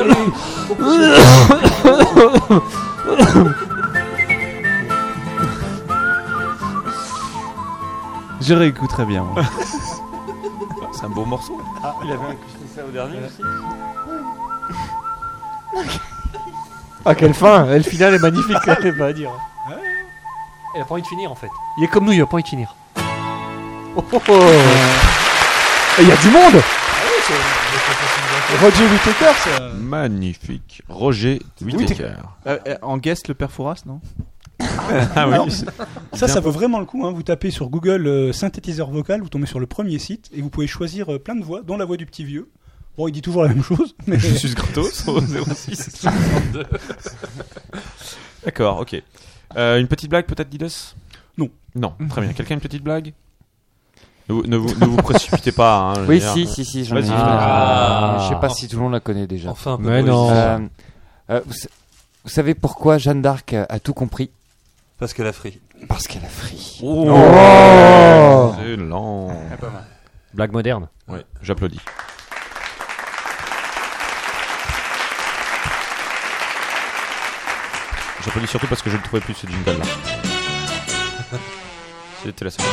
C: Je réécouterai bien. [laughs] moi.
B: C'est un beau morceau.
G: Ah, il avait accouché ça au dernier aussi.
I: Ah, quelle fin Et Le final est magnifique, quand même, pas à dire.
D: Il a pas envie de finir en fait. Il est comme nous, il a pas envie de finir.
I: Et [laughs] il y a du monde
F: Roger Whittaker, ça.
B: Magnifique. Roger Whittaker.
C: Euh, euh, en guest, le père Fouras, non
B: [laughs] Ah
M: Alors,
B: oui.
M: Ça, ça
C: Bien.
M: vaut vraiment le coup. hein. Vous tapez sur Google euh, synthétiseur vocal, vous tombez sur le premier site et vous pouvez choisir euh, plein de voix, dont la voix du petit vieux. Bon, il dit toujours la même chose. [laughs] Mais...
B: Je suis gratos au 06 62. D'accord, ok. Euh, une petite blague peut-être, Didus
M: Non.
B: Non, très bien. Quelqu'un a une petite blague ne vous, ne, vous, ne
G: [laughs]
B: vous précipitez pas. hein, je veux
G: Oui,
B: dire.
G: si, si, si, j'en ai
B: Vas-y,
G: une.
B: je-
G: Ah, Je sais pas si tout le monde la connaît déjà.
H: Enfin, un peu
G: Mais
H: de
G: non.
H: poésie.
G: Euh, euh, vous, sa- vous savez pourquoi Jeanne d'Arc a, a tout compris
H: Parce qu'elle a fri.
G: Parce qu'elle a fri.
B: Oh,
G: Oh.
B: C'est lent.
G: Ah, pas mal.
D: Blague moderne.
B: Oui, j'applaudis. J'applaudis surtout parce que je ne trouvais plus ce jingle là. C'était la seule.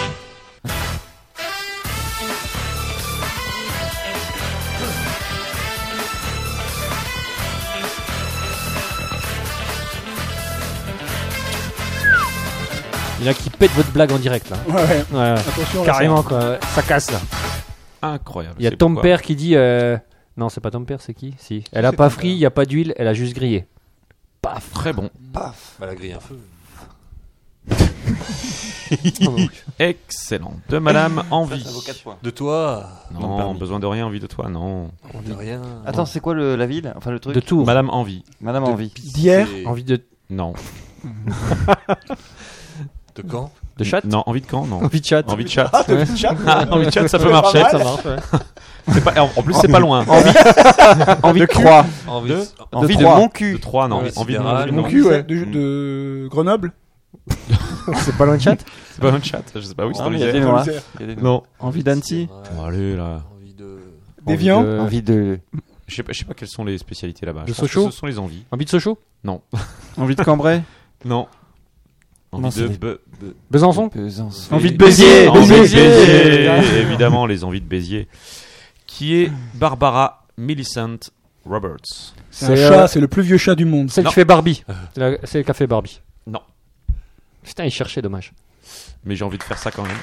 D: Il y en a qui pètent votre blague en direct là.
M: Ouais, ouais. Attention, là,
D: Carrément
M: ça-
D: quoi, ouais, ça casse là.
B: Incroyable.
D: Il y a
B: c'est
D: Tom
B: pourquoi.
D: Père qui dit. euh, Non, c'est pas Tom Père, c'est qui Si. Elle a
B: c'est
D: pas
B: Tom
D: frit, il y a pas d'huile, elle a juste
M: [laughs]
D: grillé. Paf
B: Très bon.
H: Paf Elle a grillé un feu.
B: Excellent. De Madame Envie.
H: [laughs] Ça, ça vaut quatre points. De toi
B: Non, besoin de rien, envie de toi, non.
H: De rien.
G: Attends, c'est quoi le- la ville Enfin, le truc
B: De Tours. Madame Envie.
G: Madame
B: De
G: Envie.
B: D'hier Envie de- Non.
H: De quand
B: De chat Non, envie de quand
G: [laughs]
B: Non.
H: Envie de chat.
B: Envie de chat.
H: Ah, envie de chat.
B: Ah, [laughs] envie de chat, ça peut
H: Pas
B: marcher.
H: mal. Ça marche, ouais.
B: C'est pas- en, en plus, c'est pas loin.
H: Envie- envie de
B: cul.
H: croix.
B: Envie
H: De-
B: de,
H: envie de
B: trois.
H: mon cul.
B: De trois, non.
H: Ouais,
B: envie- envie de
H: sidéral,
B: mon
M: Mon cul,
B: cul.
M: ouais,
B: ouais.
M: de, de Grenoble.
I: C'est pas loin de chat
B: C'est pas un chat, je sais pas. Oui, c'est
G: Ah,
B: dans
G: mais il y a
B: l'Isère.
G: des noirs.
B: Dans l'Isère.
G: Il y a des
B: Non.
G: noirs.
C: Envie d'Annecy
B: Bon, allez, là. Envie de.
G: Des viandes Envie de-
B: Je sais pas, je sais pas quelles sont les spécialités là-bas.
D: De
B: Je pense que
D: Sochaux
B: Ce sont les envies.
D: Envie de Sochaux
B: Non.
C: Envie de Cambrai
B: Non. Envie
C: Non,
B: de.
C: c'est des-
B: Be- be-
D: Besançon
C: Besançon. Envie de Béziers,
B: Envie de
C: Béziers.
B: Béziers,
C: Béziers.
B: Évidemment, les envies de Béziers. Qui est Barbara Millicent Roberts
M: C'est un
D: euh,
M: chat, c'est le plus vieux chat du monde.
D: Celle
B: Non. Euh.
D: qui fait Barbie. La- C'est le café Barbie.
B: Non.
D: Putain, il cherchait, dommage.
B: Mais j'ai envie de faire ça quand même.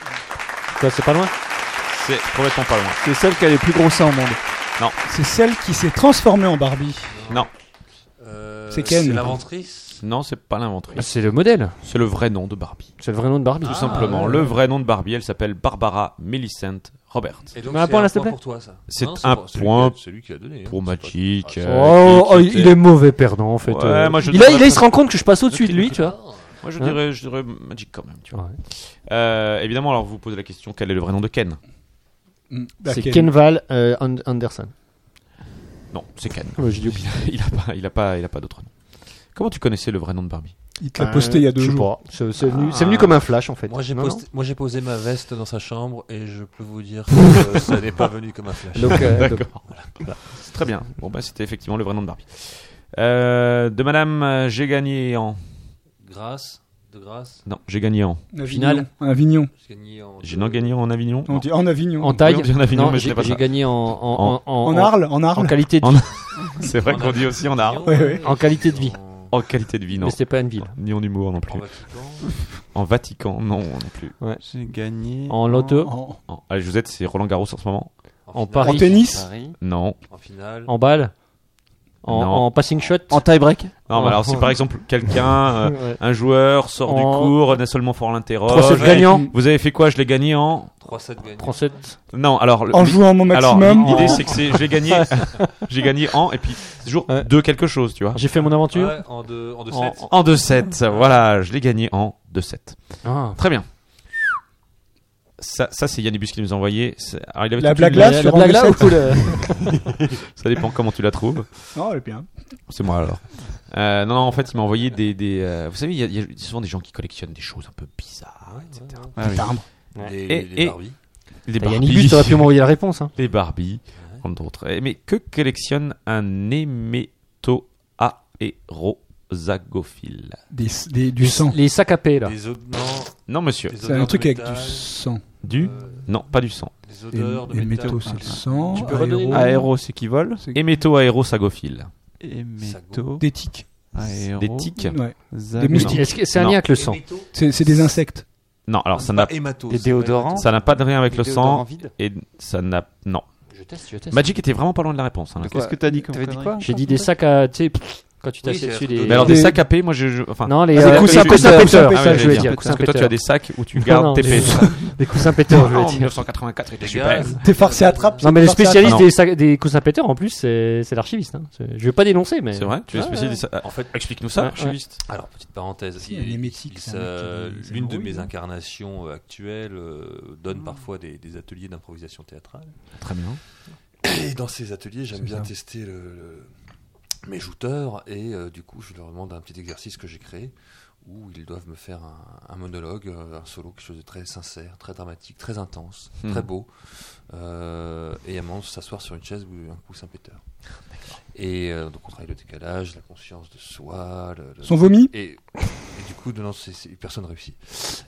D: Quoi, c'est pas loin
B: C'est complètement pas loin.
C: [laughs] C'est celle qui a les plus gros seins au monde.
B: Non.
M: C'est celle qui s'est transformée en Barbie.
B: Non.
M: C'est Ken.
H: euh, C'est l'inventrice
B: Non, c'est pas l'inventrice.
D: Ah, C'est le modèle.
B: C'est le vrai nom de Barbie.
D: C'est le vrai nom de Barbie.
B: Tout
D: Ah,
B: simplement.
D: ouais.
B: Le vrai nom de Barbie, elle s'appelle Barbara Millicent Roberts.
H: Et donc,
D: Mais un
H: c'est
D: point, là, s'il te plaît.
H: pour toi, ça.
B: C'est
H: Non,
B: un
H: pas- c'est lui qui a-
B: point
H: C'est lui qui a donné. hein.
B: pour Magic. euh.
D: Oh, oh, il est mauvais perdant en fait.
B: Ouais,
D: Euh,
B: moi, je
D: il, a-
B: dirais
D: il, a- il
B: pas-
D: se rend compte que je passe au-dessus de lui, tu vois.
B: Moi, je
D: Hein
B: dirais, je dirais Magic quand même. Tu vois. Euh, évidemment, alors vous posez la question quel est le vrai nom de Ken
F: Bah,
D: C'est Kenval euh, And- Anderson.
B: Non, c'est Ken.
D: Ouais, Ah, bah, j'ai dit oublié.
B: [laughs] il a pas, il a pas, il a pas d'autre nom. Comment tu connaissais le vrai nom de Barbie
M: Il
G: Euh,
M: te l'a posté il y a deux
D: je sais
M: jours.
D: pas. C'est- C'est
G: Ah.
D: venu, c'est venu comme un flash en fait.
H: Moi j'ai,
D: Non,
H: posté- moi, j'ai posé ma veste dans sa chambre et je peux
B: [laughs]
H: vous dire que euh, ça n'est pas venu comme un flash.
D: Donc, euh,
G: [laughs]
D: donc-
B: D'accord. Voilà. C'est Très bien. Bon, bah, c'était effectivement le vrai nom de Barbie. Euh, de Madame, euh, j'ai gagné en.
H: Grâce, de grâce.
B: Non, j'ai gagné en.
M: Avignon.
D: Finale.
M: Avignon.
H: J'ai gagné en.
B: J'ai non gagné en Avignon.
M: On dit en Avignon.
D: non. En taille,
B: Oui, on dit en Avignon,
D: non,
B: mais
D: j'ai
B: c'était pas
D: j'ai
B: ça.
D: gagné en, en, en,
M: En Arles, en Arles.
D: qualité de
B: En-
D: vie.
B: [laughs] C'est vrai qu'on dit aussi en art.
M: Ouais, ouais.
D: En qualité de vie.
B: En qualité de vie, non.
D: Mais c'était pas une ville.
B: Ni en humour non plus. En Vatican, non, non plus.
C: J'ai gagné.
D: En loto.
M: En,
B: En- Allez, je vous aide, c'est Roland Garros en ce moment.
D: En Paris.
M: En tennis.
G: Paris.
B: Non.
H: En finale.
D: En balle. En,
B: Non.
D: en passing shot.
C: En tie-break
D: Oh.
B: Non, mais alors si par exemple quelqu'un, euh,
D: Ouais.
B: un joueur sort du
D: En-
B: cours, n'a seulement fort l'interroge.
D: Trois sets gagnants.
B: Vous avez fait quoi Je l'ai gagné en
H: 3-7 gagnants.
D: 3-7.
B: Non, alors. le-
M: En jouant mon maximum.
B: Alors, l'idée,
M: En-
B: c'est que c'est- j'ai gagné, [laughs] j'ai gagné en, et puis, toujours de quelque chose, tu vois.
D: J'ai fait mon aventure.
H: Ouais, en deux- en deux
B: En,
H: sets.
B: en deux sets, voilà, je l'ai gagné en 2-7.
D: Ah.
B: Très bien. Ça, ça c'est Yannibus qui nous a envoyé. C'est- alors, il avait
M: La
B: toute
M: blague
B: une-
M: là, sur en deux sets.
B: Ça dépend comment tu la trouves.
F: Oh,
M: Non, elle est bien.
B: C'est moi alors. Euh, non, non, en fait, il m'a envoyé des. des, euh, vous savez, il y a- il y, a souvent des gens qui collectionnent des choses un peu bizarres,
M: [laughs]
B: etc.
C: Ah
D: ouais, ouais. Des timbres.
H: Ouais.
B: Et-
H: Des- des
B: et-
H: Barbies.
B: Des
D: T'as
B: Barbies.
D: Yannick Bus, t'aurais pu m'envoyer la réponse, hein.
B: Des Barbies, entre autres. Eh, Mais que collectionne un hémétoaérosagophile
F: Des- des- du sang.
D: Les sacs à paix,
B: Ah.
D: là.
H: Des odeurs-
B: Non, monsieur.
F: C'est un truc avec du sang.
B: Du
H: euh,
B: Non, pas du sang.
H: Des
F: odeurs de Et- et métal. métaux, c'est le
H: Ah,
F: sang. Tu peux
B: aéro-
F: redonner le nom Aéro, c'est qui vole.
B: Hémétoaérosagophile.
F: Héméto. Des tiques.
B: Aéro-
D: Oh.
B: Des tiques.
F: Ouais.
B: Zago-
F: Des moustiques.
B: Est-ce que c'est un lien avec le sang Héméto.
F: C'est c'est des insectes.
B: Non, alors ça
F: C'est
B: n'a
D: Bah,
F: pas hématose. Des déodorants
B: Ça n'a pas de rien avec
F: Des
B: le
F: déodorants
B: sang.
F: vides
B: Et ça n'a non.
D: Je teste, je teste.
B: Magic était vraiment pas loin de la réponse. hein, là.
D: Qu'est-ce que
G: t'as dit comme T'avais dit connerie quoi
D: J'ai dit des sacs à. Tu sais, pff, quand tu
G: Oui,
D: t'assieds
G: c'est
D: dessus.
G: la
D: Des...
B: Mais alors des, sacs à paix, moi je, je- enfin
D: Non, les
B: Ah,
D: euh,
B: des
D: coussins
B: coussins
D: péteurs.
B: péteurs.
D: Ah ouais,
B: je vais dire.
D: dire,
B: Parce
D: coussins
B: que toi tu
D: péteurs.
B: as des sacs où tu
D: Non,
B: gardes
D: non,
B: tes
D: des-
B: paix.
D: Des coussins péteurs, je
B: Ah,
D: vais
B: En
D: dire.
B: 1984,
D: Oh, Les
B: super.
D: gars,
F: T'es farcé à trappe.
D: Non, mais le
F: farcé à
D: spécialiste
F: trappe.
D: des, sacs- des coussins péteurs, en plus, c'est c'est l'archiviste. Hein. C'est- Je vais pas dénoncer, mais.
B: C'est vrai Tu es spécialiste des sacs- En fait, explique-nous ça, l'archiviste.
H: Alors, petite parenthèse,
B: Si, il y a
H: il-
B: les
H: il-
B: mythiques,
H: il
B: c'est un
H: se-
B: mec qui a des- des
H: l'une de
B: hémorroïdes,
H: mes
B: hein. Ah.
H: incarnations euh, actuelles euh, donne parfois des, des ateliers d'improvisation théâtrale.
B: Très bien.
H: Et dans ces ateliers, j'aime
B: C'est
H: bien
B: ça.
H: tester le- le- mes jouteurs et euh, du coup, je leur demande un petit exercice que j'ai créé où ils doivent me faire un, un monologue, euh, un solo, quelque chose de très sincère, très dramatique, très intense,
B: Mhm.
H: très beau, euh, et à un moment s'asseoir sur une chaise ou un coup Saint-Péteur. Et euh, donc on travaille le décalage, la conscience de soi, le- le-
M: Son vomi
H: et, et du coup, non, non, c'est- c'est- personne réussit.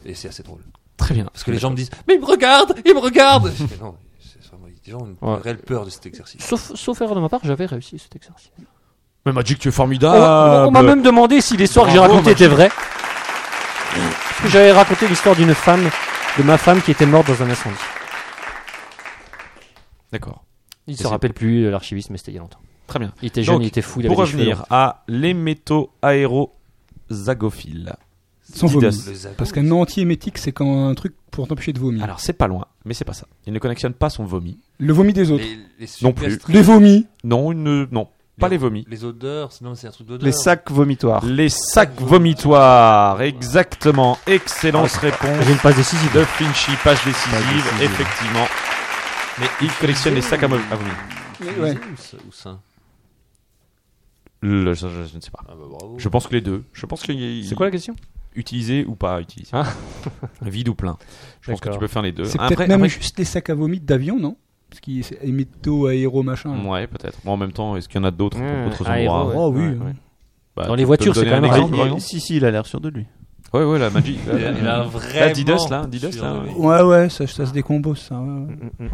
H: Et c'est assez drôle.
B: Très bien.
H: Parce que les gens me disent
D: Mais il me regarde Il me regarde
H: Je fais, non, c'est vraiment- les gens ont une
B: Ouais.
H: réelle peur de cet exercice.
D: Sauf, sauf erreur de ma part, j'avais réussi cet exercice.
B: Mais Magic, tu es
D: On
B: formidable.
D: m'a- on m'a même demandé si l'histoire que j'ai
B: Ah, Bravo,
D: racontée
B: Magic.
D: était vraie. Parce que j'avais raconté l'histoire d'une femme, de ma femme qui était morte dans un incendie.
B: D'accord.
D: Il
B: Et
D: se
B: c'est-
D: rappelle plus euh, l'archiviste, mais c'était il y a longtemps.
B: Très bien.
D: Il était jeune,
B: Donc,
D: il était fou, il avait
B: Pour
D: des cheveux
B: revenir
D: longs.
B: à les métaux aérosagophile.
F: Sans vomi. Parce qu'un antiémétique, c'est quand un truc pour t'empêcher de vomir.
B: Alors c'est pas loin, mais c'est pas ça. Il ne collectionne pas son vomi.
F: Le vomi des autres.
H: Les- les
B: non plus.
H: suggestres. Les
F: vomis.
B: Non, il ne- non, pas les vomis.
H: Les odeurs, sinon c'est un truc d'odeur.
C: Ah.
B: vomitoires. Les sacs vomitoires, exactement. Excellente réponse.
D: J'ai une passe décisive.
B: De Finchy, passe décisive,
H: Passe décisive.
B: effectivement. Mais il collectionne les sacs à vomi. à vomi.
H: Mais
F: ouais.
H: Ou ça- ou ça Ah
B: Le- je, je- je ne sais pas.
H: bah,
B: Je pense que les deux. Je pense qu'il y a-
D: C'est quoi la question
B: Utilisé ou pas utilisé. [laughs] Vide ou plein. Je pense que
D: D'accord.
B: tu peux faire les deux.
F: C'est
B: Euh, Après-
F: peut-être même
B: après-
F: juste les sacs à vomi d'avion, non Parce qu'il c'est métaux, aéro, machin. là.
B: Ouais, peut-être. Bon, en même temps, est-ce qu'il y en a d'autres
D: Ah,
F: Mmh,
B: d'autres
F: aéro,
B: endroits
F: ouais. Oh, oui, oui.
B: Bah,
D: Dans
B: tu
D: les
B: peux
D: voitures,
B: me
D: c'est
B: donner
D: quand
B: un
D: même
C: Ah
B: exemple,
D: rare.
B: par exemple
J: Si, si, il a l'air sûr de lui.
B: Ouais, ouais, la magie.
J: Il a- il a
B: Euh, Là,
J: vraiment
B: Didas, là, Didas, là. ouais.
F: Ouais, ouais, ça, ça se décompose, ça. ouais, ouais.
B: Mm, Ouais, ouais,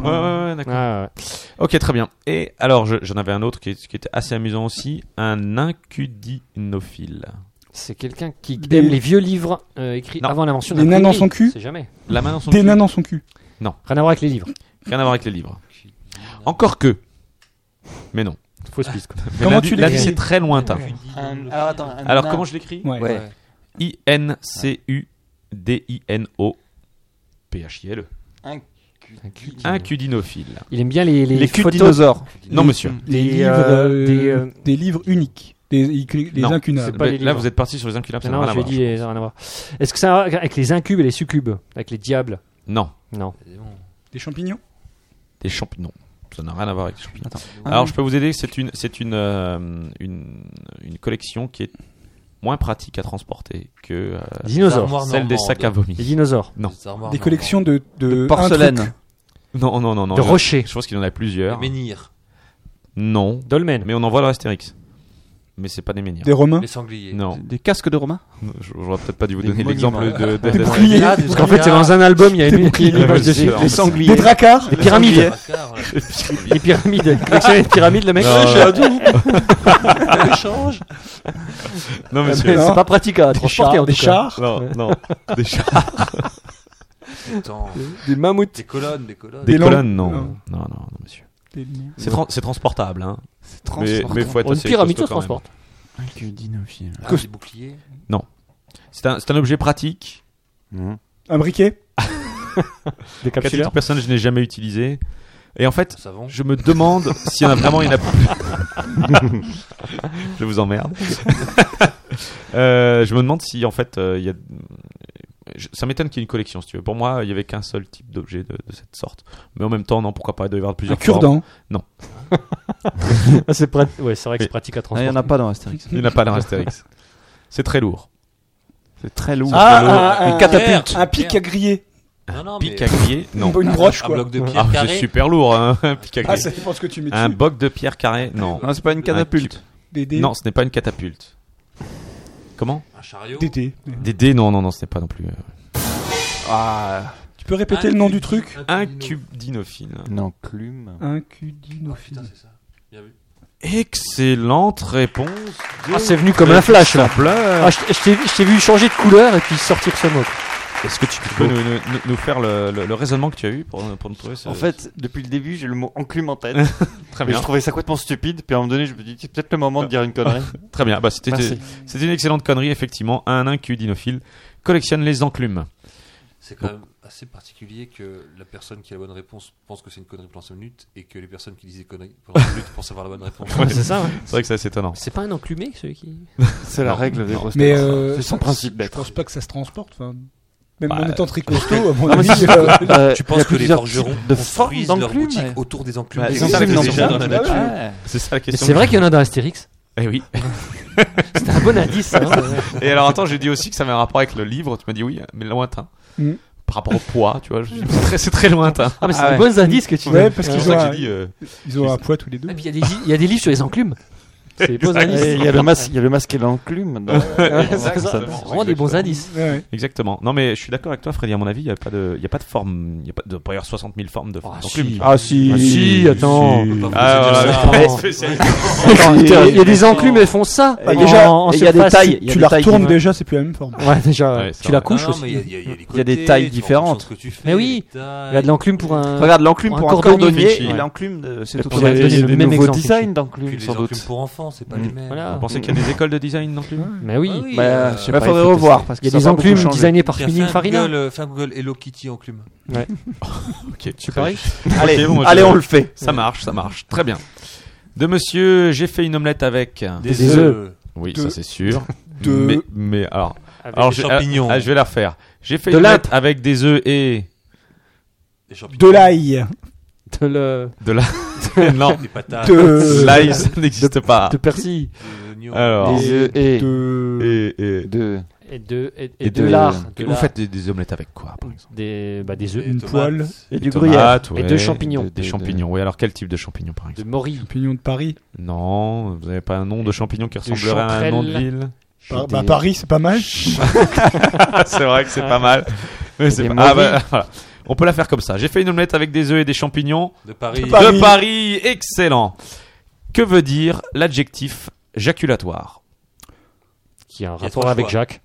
B: ouais, d'accord.
D: Ah,
B: Ok, très bien. Et alors, je- j'en avais un autre qui, est- qui était assez amusant aussi, un incudinophile.
D: C'est quelqu'un qui
F: Des-
D: aime les vieux livres euh, écrits
B: Non.
D: avant l'invention
F: Des
D: de
F: nains dans son cul
D: C'est jamais.
B: La main dans son
F: Des
B: cul.
F: nains dans son cul.
B: Non.
D: Rien à voir avec les livres.
B: Rien à voir avec les livres. Encore que. Mais non.
D: Fausse piste, quoi.
B: Mais
D: Comment
B: l'indice-
D: tu
B: l'indice
D: l'écris
B: est très lointain.
G: alors attends. un
B: Alors,
G: nain.
B: comment je l'écris
G: Ouais. Ouais.
B: I-N-C-U-D-I-N-O-P-H-I-L-E.
G: Un
B: E. Incudinophile.
D: Il aime bien les, les,
B: Les culs de
D: photos-
B: dinosaures. Non, monsieur.
F: Des,
D: Les,
F: livres,
D: euh,
F: euh,
D: des, euh,
F: des livres uniques. Des, les
B: Non,
F: incunables.
B: c'est pas les Là, livres. vous êtes parti sur les incunables, Ah, ça
D: Non,
B: n'a rien à
D: je l'ai
B: voir,
D: dit, les- rien à voir. Est-ce que ça a avec les incubes et les succubes Avec les diables
B: Non.
D: Non.
F: Des champignons
B: Des champignons. Ça n'a rien à voir avec les champignons.
F: Ah
B: Alors,
F: oui.
B: je peux vous aider. C'est une, c'est une, euh, une, une collection qui est moins pratique à transporter que euh,
D: Les dinosaures.
B: celle des sacs à vomi.
D: Les dinosaures.
B: Non.
F: Des collections de, de,
B: De
F: un truc.
B: Non, non, non, non.
D: De
B: je-
D: rochers.
B: Je pense qu'il en a plusieurs.
H: Les menhirs.
B: Non.
D: Dolmen.
B: Mais on en voit dans Astérix. Mais c'est pas des menhirs.
F: Des Romains.
H: Des sangliers.
B: Hein Non.
C: Des casques de Romains
B: Je- J'aurais peut-être pas dû vous
C: Des
B: donner
C: monuments.
B: l'exemple de. de-
C: Des
B: de-
C: boucliers.
B: Ah, des
D: Parce qu'en fait,
B: boucliers.
D: c'est dans un album, il y a une,
B: Des
D: il y a une
B: boucliers.
D: image dessus.
B: Des sangliers.
F: Des dracars.
D: Des
H: [laughs]
D: pyramides.
B: Des
D: Les, pyramides. Il collectionnait les pyramides, le mec.
B: Non, non. [laughs]
D: Échange.
B: Non,
F: Ah,
D: mais
B: monsieur.
D: C'est pas pratique à transporter en tout cas.
B: Non, non. Des chars.
H: Attends.
D: Des mammouths.
H: Des colonnes, des colonnes.
B: Des,
H: Des
B: colonnes,
H: lampes.
B: non.
H: Non.
B: Non, non, non, monsieur.
H: Des lions.
B: C'est tran- c'est transportable, hein. C'est
H: transportable.
B: Mais, mais faut être
D: Une
B: assez
D: pyramide,
B: costaud
D: ça se
B: quand même.
D: transporte.
G: Incudinophile.
H: Ah, des boucliers.
B: Non. C'est un, c'est un objet pratique.
F: Un briquet
D: Des
B: Quatre
D: capsuleurs
B: outils de personnes que je n'ai jamais utilisé. Et en fait,
H: Savon.
B: je me demande [laughs] s'il y en a vraiment, il y en a plus. [laughs] je vous emmerde. [laughs] Euh, je me demande si en fait, euh, il y a. je- Ça m'étonne qu'il y ait une collection, si tu veux. Pour moi, il n'y avait qu'un seul type d'objet de, de cette sorte. Mais en même temps, non, pourquoi pas, il doit y avoir plusieurs.
F: Un
B: formes.
F: cure-dent.
B: Non.
D: Ah, c'est prat- ouais, c'est vrai que c'est pratique à
C: Ah,
D: transporter.
G: il n'y en a pas dans Astérix.
B: Il n'y en a pas dans Astérix. C'est très lourd.
G: C'est très lourd.
F: Ah,
B: C'est lourd.
F: un- un-
B: Une catapulte.
F: Un pic à griller.
H: Non, non,
B: pic à griller Non.
F: Une broche, quoi.
B: Ah, c'est super lourd, hein, [laughs] un pic à
F: Ah,
B: griller.
F: ça dépend ce que tu mets
B: Un
F: dessus.
B: boc de pierre carré, non.
F: Non, c'est pas une
B: Un
F: catapulte.
B: cube.
F: Des dés.
B: Non, ce n'est pas une catapulte. Comment
H: Un chariot.
F: Des dés.
B: Des dés, non, non, non, ce n'est pas non plus. euh. Ah.
F: Tu peux répéter le nom du truc
B: Un cube d'inophine.
G: Non, plume.
F: Un
H: Oh,
F: cudinophile.
B: Excellente réponse. de-
D: Ah, c'est venu comme un flash là.
B: Sampler.
D: Ah, je je t'ai je t'ai vu changer de couleur et puis sortir ce mot.
B: Est-ce que tu peux nous, nous- nous- nous faire le, le- le raisonnement que tu as eu pour, pour nous trouver ce.
G: En fait, depuis le début, j'ai le mot enclume en tête.
B: Très
G: Mais
B: bien.
G: Je trouvais ça complètement stupide. Puis à un moment donné, je me dis, c'est peut-être le moment de dire une connerie.
B: Très bien, bah, c'était
G: Merci.
B: c'était une excellente connerie, effectivement. Un incudinophile collectionne les enclumes.
H: C'est quand même assez particulier que la personne qui a la bonne réponse pense que c'est une connerie pendant 5 minutes et que les personnes qui disent des conneries pendant 5 minutes pensent avoir la bonne réponse.
B: Ouais, c'est ça, ouais. C'est vrai que c'est assez étonnant.
D: C'est pas un enclumé celui qui.
G: [laughs] C'est la
B: Non,
G: règle des
B: non.
G: grosses
F: Mais
G: têtes.
F: euh,
G: c'est son
F: je-
G: principe
F: Je
G: d'être.
F: pense pas que ça se transporte. enfin, Même
G: Bah,
F: en étant très
G: je pense
F: costaud,
G: que-
F: à mon
G: Non, mais
F: avis.
G: c'est-
F: euh,
G: Euh,
H: tu
G: il y
H: penses
G: a
H: que les
G: plusieurs
H: forgerons
G: types de
H: construisent
G: formes
H: leur
G: d'enclumes,
H: boutique
G: ouais.
H: autour des enclumes.
G: Bah,
H: Et
G: les
H: c'est
G: enclumes,
H: ça la
G: non, c'est-
H: question.
G: Ouais.
B: C'est ça la
D: Mais
B: question.
D: c'est vrai qu'il y en a dans Astérix.
B: Eh oui.
D: C'était un bon indice. ça, hein.
B: Et alors, attends, j'ai dit aussi que ça avait un rapport avec le livre. Tu m'as dit oui, mais lointain.
F: Mm.
B: Par rapport au poids, tu vois. je me suis dit, C'est très, c'est très lointain.
D: Ah, mais c'est
G: Ah
D: un
G: ouais.
D: bon indice que tu
F: Ouais,
D: donnes.
F: parce
B: C'est
F: qu'ils
B: pour
F: ont,
B: ça que
F: un-
B: j'ai dit. euh,
F: ils ont un poids tous les deux.
D: Et puis, Il y, a des- il y a des livres sur les enclumes. C'est des bons
B: Exact.
D: indices.
G: Et Il y a le masque, il y a le masque et l'enclume. [laughs] dans-
D: C'est
B: Exactement.
D: vraiment des bons indices.
F: Ouais, ouais.
B: Exactement. Non, mais je suis d'accord avec toi, Freddy. À mon avis, il n'y a pas de, il y a pas de forme, il y a pas de, il peut y avoir 60 000 formes de formes. d'enclume.
G: Ah si.
D: Ah si, attends.
B: Ah,
H: C'est
B: voilà.
H: ça.
B: Spécialiste.
D: Il y a- il y a des enclumes, elles font ça.
F: Bah,
D: en-
F: déjà,
D: en
G: et il y a des
D: surface.
G: tailles. il y a
F: Tu
G: des
F: la
G: tailles
F: retournes
G: différentes.
F: déjà, c'est plus la même forme.
D: Ouais, déjà,
B: Ouais, c'est
D: tu la
B: vrai.
D: couches
H: Non, non,
D: aussi.
H: mais il y a- il y a les
G: Il y a des
H: côtés,
G: tailles
H: tu rentres en
G: différentes.
H: fonction de ce que tu fais,
D: Mais oui.
H: les tailles.
D: Il y a de l'enclume pour un.
G: Euh, Regarde l'enclume
D: Pour un
G: pour un
D: cordonnier,
G: cordonnier
B: Vinci.
G: et l'enclume de c'est tout.
D: on avait donné le même exemple ici.
G: design
H: Puis
G: d'enclume
H: les
G: sans
H: enclumes
G: doute.
H: pour enfants, c'est pas
G: Mm.
H: les mêmes.
D: Voilà.
B: Vous pensez qu'il y a des écoles de design non plus
D: Mais oui.
H: Ah oui, euh,
G: Bah, je sais
D: bah,
G: pas, il
D: faudrait
G: faut tester.
D: revoir, parce Il y a des
G: ça va beaucoup
D: enclumes
G: changer.
D: designées par
H: Fais
D: Fini
H: un
D: Farina.
H: Google, euh, fais un Google Hello Kitty enclume.
B: Ok, très
D: C'est
B: bien.
D: pareil.
G: Allez,
B: Ok, bon,
G: allez,
B: je-
G: on le fait.
B: Ça marche, ça marche. Très bien. De monsieur, j'ai fait une omelette avec.
D: Des œufs.
B: Oui,
F: De-
B: ça c'est sûr.
F: de-
B: Mais, mais alors, alors
H: des
B: je,
H: champignons.
B: ah, je vais la refaire. J'ai fait
D: De
B: une omelette avec des œufs et
F: De
H: Des champignons.
F: l'ail.
D: De le.
B: de la. non,
H: Des patates.
F: Euh, De.
B: l'ail ça [laughs] n'existe pas.
D: De persil.
H: Des oignons.
B: Alors,
G: Des œufs et
F: De.
B: Bah, et, et,
G: de
D: Et de. Et,
B: et
D: de l'art.
B: Et vous faites des, des omelettes avec quoi, par exemple
D: Des, bah, des œufs.
H: Des tomates.
F: poêle.
G: et
B: Des
G: du gruyère.
B: tomates,
D: Et
B: ouais.
D: de champignons.
B: Des
G: De- de-
B: champignons, oui. Alors, quel type de champignons, par exemple
D: De morille.
F: Opinion de Paris.
B: Non, vous n'avez pas un nom de champignon qui
D: Des
B: ressemblerait à un nom de
D: chanterelles.
B: ville
F: Bah, bah, Paris, c'est pas mal.
B: Ah, C'est vrai que c'est pas mal. Mais c'est
G: Des
B: pas- ah,
G: morilles.
B: bah, [laughs] voilà. On peut la faire comme ça. J'ai fait une omelette avec des œufs et des champignons.
H: De Paris.
F: De Paris.
B: De Paris, excellent. Que veut dire l'adjectif jaculatoire
D: Qui a un
H: Il y a
D: rapport
H: trois
D: avec
H: choix.
D: Jacques.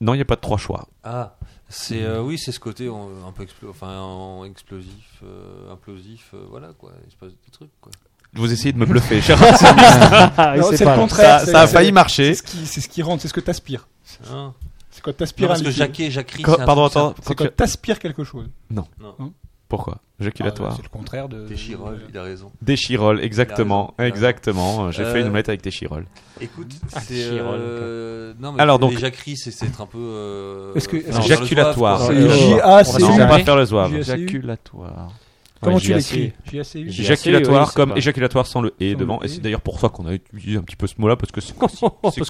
B: Non, il n'y a pas de trois choix.
H: Ah, c'est euh, oui, c'est ce côté on- un peu explo- enfin en explosif, euh, implosif, euh, voilà quoi, il se passe des trucs quoi.
B: Vous essayez de me bluffer, Gérard.
D: Ah,
F: Non,
D: il sait
F: c'est
D: pas,
F: le
D: là.
F: contraire.
B: ça,
F: c'est-
B: ça a
F: c'est-
B: failli marcher.
F: C'est ce qui, c'est ce qui rentre, c'est ce que t'aspires.
H: Hein
F: C'est quand
H: non,
F: t'aspires un
H: parce que
F: liquide.
H: Jacquet, Jacquerie,
B: Quand-
H: c'est un
B: pardon,
H: truc,
B: attends.
F: C'est
B: quand-
F: quand t'aspires quelque chose.
B: Pourquoi
F: Ah,
B: Jaculatoire.
F: C'est le contraire de.
H: ça. T'es Chirol, il a raison.
B: Déchirole, exactement.
H: Il a raison.
B: Exactement. J'ai fait une
H: Euh,
B: omelette avec déchirole.
H: Écoute,
D: Ah,
H: c'est
D: Chirol,
H: euh, non mais
B: Alors,
H: Alors,
B: donc-
H: les Jacqueries, c'est c'est être un peu euh,
F: Est-ce que-
H: faire
F: est-ce
H: le
F: que-
B: Jaculatoire.
H: zouave, quoi.
F: C'est
B: Euh,
F: J-A-C-U.
B: Non, on va
D: J-A-C-U.
B: pas faire le zouave.
F: J-A-C-U.
G: Jaculatoire.
F: Comment
D: Ouais,
F: tu
D: JAC.
F: l'écris JACU.
D: J- JAC, oui,
B: Jaculatoire
D: c'est
B: comme
D: pas-
B: éjaculatoire sans le et
F: Sans
B: devant.
F: le
B: Et
F: et.
B: c'est d'ailleurs pour ça qu'on a utilisé un petit peu ce mot-là parce que c'est
D: Parce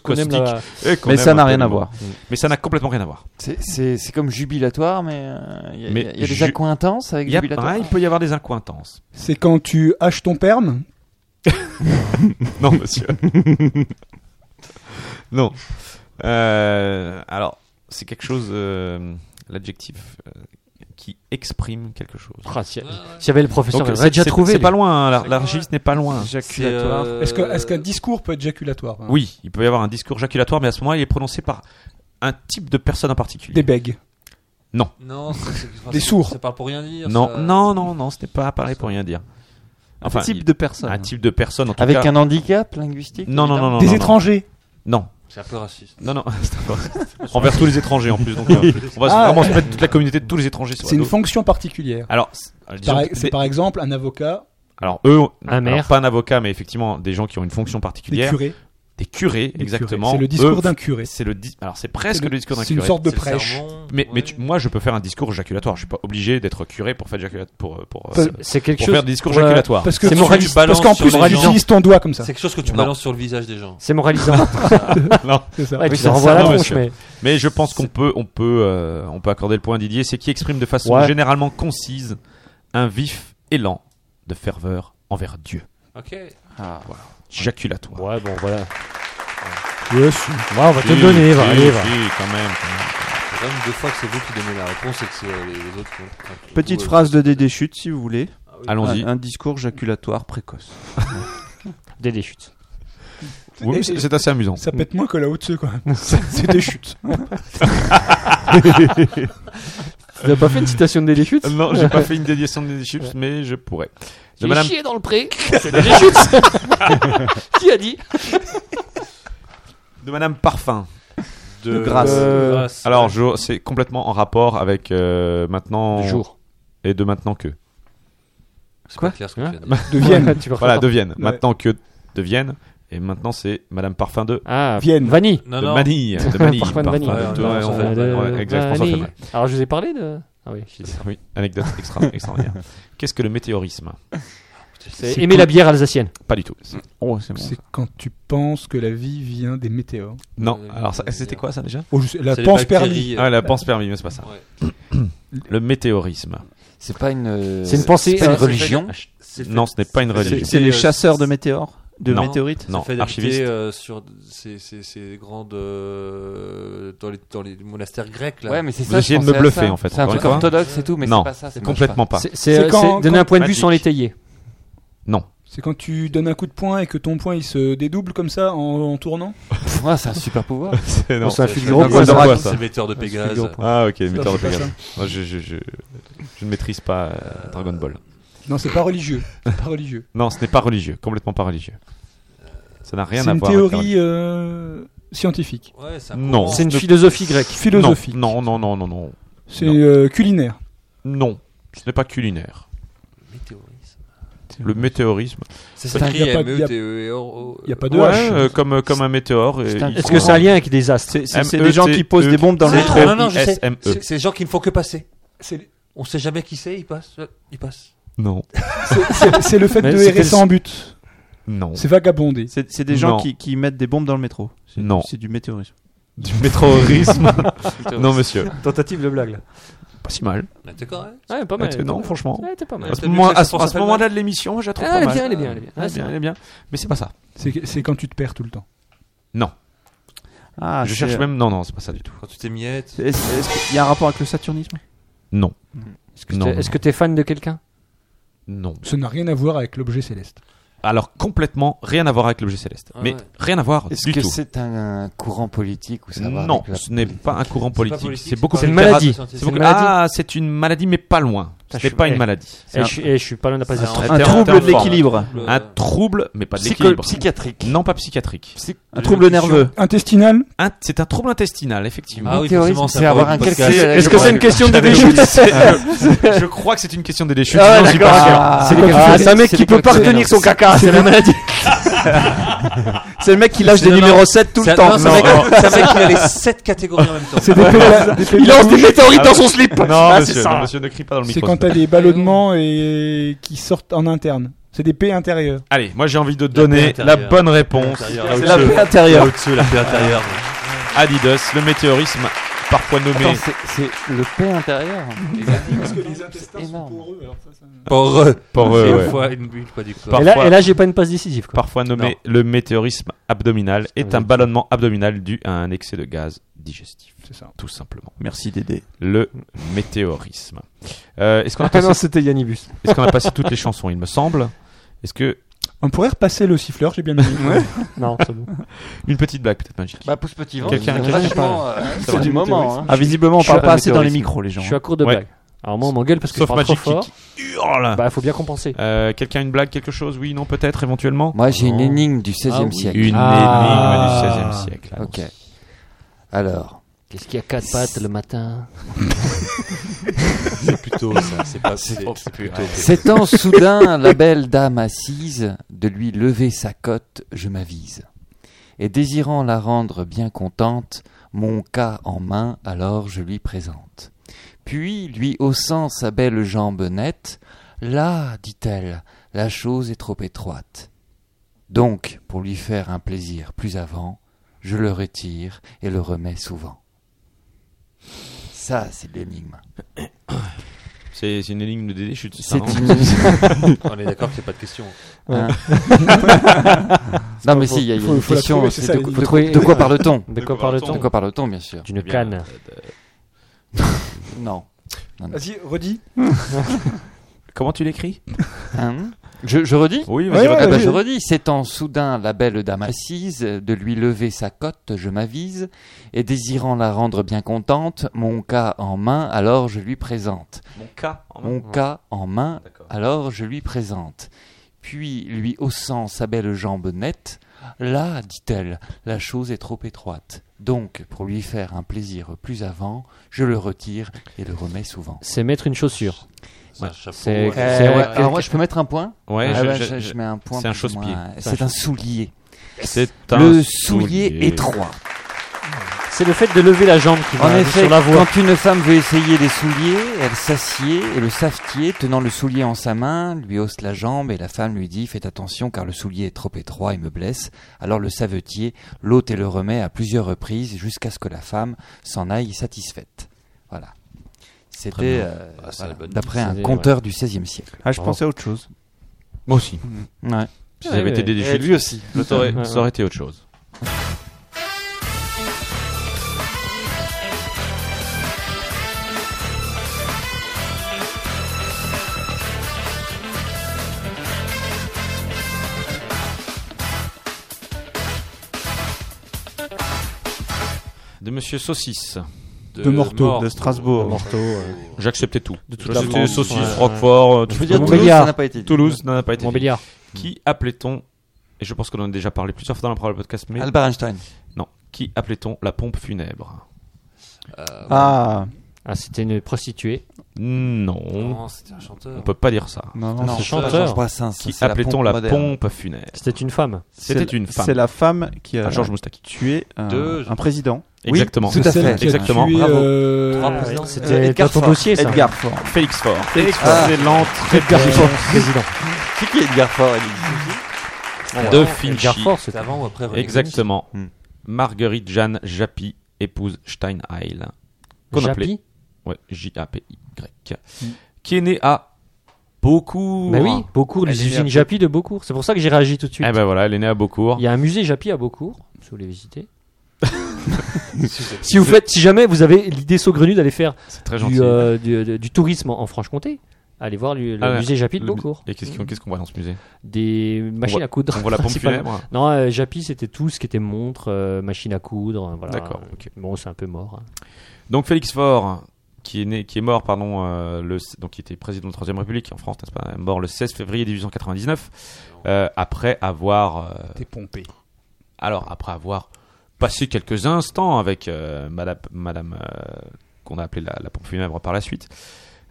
D: qu'on aime la.
B: et qu'on
G: Mais ça
B: aime
G: n'a rien à
B: tellement.
G: voir.
B: Mais ça n'a complètement rien à voir.
G: C'est- C'est c'est comme jubilatoire, mais euh, il y a- il y,
B: Mais
G: a- il y a des
B: ju-
G: accointances avec
B: Il, y a-
G: jubilatoire.
B: ouais, Ah, il peut y avoir des incointances. [laughs]
F: C'est quand tu haches ton perme.
B: Non, monsieur. [laughs] non. Euh, alors, c'est quelque chose, euh, l'adjectif euh, qui exprime quelque chose.
D: Ah, si-
H: Ouais, ouais.
D: si y avait le professeur,
B: Donc,
D: il
B: c'est-
D: aurait déjà
B: c'est-
D: trouvé.
B: C'est
D: lui.
B: pas loin, hein, la-
H: C'est
B: l'archiviste n'est pas loin.
H: C'est,
G: Jaculatoire.
H: euh,
F: Est-ce que- est-ce qu'un discours peut être jaculatoire hein
B: Oui, il peut y avoir un discours jaculatoire, mais à ce moment-là, il est prononcé par un type de personne en particulier.
F: Des bègues.
H: Non, c'est- c'est- enfin,
F: Des
H: c'est-
F: sourds.
H: C'est pas pour rien dire.
B: non,
H: ça.
B: non, non, non, ce n'est pas pareil pour rien dire. Enfin,
G: type
B: il-
G: de personne.
B: un type de personne en tout
G: Avec
B: cas.
G: un handicap linguistique
B: Non, non, non, non.
F: Des
B: non,
F: étrangers.
B: Non,
H: C'est un peu raciste.
B: Non, [laughs] non, c'est un peu raciste. Envers tous les étrangers en plus. Donc, euh, on va se-
F: Ah.
B: vraiment se mettre toute la communauté de tous les étrangers sur la
F: C'est une
B: dos.
F: fonction particulière.
B: Alors, c'est-
F: Par-
B: disons que
F: c'est
B: des-
F: par exemple un avocat.
B: Alors eux,
F: Un
B: alors,
F: maire.
B: pas un avocat, mais effectivement des gens qui ont une fonction particulière.
F: curés.
B: Des curés,
F: Des
B: exactement.
F: curés. C'est le discours
B: Eux,
F: d'un curé.
B: C'est le dis- alors c'est presque
F: C'est
B: le,
F: le-
B: discours d'un
F: c'est
B: curé.
F: une sorte de
B: C'est le
F: prêche.
B: sermon, Mais, mais tu- moi je peux faire un discours jaculatoire. Je suis pas obligé d'être curé pour faire jaculat pour euh, pour, euh,
D: C'est- c'est quelque
B: pour
D: chose-
B: faire des discours
D: Ouais.
B: jaculatoires.
D: Parce que C'est tu- moraliste.
B: Tu balances
F: parce qu'en
B: sur
F: plus,
B: les
F: tu
B: gens.
F: utilises ton doigt comme ça.
H: C'est quelque chose que tu
B: Non.
H: balances sur le visage des gens.
D: C'est moralisant.
B: non,
D: C'est ça. Ouais, tu leur envoies
B: ça,
D: la
B: non,
D: tronche,
B: monsieur.
D: mais-
B: Mais je pense qu'on peut, on peut, euh, on peut accorder le point à Didier. C'est qui exprime de façon
D: Ouais.
B: généralement concise un vif élan de ferveur envers Dieu.
H: Ok.
B: Ah, voilà. Jaculatoire.
D: Ouais, bon, voilà.
F: Yes.
D: Ouais, on va te le donner, va, allez, va.
B: quand même.
H: C'est quand même deux fois que c'est vous qui donnez la réponse et que c'est euh, les, les autres qui ont- qui ont-
G: Petite
H: euh,
G: phrase de Dédé Chute, si vous voulez.
H: oui.
B: Allons-y.
G: Un, un discours jaculatoire précoce.
D: Dédé Chute.
B: Oui,
F: Et-
B: c'est c'est assez amusant.
F: Ça pète moins que la haute
B: [laughs]
F: quand même. C'est c'est des chutes.
D: Tu n'as pas fait une citation de Dédé Chute
B: Euh, Non, j'ai pas fait une dédiation de Dédé Chips, mais je pourrais. De
D: J'ai
B: Madame-
D: chié dans le [laughs] pré. C'est Dédé Chute. [laughs] Qui a dit
B: de Madame Parfum.
H: De Grâce.
B: Euh,
H: De Grâce.
B: Alors, je- c'est complètement en rapport avec euh, maintenant.
H: Du jour.
B: Et de maintenant que.
H: C'est pas clair ce que tu as dit.
F: De Vienne.
D: [laughs] Ouais, tu vas
B: voilà,
D: faire-
B: de Vienne.
D: Ouais.
B: Maintenant que de Vienne. Et maintenant, c'est Madame Parfum de.
D: Ah,
F: Vienne.
D: Vanille.
B: De Manille. De Manille.
D: Parfum de Ah, Vanille.
B: Parfum de- ouais, on fait- ouais, exact, François
D: Vanille.
B: Feldman.
D: Alors, je vous ai parlé de. Ah oui, je sais.
B: Oui, anecdote extra, extraordinaire. Qu'est-ce que le météorisme
D: C'est aimer la bière alsacienne.
B: Pas du tout.
G: Oh, c'est bon.
F: C'est quand tu penses que la vie vient des météores.
B: Non, alors ça- c'était quoi ça déjà
F: Oh, je sais- la pense permis.
H: euh,
B: Ah, la pense permis, mais c'est pas ça. [clears throat] Le météorisme.
G: C'est pas une.
B: C'est une
D: pensée,
G: pas
D: euh,
G: une religion.
H: C'est fait-
B: Non, ce n'est pas une
H: c'est fait-
B: religion.
G: C'est les
H: euh,
G: chasseurs de météores, de
B: Non.
G: météorites.
B: Non,
H: Ça fait
B: archiviste.
H: d'habiter, euh, sur ces, ces- ces grandes euh, dans, les, dans les monastères grecs là.
G: Ouais, mais c'est
B: Vous essayez de me bluffer en fait.
G: C'est un
B: encore
G: truc
B: une fois.
G: orthodoxe, c'est tout, mais
B: Non,
G: c'est pas ça, ça marche
B: complètement pas.
G: pas.
D: C'est- Ah. C'est
F: quand-
D: c'est donner un
F: quand-
D: point de vue sans
B: Magique.
D: l'étayer.
B: Non.
F: C'est quand tu donnes un coup de poing et que ton poing il se dédouble comme ça en, en tournant
G: Ouais, c'est un super pouvoir.
B: [laughs] C'est non,
G: C'est un
B: c'est-
G: fulgurant
B: c'est-
G: quoi,
B: c'est
G: ça.
B: quoi,
H: C'est
B: ça
H: le metteur de
F: Ah, c'est
H: Pégase.
F: fulgurant.
B: Ah ok, Météor de
F: c'est pas
B: Pégase.
F: ça.
B: Moi, je, je, je, je ne maîtrise pas euh, Dragon Ball.
F: Non, c'est pas religieux. C'est pas religieux.
B: Non, ce n'est pas religieux, complètement pas religieux. Ça n'a [laughs] rien
F: c'est
B: à
F: une
B: voir. avec la religion.
F: théorie euh, scientifique.
H: Ouais, c'est un
B: Non.
H: courant.
D: C'est une philosophie grecque.
F: Philosophique.
B: Non, non, non, non, non.
F: C'est
B: Non.
F: euh, culinaire.
B: Non, ce n'est pas culinaire.
H: Météorisme.
B: Le météorisme.
H: Ça
F: Putain,
H: s'écrit
F: y a pas- y a-
H: E M-E-T-E-R-O.
F: Il n'y a pas de
B: ouais,
F: hache.
B: euh, comme comme un météore. et
G: C'est un-
B: il
D: Est-ce
B: faut-
D: que c'est un lien avec des astres
G: C'est- C'est c'est des gens qui posent des bombes dans le
B: Ah,
G: métro.
H: Non, non, je sais.
B: SME.
H: E. C'est- C'est les gens qui ne font que passer.
F: C'est
H: On sait jamais qui c'est, ils passent. euh, Ils passent.
B: Non,
F: c'est- c'est le fait
D: Mais
F: de
D: c'est
F: errer
D: quel-
F: sans but.
B: non.
F: C'est vagabonder.
G: C'est c'est des gens
B: Non.
G: qui, qui mettent des bombes dans le métro. C'est-
B: Non.
G: C'est du météorisme.
B: Du [laughs] météorisme. non, monsieur.
D: Tentative de blague.
B: Pas si mal.
H: Ah, T'es correct.
D: Ouais, pas mal.
B: Parce que non, franchement.
D: Ouais, t'es pas mal.
B: À ce
H: mieux
B: moment-
H: que ça,
B: à
H: ça
B: ce à ce
H: s'appelle
B: moment-là de l'émission, je la trouve
D: Ah,
B: pas
D: elle est
B: mal.
D: bien, elle est bien, elle est bien.
B: Elle est bien, elle est bien. Mais c'est pas ça.
F: C'est c'est quand tu te perds tout le temps.
B: Non.
G: Ah,
B: je
G: c'est-
B: cherche même. Non, non, c'est pas ça du tout.
H: Quand tu t'émiettes.
G: Est-ce est-ce qu'il y a un rapport avec le saturnisme
B: Non.
D: Est-ce que
B: Non,
D: t'es-
B: non,
D: est-ce que t'es fan de quelqu'un
B: Non.
F: Ça n'a rien à voir avec l'objet céleste.
B: Alors complètement rien à voir avec l'objet céleste.
H: Ah
B: Mais
H: ouais.
B: rien à voir
G: Est-ce
B: du
G: que
B: tout.
G: c'est un, un courant politique ou ça va
B: Non,
G: avec la-
B: ce n'est pas un courant politique.
H: politique,
B: C'est beaucoup
H: c'est
B: plus
D: une maladie.
B: terrasse-
H: C'est
B: c'est beaucoup-
D: une maladie.
B: Ah, c'est une maladie, mais pas loin.
D: Putain,
B: Ce n'est
D: je-
B: pas
D: eh.
B: une maladie.
D: Eh, je suis- eh, je suis pas loin de la passer.
B: C'est
G: un
B: terme-
G: trouble
B: terme
G: de
B: fort.
G: l'équilibre.
H: Le-
B: Un trouble, mais pas de
G: Psycho-
B: l'équilibre.
G: Psychiatrique.
B: Non, pas Euh, psychiatrique.
G: Un trouble nerveux.
F: Intestinal
B: Un- C'est un trouble intestinal, effectivement.
H: Ah oui,
G: Météorisme,
H: forcément, ça
G: c'est
H: parle
G: avoir
H: du
G: un
H: podcast.
G: calcul.
H: Est-ce
G: avec
D: Est-ce
G: le
D: que c'est
G: bras.
D: une question de
B: J'avais
D: déchute
B: oublié, c'est- [laughs] Ah,
D: [laughs]
B: je, je crois que c'est une question de déchute.
D: Ah,
B: non, je suis
D: d'accord,
B: pas sûr.
G: Ah,
D: C'est les-
G: les-
D: ah, c'est un mec
G: c'est
D: qui
G: les
D: peut pas
G: cocktails,
D: retenir
G: hein.
D: son caca, c'est la maladie.
G: C'est le mec qui lâche
H: C'est-
G: des
H: non, non.
G: numéros 7 tout
H: C'est
G: le
H: un-
G: temps.
H: non, C'est un mec- c'est un mec qui a les 7 catégories en même temps.
F: C'est des péla- des
D: Il
F: péla-
D: lance des météorites dans son slip.
B: Non,
D: Ah, c'est
B: monsieur,
D: ça.
B: non, monsieur, ne crie pas dans le
F: C'est
B: micro.
F: quand
B: s'il te
F: t'as
B: plaît.
F: des ballonnements et qui sortent en interne. C'est des P intérieurs.
B: Allez, moi j'ai envie de donner
H: paix
B: la
H: intérieure.
B: bonne réponse
G: C'est la
B: [laughs]
G: paix
H: Là
G: intérieure.
H: au-dessus, la paix intérieure.
B: à Didos, le météorisme, parfois nommé.
G: Attends, c'est- c'est le paix intérieur.
F: Parce que les intestins
G: énorme.
F: eux.
H: Pour eux.
B: Par- euh, ouais.
H: Une fois, une une fois du corps.
D: Et
B: Parfois-
D: là, et là, j'ai pas une passe décisive. Quoi.
B: parfois nommé le météorisme abdominal, est un ballonnement abdominal dû à un excès de gaz digestif.
F: C'est ça.
B: Tout simplement.
G: Merci Dédé.
B: Le météorisme. Euh, Est-ce qu'on a,
D: Ah non,
B: passé-
D: c'était Yannibus.
B: est-ce qu'on a passé toutes les chansons, il me semble Est-ce que.
F: On pourrait repasser le siffleur, j'ai bien aimé.
D: Non, c'est bon.
B: Une petite blague, peut-être magique.
G: Bah, pouce petit
B: Quelqu'un-
G: c'est
B: quelqu'un-
G: vachement, euh,
B: va.
G: C'est du moment. hein.
C: Ah, visiblement, on
G: On parle
C: parle
G: pas assez dans les
C: micros.
G: micros, les gens.
D: Je suis à court de
B: Ouais.
D: blagues. Alors moi, on m'engueule parce que
B: Sauf
D: je parle trop
B: Magic
D: fort.
B: Kick. Hurle
D: Bah, faut bien compenser.
B: Euh, Quelqu'un a une blague, quelque chose Oui, non, peut-être, éventuellement
G: Moi, j'ai une
B: Non.
G: énigme du 16e
B: Ah oui.
G: siècle.
B: Une
D: Ah.
B: énigme du 16e siècle.
G: Ok. Alors.
D: Qu'est-ce qu'il y a quatre pattes le matin
H: C'est plutôt ça, c'est pas- [laughs] c'est- c'est plutôt-
G: S'étant soudain la belle dame assise, de lui lever sa cote, je m'avise. Et désirant la rendre bien contente, mon cas en main, alors je lui présente. Puis, lui haussant sa belle jambe nette, là, dit-elle, la chose est trop étroite. Donc, pour lui faire un plaisir plus avant, je le retire et le remets souvent. Ça, c'est l'énigme.
B: C'est c'est une énigme de DD, je suis
G: C'est
B: non
D: [laughs]
G: une-
H: On est d'accord qu'il n'y a pas de question.
G: Hein.
D: C'est
G: non,
D: pas
G: mais
D: faux.
G: si, il y a, il y a
D: Faut-
G: une
D: faut la
G: question.
D: trouver,
G: c'est
D: c'est ça,
G: de,
D: il faut
G: de- de-
D: trouver-
B: [laughs]
G: de quoi parle-t-on
D: De quoi parle-t-on
G: De quoi parle-t-on, bien sûr.
D: D'une canne.
G: Non. Non, non.
F: Vas-y, redis.
B: Comment tu l'écris
G: Hein je, je redis
B: Oui, vas-y,
G: Ah
B: redis.
G: bah, je redis. S'étant soudain la belle dame assise, de lui lever sa cote, je m'avise, et désirant la rendre bien contente, mon cas en main, alors je lui présente.
B: Mon cas en main
G: Mon
B: Ah, Ouais.
G: cas en main, alors je lui présente. Puis, lui haussant sa belle jambe nette, là, dit-elle, la chose est trop étroite. Donc, pour lui faire un plaisir plus avant, je le retire et le remets souvent.
D: C'est mettre une chaussure.
G: C'est un
D: Ouais.
G: chapeau,
D: C'est-
G: ouais.
D: c'est-
G: Euh,
D: ouais,
G: alors
D: quelqu'un-
G: moi, je peux mettre un point
B: Ouais,
G: Ah
B: je-
G: ouais,
B: je-
G: je- je mets un point
B: C'est un
G: plus ou
B: chausse-pied.
G: moins. C'est un soulier.
B: C'est un
G: Le soulier
B: soulier.
G: étroit.
D: C'est le fait de lever la jambe qui
G: En
D: m'a mis
G: effet,
D: sur la voie.
G: quand une femme veut essayer des souliers, elle s'assied et le savetier, tenant le soulier en sa main, lui hausse la jambe et la femme lui dit Faites attention car le soulier est trop étroit et me blesse. Alors le savetier l'ôte et le remet à plusieurs reprises jusqu'à ce que la femme s'en aille satisfaite. Voilà.
H: Très
G: C'était
H: bien.
G: euh,
H: Ah, c'est
G: voilà,
H: la bonne-
G: d'après un
H: c'est-
G: conteur
H: ouais.
G: du XVIe siècle.
C: Ah, je pensais à autre chose.
B: Moi aussi.
G: Ouais.
B: Si j'avais été déduit,
G: Et lui aussi.
B: je t'aurais-
G: Ouais,
B: ça aurait été autre chose. De Monsieur Saucisse.
C: De
B: Euh,
C: Morteau. De Strasbourg. De Morteau, ouais.
B: J'acceptais tout.
C: De toute la
B: J'acceptais
C: France,
B: Saucisse,
C: ouais.
B: Roquefort. euh,
C: Je
B: tout-
C: veux dire,
B: Toulouse,
C: Montbéliard.
B: ça n'a pas été dit. Toulouse, n'a pas été dit.
C: Montbéliard.
B: Qui appelait-on Et je pense qu'on en a déjà parlé plusieurs fois dans la parole podcast. Mais
G: Albert Einstein.
B: Non. Qui appelait-on la pompe funèbre
H: euh,
C: Ah.
D: Ah, c'était une prostituée.
B: Non.
H: Non, c'était un chanteur.
B: On peut pas dire ça.
C: Non,
D: non, c'est chanteur. Georges
G: Brassens,
B: Qui
C: c'est la
B: appelait-on
C: pompe
B: la,
C: moderne.
B: pompe funèbre
D: C'était une femme.
B: C'était
C: C'est-
B: une femme.
C: C'est la femme qui a
B: Ah, Georges Moustaki.
C: tué un,
B: Deux-
C: un président.
B: Exactement.
C: Oui, tout à
B: C'est
C: fait.
B: celle qui a Exactement. tué,
C: Bravo.
B: euh, Trois présidents. C'était dans ton dossier, ça.
C: Edgar Ford.
B: Félix Faure.
C: Félix
B: Ah.
C: Excellente
B: Edgar
C: réponse.
B: Ford, président.
G: C'est qui Edgar Ford
B: de
H: Edgar
B: Finchi.
H: Ford, c'était avant ou après René
B: Exactement.
C: Hmm.
B: Marguerite Jeanne Japy épouse Steinheil. Qu'on
D: Japy Hmm.
B: appelait. Ouais, J-A-P-Y. Qui est née à Beaucourt.
D: Bah oui, Beaucourt,
B: Elle
D: les
B: est née à
D: usines Japy de Beaucourt. C'est pour ça que j'ai réagi tout de suite.
B: Eh ben voilà, elle est née à Beaucourt.
D: Il y a un musée Japy à Beaucourt, si vous
B: [laughs]
D: voulez visiter. si vous faites, si jamais vous avez l'idée saugrenue d'aller faire
B: très
D: du,
B: gentil.
D: euh, du, de- du tourisme en, en Franche-Comté, allez voir le, le
B: Ah,
D: musée Japy de
B: le-
D: Beaucourt.
B: Et qu'est-ce qu'on qu'est-ce qu'on voit dans ce musée
D: Des machines
B: On voit-
D: à coudre.
B: on
D: [laughs]
B: voit la pompe
D: principalement.
B: funèbre.
D: Non, euh, Japy c'était tout ce qui était montre, euh, machine à coudre. euh, Voilà.
B: D'accord,
D: Bon, c'est un peu mort. hein.
B: Donc Félix Faure, qui est, né, qui est mort, pardon, euh, le, donc qui était président de la Troisième République en France, n'est-ce pas Mort le 16 février 1899, euh, après avoir. euh,
F: T'es pompé.
B: Alors, après avoir passé quelques instants avec euh, Madame, madame euh, qu'on a appelée la, la pompe funèbre par la suite.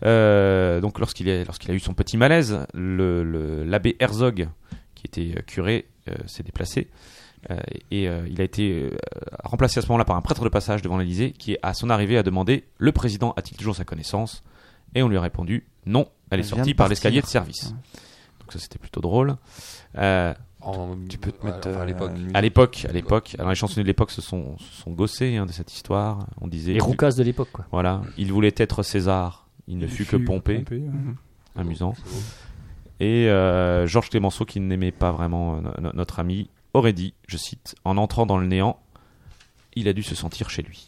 B: Euh, donc, lorsqu'il est- lorsqu'il a eu son petit malaise, le- le- l'abbé Herzog, qui était euh, curé, euh, s'est déplacé. Euh, et euh, il a été euh, remplacé à ce moment-là par un prêtre de passage devant l'Elysée qui, à son arrivée, a demandé Le président a-t-il toujours sa connaissance Et on lui a répondu Non, elle est
G: Elle vient
B: sortie
G: de
B: par
G: partir.
B: l'escalier de service. Donc, ça, c'était plutôt drôle. Euh,
H: tu peux te mettre à l'époque.
B: à l'époque, à l'époque. Alors les chansonniers de l'époque se sont, se sont gossés hein, de cette histoire. On disait
D: Les roucasses de l'époque, quoi.
B: Voilà, il voulait être César, il ne
D: Il
B: fut,
D: fut
B: que Pompée.
D: Pompée, hein.
B: Amusant. Et euh, Georges Clémenceau, qui n'aimait pas vraiment euh, no- notre ami, aurait dit, je cite, en entrant dans le néant, il a dû se sentir chez lui.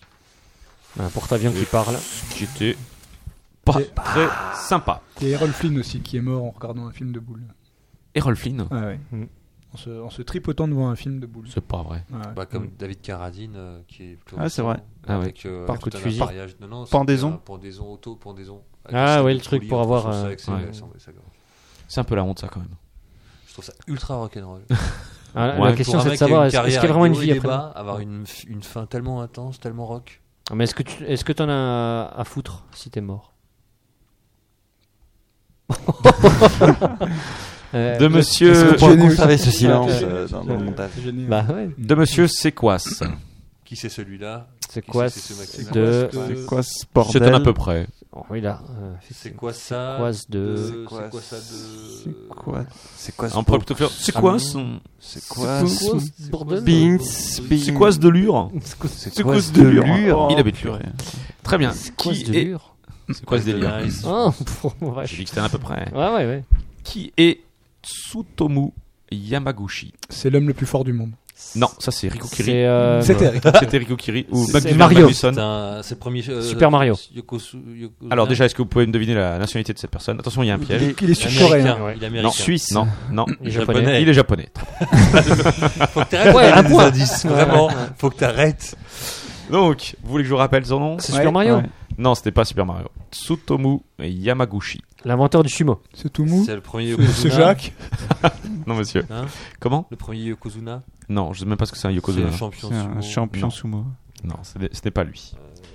D: Un porte-avions qui
B: Et
D: parle.
B: ce Qui était pas
F: Et-
B: très sympa.
F: Et Errol Flynn aussi, qui est mort en regardant un film de boules.
B: Errol Flynn
F: Ah ouais.
D: Mm.
F: en se, en se tripotant devant un film de boules.
B: C'est pas vrai.
H: Bah, comme David Carradine euh, qui est plutôt
F: Ah, c'est
H: récent,
F: vrai. Ah
H: avec,
F: ouais.
H: euh,
F: Par
H: tout
F: coup de
H: un
F: fusil.
H: appareillage- non, non,
F: Pendaison.
H: c'était un pendaison auto pendaison avec
B: Ah
H: une
B: ouais, le
H: petite
B: truc
H: poulie
B: pour
H: entre
B: avoir.
H: son
B: euh,
H: sac, c'est-
B: ouais.
H: c'est- c'est-
B: C'est un peu la honte, ça, quand même.
H: je trouve ça ultra rock'n'roll
B: Ah, la
H: Pour
B: question,
H: un
B: c'est de
H: mec qui a
B: savoir,
H: une
B: est-ce- est-ce qu'il y a
H: carrière
B: vraiment une
H: haut et
B: vie après
H: bas, avoir une, une fin tellement intense tellement rock
D: Ah, Mais est-ce que tu est-ce que t'en as à foutre si
B: [laughs]
D: t'es mort Euh,
B: De monsieur.
D: euh, Bah ouais.
F: Mm.
B: De monsieur Séquas.
H: qui c'est celui-là
D: C'est
H: Qui
D: quoi
H: c'est ce mec-là
D: de
H: C'est
B: quoi ce bordel Euh, C'est un à peu près.
D: Oh, oui là. euh,
H: C'est quoi ça
D: C'est
H: Euh,
D: quoi ce de
H: C'est quoi ça de
G: quoi C'est quoi ce
B: On pourrait plutôt faire. C'est Ah quoi son.
G: C'est quoi
B: ce-
G: son-
B: ce
G: bordel
B: Beans,
G: Beans.
B: C'est quoi ce de l'ure
G: C'est quoi ce Oh. de l'ure
B: Il avait de l'ure. Très bien.
D: C'est quoi
B: Qui
D: ce de
B: est.
D: l'ure
B: C'est quoi ce délire
D: Ah, [laughs] pour- ouais.
B: J'ai dit que c'était à peu près.
D: Ouais, ouais, ouais.
B: Qui est Tsutomu Yamaguchi
F: C'est l'homme le plus fort du monde.
B: Non, ça c'est Rico Kiri.
D: C'est, euh,
F: C'était Rico Kiri.
B: C'était Rico Kiri ou
D: C'est
B: Magnus
D: Mario.
B: Magnusson.
H: C'est un- c'est le premier, euh,
D: Super Mario.
H: Yokosu- Yokozuna.
B: Alors déjà, est-ce que vous pouvez me deviner la nationalité de cette personne Attention, il y a un
H: Il
B: piège.
H: est- il est sud-coréen. Américain, ouais. Il est
B: Non,
H: américain.
B: suisse. Non, non.
H: Il est japonais.
B: Il est japonais.
H: Faut que t'arrêtes Ouais, de donner un des point. indices, [laughs] vraiment. Ouais, ouais. Faut que t'arrêtes.
B: Donc, vous voulez que je vous rappelle son nom
D: C'est Super Ouais. Mario Ouais.
B: Non, c'était pas Super Mario. Tsutomu Yamaguchi.
D: L'inventeur du sumo.
F: C'est tout mou.
H: C'est le premier
F: C'est-
H: Yokozuna.
F: c'est Jacques.
B: non, monsieur.
H: Hein
B: Comment
H: Le premier Yokozuna.
B: Non, je sais même pas ce que c'est un Yokozuna.
H: C'est un champion C'est un sumo.
B: champion
C: sumo.
B: Non, ce n'est- ce n'est pas lui.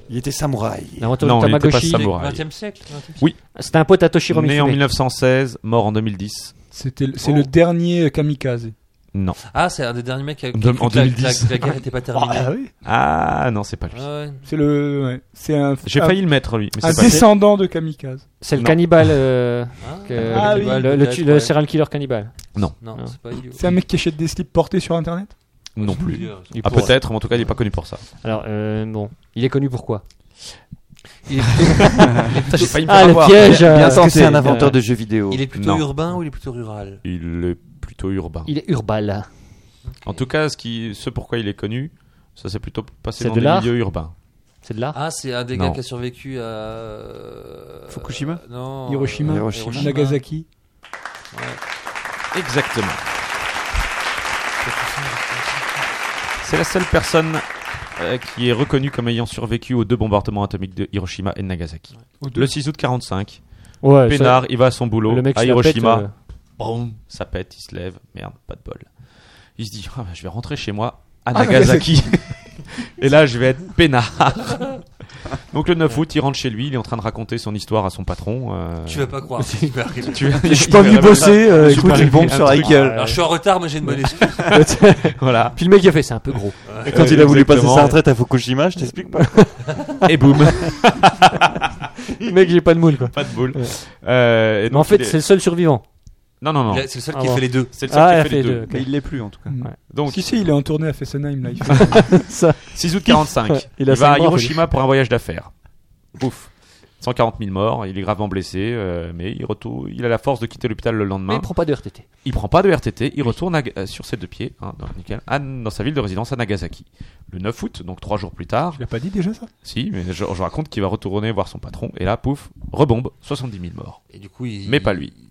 G: Il était samouraï.
D: L'inventeur
B: non,
D: du
B: il n'était pas
D: Tamagotchi.
B: samouraï.
H: 20e siècle, 20e siècle.
B: Oui.
D: C'était un pote à Toshiro
B: Né en
D: Mifune.
B: 1916, mort en 2010.
F: C'était le- C'est le
B: Oh.
F: dernier kamikaze.
B: Non.
H: Ah, c'est un des derniers mecs qui a qui
B: De-
H: a cru
B: en
H: que la-
B: 2010.
H: La, la guerre [laughs] n'était pas terminée.
F: Ah, oui.
B: Ah non, c'est pas lui.
F: C'est le. ouais. C'est un.
B: J'ai
F: un-
D: Ah.
B: failli le mettre, lui, mais
F: un
B: c'est pas lui.
F: descendant de kamikaze.
D: C'est le cannibale. euh, que-
F: Ah
D: le-
F: oui,
D: le, le,
F: peut-être,
D: le
F: ouais.
D: serial killer cannibale.
B: Non.
H: Non, c'est pas idiot.
F: C'est un mec qui achète des slips portés sur internet
B: Non plus.
D: Il
B: Ah
D: pourrait.
B: peut-être, mais en tout cas, il n'est pas connu pour ça.
D: Alors, euh, bon. Il est connu pour quoi
B: [laughs]
D: Il est
B: Putain, j'ai failli me
D: Ah,
B: faire
D: le
B: avoir.
D: piège euh,
H: Il est plutôt
B: Non.
H: urbain ou il est plutôt rural
B: Il est plutôt urbain.
D: Il est urbal.
B: En tout cas, ce, qui, ce pourquoi il est connu, ça s'est plutôt passé
D: C'est
B: dans
D: de
B: des
D: l'art
B: milieux urbains.
D: C'est de l'art
H: Ah, c'est un des
B: Non.
H: gars qui a survécu à.
F: Fukushima
H: Non.
F: Hiroshima,
H: euh,
F: Nagasaki.
B: Exactement. C'est la seule personne euh, qui est reconnue comme ayant survécu aux deux bombardements atomiques de Hiroshima et de Nagasaki.
F: Aux deux.
B: Le 6 août 45.
D: Ouais,
B: Pénard,
D: Euh, ça-
B: il va à son boulot
D: Le mec
B: à
D: se la pète,
B: Hiroshima.
D: euh.
B: Boum, ça pète, il se lève. Merde, pas de bol. Il se dit, Ah, je vais rentrer chez moi à
F: Ah,
B: Nagasaki.
F: Nagasaki.
B: [laughs] et là, je vais être peinard. Donc le 9 août, il rentre chez lui, il est en train de raconter son histoire à son patron. euh,
H: Tu vas pas
B: [laughs]
H: croire ce qui m'est arrivé.
B: tu vas-
H: Je suis
B: il
H: pas
B: va
H: venu
B: révéler-
H: bosser, euh,
B: Je
H: écoute,
B: vais
H: j'ai
B: révéler
H: une bombe
B: un
H: sur la
B: truc.
H: gueule. Alors, je suis en retard, mais j'ai une bonne excuse.
B: voilà.
D: Puis le mec, il a fait, c'est un peu gros.
G: Et quand il a voulu passer
B: Exactement.
G: sa retraite à Fukushima, je t'explique pas.
B: Et boum.
G: [laughs]
D: Le mec, j'ai pas de moule, quoi.
B: Pas de boule.
D: Ouais.
B: Euh, et
D: Mais
B: donc,
D: en fait,
B: il est-
D: c'est le seul survivant.
B: Non, non, non.
H: Il a- c'est le seul
D: Ah bon.
B: C'est le seul
D: Ah, il a
B: qui fait les deux.
D: ok.
B: Mais il l'est plus, en tout cas. Ouais. Donc-
F: si, si, il est en tournée à
B: [laughs]
F: Fessenheim, là.
B: 6 août 45. il
F: a
B: va à Hiroshima pour un voyage d'affaires. Pouf. 140 000 morts, il est gravement blessé, euh, mais il, retourne, il a la force de quitter l'hôpital le lendemain.
D: Mais il prend pas de RTT.
B: Il prend pas de RTT, il retourne à- euh, sur ses deux pieds, hein, dans, nickel, à- dans sa ville de résidence à Nagasaki. Le 9 août, donc trois jours plus tard.
F: Il a pas dit déjà ça
B: Si, mais je, je raconte qu'il va retourner voir son patron, et là, pouf, rebombe, 70 000 morts. [laughs]
H: Et du coup, il-
B: mais pas lui.
H: il-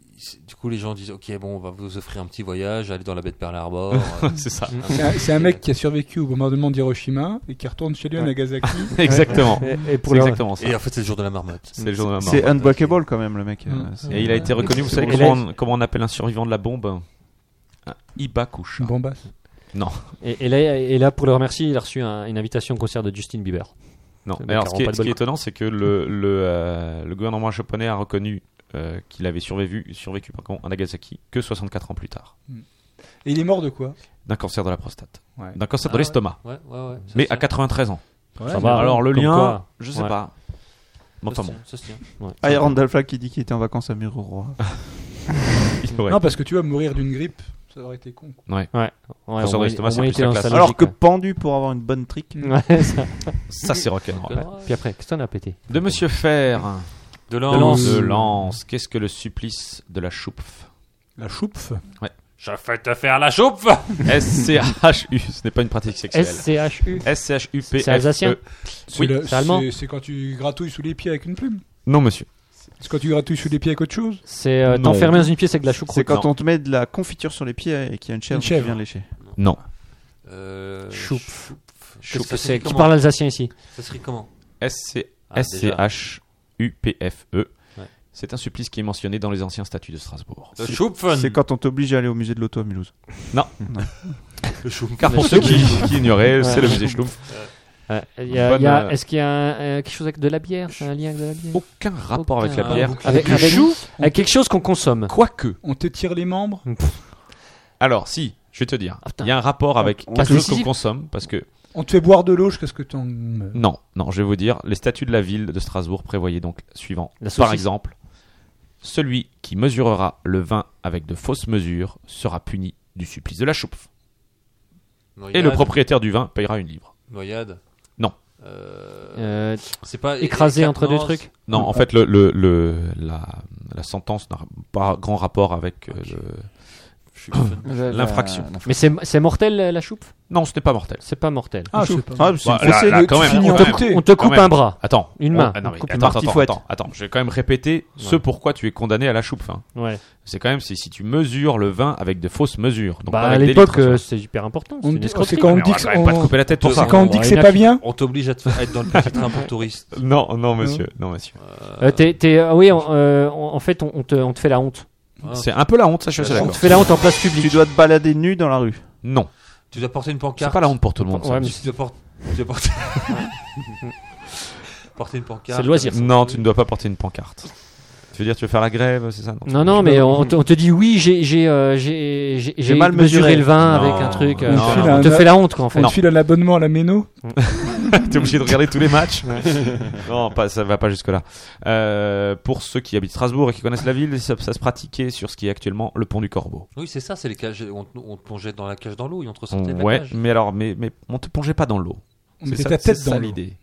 H: Du coup, les gens disent Ok, bon, on va vous offrir un petit voyage, aller dans la baie de Pearl Harbor. euh,
B: [laughs] C'est ça.
F: C'est un- C'est un mec qui a survécu au bombardement d'Hiroshima et qui retourne chez lui à
H: Ouais.
F: Nagasaki.
B: [laughs] Exactement.
F: Et-
B: C'est exactement ça.
H: Et euh, en fait, c'est le jour de la marmotte.
B: C'est le jour de la
C: C'est
B: marmotte.
C: unbreakable quand même, le mec. euh,
F: Mm.
C: c'est-
B: Ah, Et il a été reconnu, vous savez
C: Et
B: comment
C: là,
B: on, comment on appelle un survivant de la bombe Un Ibakusha.
F: Bombasse.
B: Non.
D: Et, et là, et là, pour le remercier, il a reçu un- une invitation au concert de Justin Bieber.
B: Non.
D: Le mec
B: Alors,
D: a
B: ce qui
D: pas
B: est,
D: de
B: ce qui est
D: bol.
B: étonnant, c'est que le, le, euh, le gouvernement japonais a reconnu euh, qu'il avait survécu, survécu pardon, à Nagasaki que 64 ans plus tard,
F: Et il est mort de quoi
B: d'un cancer de la prostate,
F: Ouais.
B: d'un cancer
H: Ah
B: de l'estomac,
H: ouais. Ouais, ouais, ouais, ça
B: mais
H: se tient.
B: à 93 ans.
H: Ouais,
B: Ça va.
H: mais bon,
B: Alors, le
H: comme
B: lien,
H: quoi.
B: je sais
H: Ouais.
B: pas. Bon,
H: Ça
B: enfin
H: se
B: bon.
H: tient, ça se tient.
C: Ah, il y a Randall Flagg qui dit qu'il était en vacances à Mururoa.
B: Ah. Ouais.
F: Non, parce que tu vas mourir d'une grippe. Ça aurait été con.
B: Ouais.
D: Ouais.
B: Cancer de
D: au moins-
B: l'estomac,
D: au
B: c'est
D: moins,
B: plus
D: il était
B: la
D: dans
B: classe.
D: sa
C: Alors
D: logique,
C: que
D: ouais.
C: pendu pour avoir une bonne trique.
D: Ouais, ça.
B: Ça, c'est rock'n'roll.
D: Ouais. Puis après, qu'est-ce qu'on a pété
B: De Monsieur Fer.
H: De
B: De
H: Lens.
B: De Lens. Qu'est-ce que le supplice de la choupfe
F: La choupfe
B: Ouais.
H: Je fais te faire Ah, la choupfe
B: [laughs] S-C-H-U. Ce n'est pas une pratique sexuelle.
D: S-C-H-U.
B: S-C-H-U-P.
D: C'est alsacien
F: C'est
B: Oui,
F: le-
D: c'est allemand.
F: C'est quand tu gratouilles sous les pieds avec une plume.
B: Non, monsieur.
F: C'est quand tu gratouilles sur les pieds avec autre chose
D: C'est euh, t'enfermer dans une pièce avec de la choucroute.
C: C'est quand
D: Non.
C: on te met de la confiture sur les pieds et qu'il y a une chèvre,
D: Une chèvre.
C: qui vient lécher.
B: Non.
H: Euh,
D: Choupe.
H: Choupe.
D: Qu'est-ce que
H: Ça
D: c'est
H: s'écrit
D: Qui
H: comment
D: parle alsacien ici
H: Ça serait comment Ah, déjà.
B: S-C-H-U-P-F-E.
H: Ouais.
B: E. C'est un supplice qui est mentionné dans les anciens statuts de Strasbourg.
H: Le
C: C'est-
H: Schupfen.
C: C'est quand on t'oblige à aller au musée de l'auto à Mulhouse.
B: Non.
H: Le Schupfen.
B: Car pour ceux qui, qui ignoraient, c'est le musée Schlumpf.
D: Ouais. Il y a-
B: Bonne,
D: il y a-
B: euh, Oh,
D: Est-ce qu'il y a un, euh, quelque chose avec de la bière C'est un lien avec de la bière
B: Aucun rapport avec la bière.
D: Avec,
B: Du
D: avec-
B: chou
D: avec quelque chose qu'on consomme.
B: Quoique.
M: On te tire les membres
B: Alors, si, je vais te dire.
D: Ah,
B: Il y a un rapport avec
M: On-
B: quelque
M: on-
B: chose qu'on
M: décisif.
B: consomme parce que.
M: On te fait boire de l'eau jusqu'à ce que t'en meurs.
B: Non, non, je vais vous dire. Les statuts de la ville de Strasbourg prévoyaient donc suivant.
D: La saucisse.
B: Par exemple, celui qui mesurera le vin avec de fausses mesures sera puni du supplice de la choupe. Et
H: Noyade.
B: le propriétaire du vin payera une livre.
H: Noyade.
B: Non.
H: Euh,
D: c'est pas écrasé
H: écart-
D: entre deux
H: non,
D: trucs
B: Non, en fait, le, le- le- la, la sentence n'a pas grand rapport avec euh, le- l'infraction.
D: Mais c'est c'est mortel euh, la choupe
B: Non, ce n'est pas mortel.
D: C'est pas mortel.
B: Ah,
D: Choupe.
B: c'est pas- Ah, c'est Bah, une là- fossée, là, le- quand tu même, finis
D: On
B: en
D: te-
B: beauté.
D: on te
B: Quand
D: coupe
B: même.
D: un bras.
B: Attends.
D: Une
B: On-
D: main.
B: ah non,
D: On
B: mais
D: coupe une
B: attends,
D: partie
B: attends,
D: fouette.
B: attends, attends. Je vais quand même répéter ce pourquoi tu es condamné à la choupe. hein.
D: Ouais.
B: C'est quand même si, si tu mesures le vin avec de fausses mesures. Donc
D: Bah,
B: pas
D: à
B: avec des
D: l'époque,
B: litres,
D: euh,
B: quoi.
D: c'est hyper important.
M: On
D: C'est une
M: dit-
D: escroquerie.
M: c'est quand on
D: Mais
M: dit
D: on
M: que-
D: va quand même
M: on-
D: pas te couper la tête pour
M: c'est
D: ça.
M: quand on dit que c'est pas bien.
H: On t'oblige à te- à être dans le petit
D: [laughs]
H: train pour touriste.
B: Non, non, monsieur. Non, monsieur.
D: Euh, t'es- t'es- ah oui, en, euh, en- en fait, on, on te, on te fait la honte.
B: C'est un peu la honte, ça, je suis
D: On
B: d'accord.
D: te fait la honte en place publique.
C: Tu dois te balader nu dans la rue.
B: Non.
H: Tu dois porter une pancarte.
B: C'est pas la honte pour tout le monde, ça,
H: Ouais, mais
B: monsieur.
H: tu dois por- tu dois porter. [laughs] porter une pancarte.
B: Non, tu ne dois pas porter une pancarte. Tu veux dire, tu veux faire la grève, c'est ça
D: Non, non, mais on, te- on te dit oui, j'ai j'ai euh, j'ai- j'ai- j'ai
B: mal mesuré.
D: le vin avec
B: Non,
D: un truc.
B: non,
D: euh,
B: non,
D: on
B: non,
D: te
B: non.
D: fait la honte, quoi, en fait.
F: On te file un abonnement à la méno
B: [laughs] T'es obligé de regarder tous les matchs.
F: Ouais.
B: non, pas, ça va pas jusque là. pour ceux qui habitent Strasbourg et qui connaissent la ville, ça, ça se pratiquait sur ce qui est actuellement le pont du Corbeau.
H: Oui, c'est ça, c'est les cages. On, te- on te plongeait dans la cage dans l'eau et on te ressentait la
B: Ouais,
H: cage.
B: mais alors, mais, mais on te plongeait pas dans l'eau.
H: On
B: C'est
H: mettait
B: ça,
H: ta
B: c'est
H: tête dans
B: ça
H: l'eau.
B: l'idée.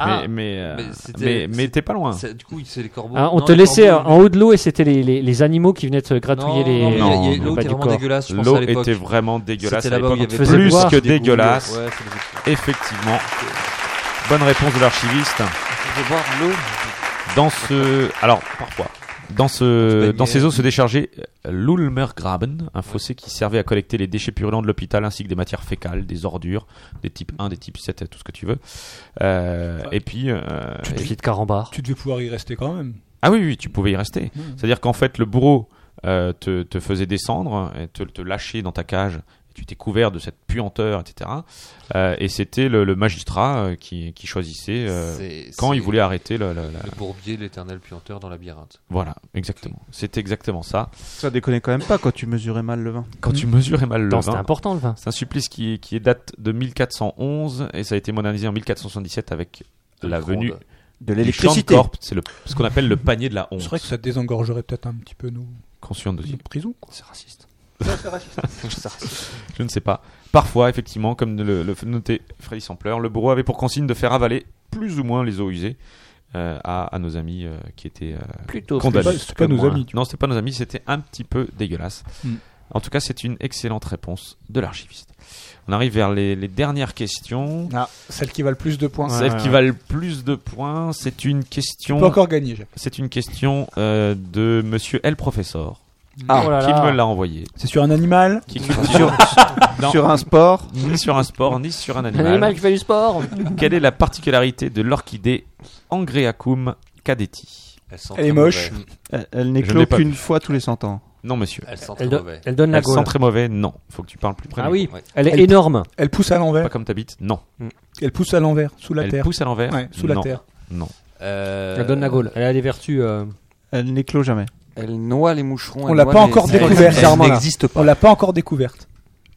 H: Ah,
B: mais mais, euh,
H: mais c'était-
B: mais- mais
H: c'est-
B: t'es pas loin.
H: c'est- du coup, c'est les corbeaux.
D: Ah, on
H: Non,
D: te
H: les
D: laissait
H: corbeaux,
D: en haut de l'eau et c'était les, les, les animaux qui venaient te gratouiller
H: Non,
D: les.
H: non, mais il y a- il y a-
D: le
H: l'eau
D: bas
H: était
D: du
H: vraiment
D: corps.
H: dégueulasse, je pense,
B: L'eau
H: à l'époque.
B: était vraiment dégueulasse.
H: C'était
B: à
H: là-bas où
B: l'époque.
H: il y avait
B: plus
H: des boires,
B: que
H: des goulots.
B: dégueulasse.
H: Ouais, c'est des-
B: Effectivement. Bonne réponse de l'archiviste.
H: Je vais boire de l'eau.
B: Dans ce, alors parfois, dans ce,
H: baignait.
B: dans ces eaux se déchargeait euh, l'Ulmergraben, un fossé qui servait à collecter les déchets purulents de l'hôpital ainsi que des matières fécales, des ordures, des types 1, des types 7, tout ce que tu veux. Euh, et puis, euh, et-
D: Pied de carambar.
M: Tu devais pouvoir y rester quand même.
B: ah oui, oui, tu pouvais y rester. C'est-à-dire qu'en fait, le bourreau euh, te, te faisait descendre, et te, te lâchait dans ta cage, et tu t'es couvert de cette puanteur, etc. Euh, et c'était le, le magistrat euh, qui, qui choisissait euh,
H: C'est-
B: quand il
H: c'est-
B: voulait arrêter le, le- la-
H: Le bourbier, l'éternel puanteur dans la labyrinthe.
B: Voilà, exactement. C'était exactement ça.
C: Ça déconne quand même pas quand tu mesurais mal le vin.
B: Quand tu mesurais mal le
D: Non,
B: vin.
D: c'était important, le vin.
B: C'est un supplice qui, qui date de 1411 et ça a été modernisé en 1477 avec
H: Le
B: la
H: micro-ondes.
B: venue
C: De
B: du
C: l'électricité.
B: Schandkorb. C'est le- ce qu'on appelle le panier de la honte.
M: C'est vrai que ça désengorgerait peut-être un petit peu nos,
B: Conscient de
M: nos prisons. quoi.
B: C'est raciste.
M: C'est raciste.
B: Je ne sais pas. Parfois, effectivement, comme le, le fait noter Freddy Sampleur, le bourreau avait pour consigne de faire avaler plus ou moins les eaux usées euh, à, à nos amis euh, qui étaient euh,
D: Plutôt
B: condamnés.
M: Oh, C'était pas- c'était pas nos amis, tu
B: Non, c'était pas nos amis, c'était un petit peu dégueulasse.
M: Mm.
B: En tout cas, c'est une excellente réponse de l'archiviste. On arrive vers les, les dernières questions.
M: Ah, celle qui va le plus de points.
B: Celle qui va le plus de points, c'est une question.
M: Tu peux encore gagner, Jacques.
B: C'est une question euh, de Monsieur L Professeur.
D: Ah. Oh là
B: qui
D: là.
B: me l'a envoyé
M: C'est sur un animal
B: qui cultive-
C: Sur-
B: Non.
C: sur un sport.
B: ni sur un sport, ni sur un
D: Un
B: animal.
D: animal qui fait du sport.
B: Quelle est la particularité de l'orchidée Angreacum cadeti
H: Elle sent
M: Elle est
H: très
M: moche.
H: mauvais.
C: Elle, elle
B: Je
C: n'éclot
B: l'ai pas
C: qu'une
B: vu.
C: fois tous les 100 ans.
B: Non, monsieur.
H: Elle sent très
D: Elle, do-
H: mauvais.
D: elle donne la
B: Elle sent
D: gaule.
B: très mauvais, non. Faut que tu parles plus près.
D: Ah
B: du
D: oui,
B: micro.
D: elle est
M: Elle-
D: énorme.
M: Elle pousse à
B: Pas
M: l'envers.
B: comme t'habites, non.
M: Elle pousse à l'envers, sous la
B: Elle
M: terre.
B: pousse à l'envers
M: Ouais, sous la
B: Non.
M: terre.
B: Non.
H: Euh,
D: Elle donne la gaule. Elle a des vertus. euh,
C: Elle n'éclot jamais.
G: Elle noie les moucherons.
M: On
G: elle
M: l'a
G: noie
M: pas
G: les-
M: encore
G: elle-
M: découverte.
G: elle-
M: bizarrement, là.
H: n'existe pas.
M: On l'a pas encore découverte.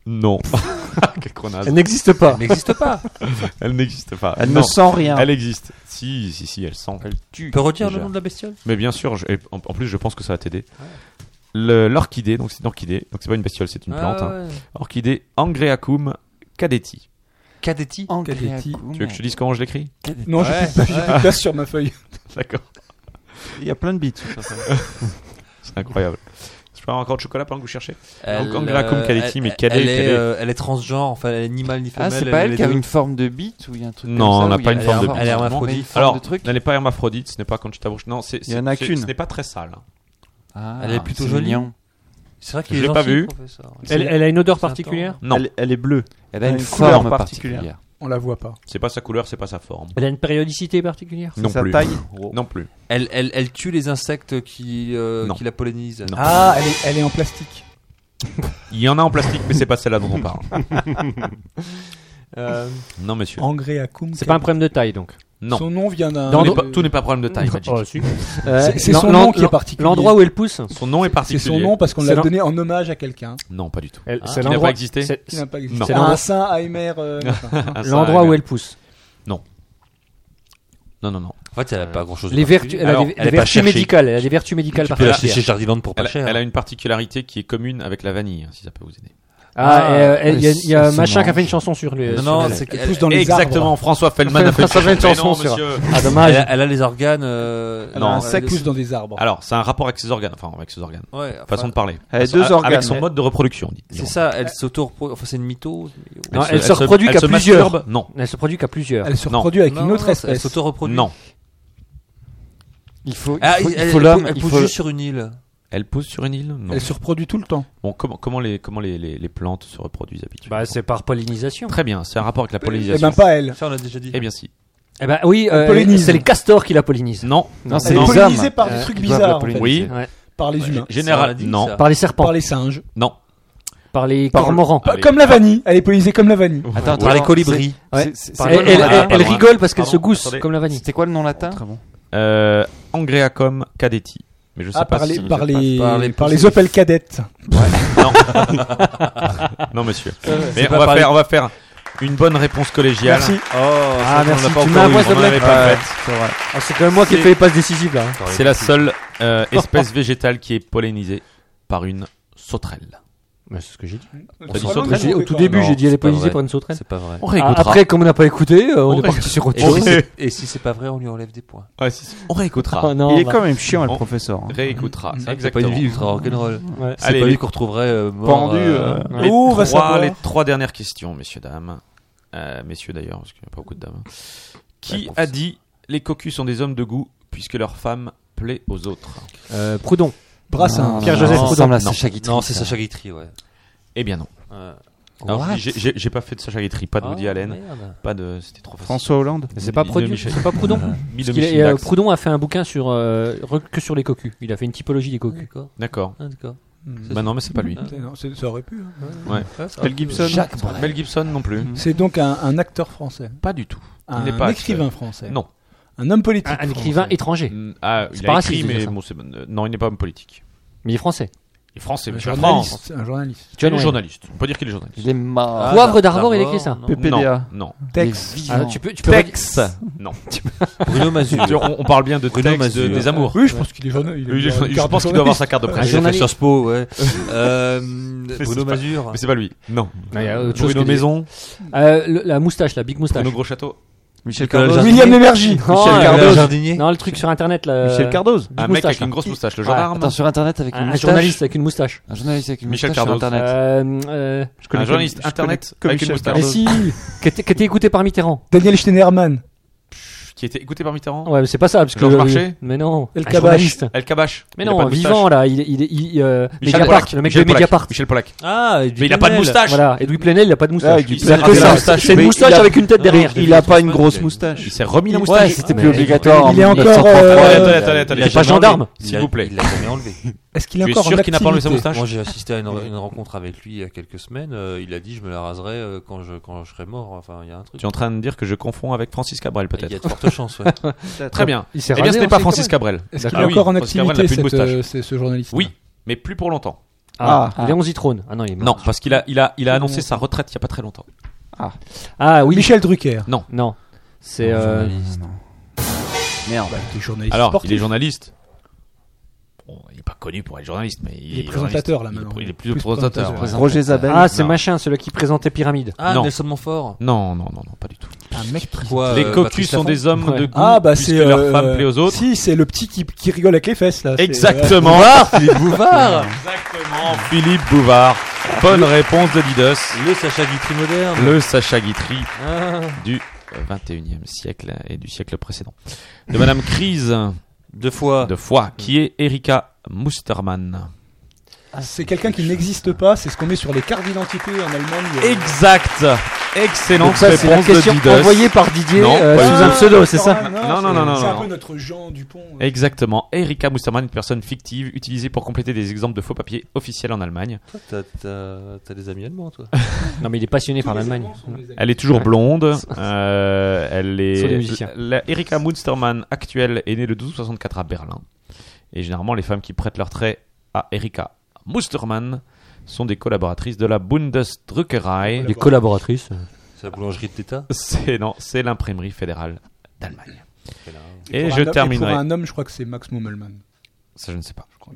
B: Non. [laughs] Quel connasse.
D: Elle n'existe pas.
H: Elle n'existe pas.
B: [laughs] Elle n'existe pas.
C: Elle
B: Ah, Non.
C: ne sent rien.
B: Elle existe. Si, si, si, elle sent.
G: Elle tue.
H: Tu peux redire
B: Déjà.
H: le nom de la bestiole
B: Mais bien sûr, je- et en, en plus, je pense que ça va t'aider. Le- L'orchidée, donc c'est une orchidée, donc c'est pas une bestiole, c'est
G: Ah
B: une plante. hein. Orchidée Angreacum cadeti.
H: Cadetti.
M: Cadetti.
B: Tu veux que je te dise comment je l'écris
M: Non, j'ai plus de-
F: [laughs]
M: j'ai plus de place sur ma feuille.
B: D'accord.
C: Il y a plein de bites.
B: C'est incroyable. Je Je parle encore de chocolat pendant que vous cherchez.
H: Elle,
B: Angela Kum
H: euh,
B: Kaleti,
H: elle-
B: mais quelle est,
H: elle est,
B: quelle est-
H: euh, elle est transgenre, enfin elle est ni mâle ni
G: Ah,
H: femelle.
G: c'est pas elle
H: est
G: qui a
H: deux.
G: une forme de bite ou il y a un truc comme
B: Non,
G: ça,
B: on n'a
G: où il y
B: pas une forme de.
G: Elle est hermaphrodite.
B: Alors, elle n'est pas hermaphrodite, ce n'est pas Conchita Wurst. Non, c'est.
G: Il y en a
B: c'est-
G: qu'une.
B: Ce n'est pas très sale. hein.
G: Ah,
H: Elle est plutôt
G: c'est
H: jolie.
G: mignon.
H: C'est vrai
B: Je
H: qu'il est
B: l'ai pas
H: gentil,
B: vue.
H: le professeur.
D: Elle, elle a une odeur particulière
B: Non.
C: Elle, elle est bleue.
G: Elle a une
C: couleur
G: forme particulière.
F: On la voit pas.
B: C'est pas sa couleur, c'est pas sa forme.
D: Elle a une périodicité particulière
B: Non
C: sa
B: plus.
C: taille.
B: Non plus.
H: Elle, elle, elle tue les insectes qui, euh,
B: Non.
H: qui la pollinisent.
B: Non.
F: Ah, elle est, elle est en plastique.
B: Il y en a en plastique, mais c'est pas celle-là dont on parle.
H: Euh,
B: Non, monsieur.
F: Angrea cum.
D: C'est pas un problème de taille donc.
B: Non.
F: Son nom vient d'un.
B: Tout n'est pas- tout n'est pas problème de taille,
D: Non,
B: Magic.
D: oh, si.
F: C'est- c'est
D: l'en-
F: son nom
D: l'en-
F: qui est particulier.
D: L'endroit où elle pousse.
B: Son nom est
F: C'est
B: particulier.
F: son nom parce qu'on
D: C'est
F: l'a
D: l'en-
F: donné en hommage à quelqu'un.
B: Non, pas du tout.
D: Elle-
B: Ah,
D: c'est
B: qui n'a
D: l'endroit-
B: pas existé
D: c'est-
F: Qui n'a pas existé.
B: Non.
D: C'est
F: un
D: l'endroit-
F: saint Heimer.
B: [laughs]
F: euh, machin.
B: Un
D: L'endroit où
B: Alzheimer.
D: elle pousse.
B: Non. Non, non, non.
H: En fait, elle a pas grand-chose. de
D: Les vertus,
H: particulier.
D: elle a
B: Alors,
D: des,
B: elle
D: des
B: est pas
D: vertus
B: cherchée.
D: médicales. Elle a des vertus médicales
H: Tu peux l'acheter
D: particulières.
H: chez Jardiland pour pas
B: Elle,
H: cher.
B: elle a une particularité qui est commune avec la vanille, hein, si ça peut vous aider.
D: Ah,
G: Ah,
D: et, euh, elle- il y a, il y a
G: elle se
D: machin qui a fait
G: mange.
D: une chanson sur lui.
H: Non,
D: sur
H: non,
D: elle.
H: c'est qu'elle
F: Tous dans les
B: Exactement,
F: arbres.
B: François Feldman a fait
D: François
B: une
D: Feldman,
B: chanson,
D: chanson sur-
B: monsieur.
D: Ah
H: Elle
D: dommage.
H: a, elle a les organes. euh,
F: Elle a
B: Non, Ah,
F: un
H: elle a
F: sac
H: des-
F: pousse dans des arbres.
B: Alors, c'est un rapport avec ses organes, enfin avec ses organes.
H: Ouais, enfin,
B: Façon de parler.
C: Elle a
B: Façon-
C: deux
B: Ah, avec
C: organes.
B: son mode de reproduction, on dit.
H: C'est ça, elle s'auto-repro... Enfin, c'est une mytho.
D: Non,
B: se-
D: elle, se,
B: elle se-
D: reproduit
B: elle
D: qu'à
B: se
D: plusieurs.
B: masturbe Non.
D: Elle se reproduit qu'à plusieurs.
F: Elle se
B: Non.
F: reproduit avec
H: Non,
F: une
H: non,
F: autre
H: non, Elle
F: espèce.
H: s'auto-reproduit.
B: Non.
G: Il faut, il
H: Ah,
G: faut- il
H: elle-
G: faut
H: elle
G: l'homme.
H: pousse- Elle
G: il
H: pousse
G: faut-
H: juste sur une île.
B: Elle pose sur une île Non.
F: Elle se reproduit tout le temps.
B: Bon, comment, comment, les, comment les, les, les plantes se reproduisent habituellement
D: Bah, c'est par pollinisation.
B: Très bien, c'est un rapport avec la
F: Eh
B: pollinisation.
F: ben pas elle.
H: Ça, on l'a déjà dit.
B: Eh bien si.
D: Eh ben oui, euh,
F: pollinise.
D: c'est les castors qui la pollinisent.
B: Non.
G: Non,
F: Elle
G: c'est
F: est
G: les
F: pollinisée
G: hommes.
F: par
D: euh,
F: des trucs
G: qui doivent la
F: bizarres, en fait.
G: polliniser.
B: Oui.
F: par les humains,
H: Ça, on l'a
B: Général.
H: dit,
B: Non.
H: ça.
D: Par les serpents.
F: par les singes,
B: Non.
D: Par les
G: Par-
D: cormorans.
B: Ah oui.
F: comme la vanille. Elle est pollinisée comme la vanille.
G: Attends,
H: Par
G: attends,
H: les colibris.
G: c'est-
D: Ouais.
G: c'est- c'est
D: Elle,
G: quoi le nom
D: elle-
G: latin
D: elle- elle
B: Pardon.
D: rigole parce qu'elle se
B: Pardon,
D: gousse
B: attendez.
D: comme la vanille.
G: C'était quoi le nom latin
B: Euh, Angreacum cadetti. Mais je sais
F: Ah,
B: pas
F: par les
B: si-
F: par les
H: par les
F: par les
H: poussées.
F: Opel cadettes.
B: Non, monsieur.
H: C'est
B: Mais
H: pas
B: on va,
H: pareil.
B: faire, on va faire une bonne réponse collégiale.
F: Merci.
G: Oh.
D: Ah, merci.
B: On
D: Tu
B: ne
D: mets un point, s'il te
B: l'avait
D: plaît.
B: pas
D: Ouais.
B: faite.
D: Ah, c'est quand même moi qui ai fait les passes décisives là.
B: C'est la seule euh, espèce végétale qui est pollinisée par une sauterelle.
D: c'est ce que j'ai dit.
B: dit
F: C'est pas
B: sauterelle.
F: loin de
D: J'ai- au
F: trouver,
D: tout
F: quand
D: début,
H: Non,
D: j'ai dit elle
H: c'est
D: est
H: pas
D: pollinisée
H: vrai.
D: par une sauterelle.
H: C'est pas vrai.
B: On
D: Ah, Après, comme on n'a pas écouté, euh, on, est parti sur autre
H: Et si
D: chose.
H: c'est- Et si c'est pas vrai, on lui enlève des points.
B: Ouais, si, si. on réécoutera.
D: Oh, non,
C: Il est
D: bah.
C: quand même chiant,
B: On-
C: le professeur. hein.
B: Réécoutera.
H: C'est vrai que c'est pas
B: Exactement.
H: une vie ultra rock'n'roll.
D: Ouais.
H: C'est
B: Allez,
H: pas
B: les-
H: lui qu'on retrouverait euh, mort,
C: Pendu,
H: euh,
C: euh,
B: les,
F: Oh, on va
B: trois,
F: savoir.
B: les trois dernières questions, messieurs, dames. Euh, messieurs d'ailleurs, parce qu'il n'y a pas beaucoup de dames. hein. Qui
H: professeur.
B: a dit les cocus sont des hommes de goût puisque leur femme plaît aux autres
D: Euh, Proudhon.
F: Brassin.
G: Pierre-Joseph
H: non,
G: ressemble à
B: non.
G: Sacha Guitry.
H: Non, c'est
G: ça.
H: Sacha Guitry, ouais.
B: Eh bien non.
H: Ouais.
B: Alors,
G: What
B: j'ai- j'ai j'ai pas fait de Sacha Guitry, pas de
H: Ah,
B: Woody Allen,
H: merde.
B: pas de. C'était trop facile.
C: François Hollande.
D: C'est pas,
B: Ni de
D: Proudhon.
B: Michel- ah.
D: C'est pas Proudhon.
B: ni de
D: Parce qu'il
B: Michel
D: est- euh,
B: Dax.
D: Proudhon a fait un bouquin sur euh, re- que sur les cocus. Il a fait une typologie des cocus.
H: D'accord.
B: D'accord.
H: Ah, D'accord.
B: Bah non, mais c'est pas lui.
F: Non, c'est- ça aurait pu. hein.
C: Mel Gibson.
G: Jacques
B: Mel Gibson non plus.
F: C'est donc un, un acteur français,
B: Pas du tout.
F: un
B: n'est pas
F: écrivain français,
B: Non.
F: un homme politique,
D: Un, un écrivain
F: français.
D: étranger.
B: Mm, Ah,
D: C'est
B: il
D: pas
B: a
D: raciste
B: écrit,
D: de dire
B: mais
D: ça.
B: bon, c'est- euh, non, il n'est pas homme politique.
D: Mais il est français.
B: Il est français,
F: un
B: monsieur. France.
F: journaliste, un journaliste.
B: Il est
D: John Wayne.
B: journaliste. On peut dire qu'il est journaliste.
G: Il est mort.
H: Ah,
D: Poivre
H: d'Ar-
D: d'Arvor, il
H: d'Arvor,
D: écrit ça.
H: non.
C: PPDA.
B: Non,
F: Tex.
G: Il est
D: Ah,
G: vivant.
D: tu peux, tu peux.
B: Tex. Non.
H: Bruno Mazur.
B: Tu vois, on, on parle bien de
H: Bruno
B: Tex de-
H: Mazur.
B: des amours.
F: Euh, Oui, je pense qu'il est journaliste.
B: Oui, je, je pense qu'il doit avoir sa carte de
D: Un
H: Ah,
B: presse.
H: j'ai fait
D: journaliste.
H: Sciences
B: [laughs]
H: Po, ouais. Euh, Bruno
B: c'est pas-
H: Mazur.
B: Mais c'est pas lui. Non.
D: il y a autre chose
B: Bruno
D: que des-
B: Maison,
D: Euh, le- la moustache, la big moustache.
B: Bruno Gros Château.
C: Michel
H: Nicolas
C: Cardoz.
H: Jardin.
F: William
B: [laughs]
F: Lémergie.
D: Non,
C: Michel
D: euh,
C: Cardoz.
H: Le jardinier.
D: Non, le truc sur internet là.
C: Michel Cardoz.
B: Un mec avec une grosse moustache, le
D: Ouais.
B: gendarme.
G: Attends, sur internet avec
D: Un,
G: une
D: un
G: moustache.
D: journaliste avec une moustache.
G: Un journaliste avec une
B: Michel
G: moustache sur
B: Cardoz.
G: internet.
D: Euh, euh,
C: Je
B: Un
C: connais
B: journaliste
C: comme- je
B: internet
C: connais comme
B: avec une
C: Michel
B: moustache.
F: Mais
C: Cardoz.
F: si,
D: qui était qui était écouté par Mitterrand.
F: Daniel Steinerman.
B: Qui était écouté par Mitterrand.
D: Ouais, mais c'est pas ça parce que. euh,
B: Georges Marchais
D: Mais non.
F: El
D: un
F: Kabash.
D: journaliste.
B: El Kabash.
D: Mais
B: Il a pas
D: non,
B: de moustache.
D: vivant là, il il il, euh,
B: Michel
D: Mediapart,
B: Pollack.
D: le mec
B: Michel
D: de
B: Pollack.
D: Mediapart.
B: Michel Pollack.
H: Ah,
B: Mais il a pas de moustache. Ah,
D: Voilà, Edoui Plenel, il a pas de moustache.
C: Edoui
D: Il a
C: Plenel,
D: que
C: il a
D: ça.
C: la moustache,
D: C'est une
C: mais
D: moustache
C: il a-
D: avec une tête derrière.
C: Il a pas une grosse moustache.
B: Il s'est remis la
G: Ouais,
B: moustache.
G: c'était
H: Mais
G: plus
H: il est-
G: obligatoire. en
F: il est encore,
G: 1933.
F: euh,
B: Attendez,
F: il
B: attendez, attendez, attendez.
D: a
B: j'ai
D: pas
B: enlevé.
D: gendarme.
B: S'il vous plaît.
H: Il l'a jamais enlevé.
F: Est-ce qu'il est
B: Tu es
F: encore en
B: sûr qu'il n'a pas enlevé sa
F: activité
B: [laughs] moustache
H: Moi, j'ai assisté à une, une rencontre avec lui il y a quelques semaines. euh, il a dit Je me la raserai euh, quand, je, quand je serai mort. Enfin, il y a un truc. Ah,
B: Tu es en train de dire que je confonds avec Francis Cabrel
H: Il y a
B: peut-être.
H: de fortes
B: [laughs]
H: chances, ouais.
B: Très bien.
D: Il s'est
B: Eh bien,
D: rasé,
B: ce n'est
D: on
B: pas
D: sait
B: Francis Cabrel.
F: Est-ce qu'il est
M: Ah
B: D'accord. Oui,
F: encore en
B: Francis Cabrel n'a
F: activité
B: plus de
F: cette,
B: moustache.
F: euh, c'est ce journaliste
B: Oui, mais plus pour longtemps.
D: Ah,
G: Ah.
D: Léon Zitrone. Ah non, il est mort.
B: Non, parce qu'il a, il a, il a annoncé sa retraite il n'y a pas très longtemps.
D: Ah oui.
F: Michel Drucker.
D: Non. C'est euh,
G: Merde.
F: Bah, il est journaliste
B: Alors,
F: sportif.
B: il est journaliste. bon, il est pas connu pour être journaliste, mais il,
M: Il est présentateur, là,
B: il est-
M: maintenant.
B: Il est plus,
M: Plus
B: présentateur.
M: présentateur.
B: ouais.
M: Roger Zabel.
D: Ah, c'est
B: Non.
D: machin, celui qui présentait Pyramide.
H: Ah,
B: Non.
H: Nelson Montfort.
B: Non, non, non, non, pas du tout.
M: Un mec
H: Pourquoi,
B: Les
H: euh,
B: cocus
H: Patrice
B: sont
H: Laffont
B: des hommes de goût
M: Ah bah
B: puisque
M: c'est
B: leur
M: euh,
B: femme plaît aux autres.
M: Si, c'est le petit qui, qui rigole avec les fesses là. c'est- euh,
B: Exactement.
M: Bouvard,
B: Exactement. Philippe Bouvard. Bonne réponse de Didos.
H: Le Sacha Guitry moderne.
B: Le Sacha Guitry
H: Ah.
B: du 21e siècle et du siècle précédent. De Madame Crise.
H: Deux fois.
B: Deux fois. Qui est Erika Mustermann.
M: euh, C'est quelqu'un qui n'existe pas, c'est ce qu'on met sur les cartes d'identité en Allemagne.
B: Exact. Excellente
M: Donc ça,
B: réponse
M: c'est la question
B: de Didos.
M: envoyée par Didier,
B: Non,
M: euh,
B: pas
M: sous
B: du
M: un
B: tout.
M: pseudo, c'est ça
B: Non, non, non, non.
M: C'est un
B: non.
M: peu notre Jean Dupont, euh.
B: Exactement. Erika Mustermann, une personne fictive utilisée pour compléter des exemples de faux papiers officiels en Allemagne.
H: T'as- T'as t'as des amis allemands, [laughs] toi
D: Non, mais il est passionné par l'Allemagne.
B: Elle est toujours
D: Ouais.
M: [laughs]
B: blonde. euh, elle
D: Sont des
B: est.
D: musiciens.
B: La Erika Munstermann actuelle est née le 1264 à Berlin. Et généralement, les femmes qui prêtent leurs traits à Erika Mustermann sont des collaboratrices de la Bundesdruckerei.
D: Des collaboratrices.
H: C'est la boulangerie de l'État
B: C'est non, c'est l'imprimerie fédérale d'Allemagne. Et,
M: pour un
B: je
M: homme-
B: terminerai.
M: Pour un homme, je crois que c'est Max Mummelmann.
B: Ça, je ne sais pas. je crois.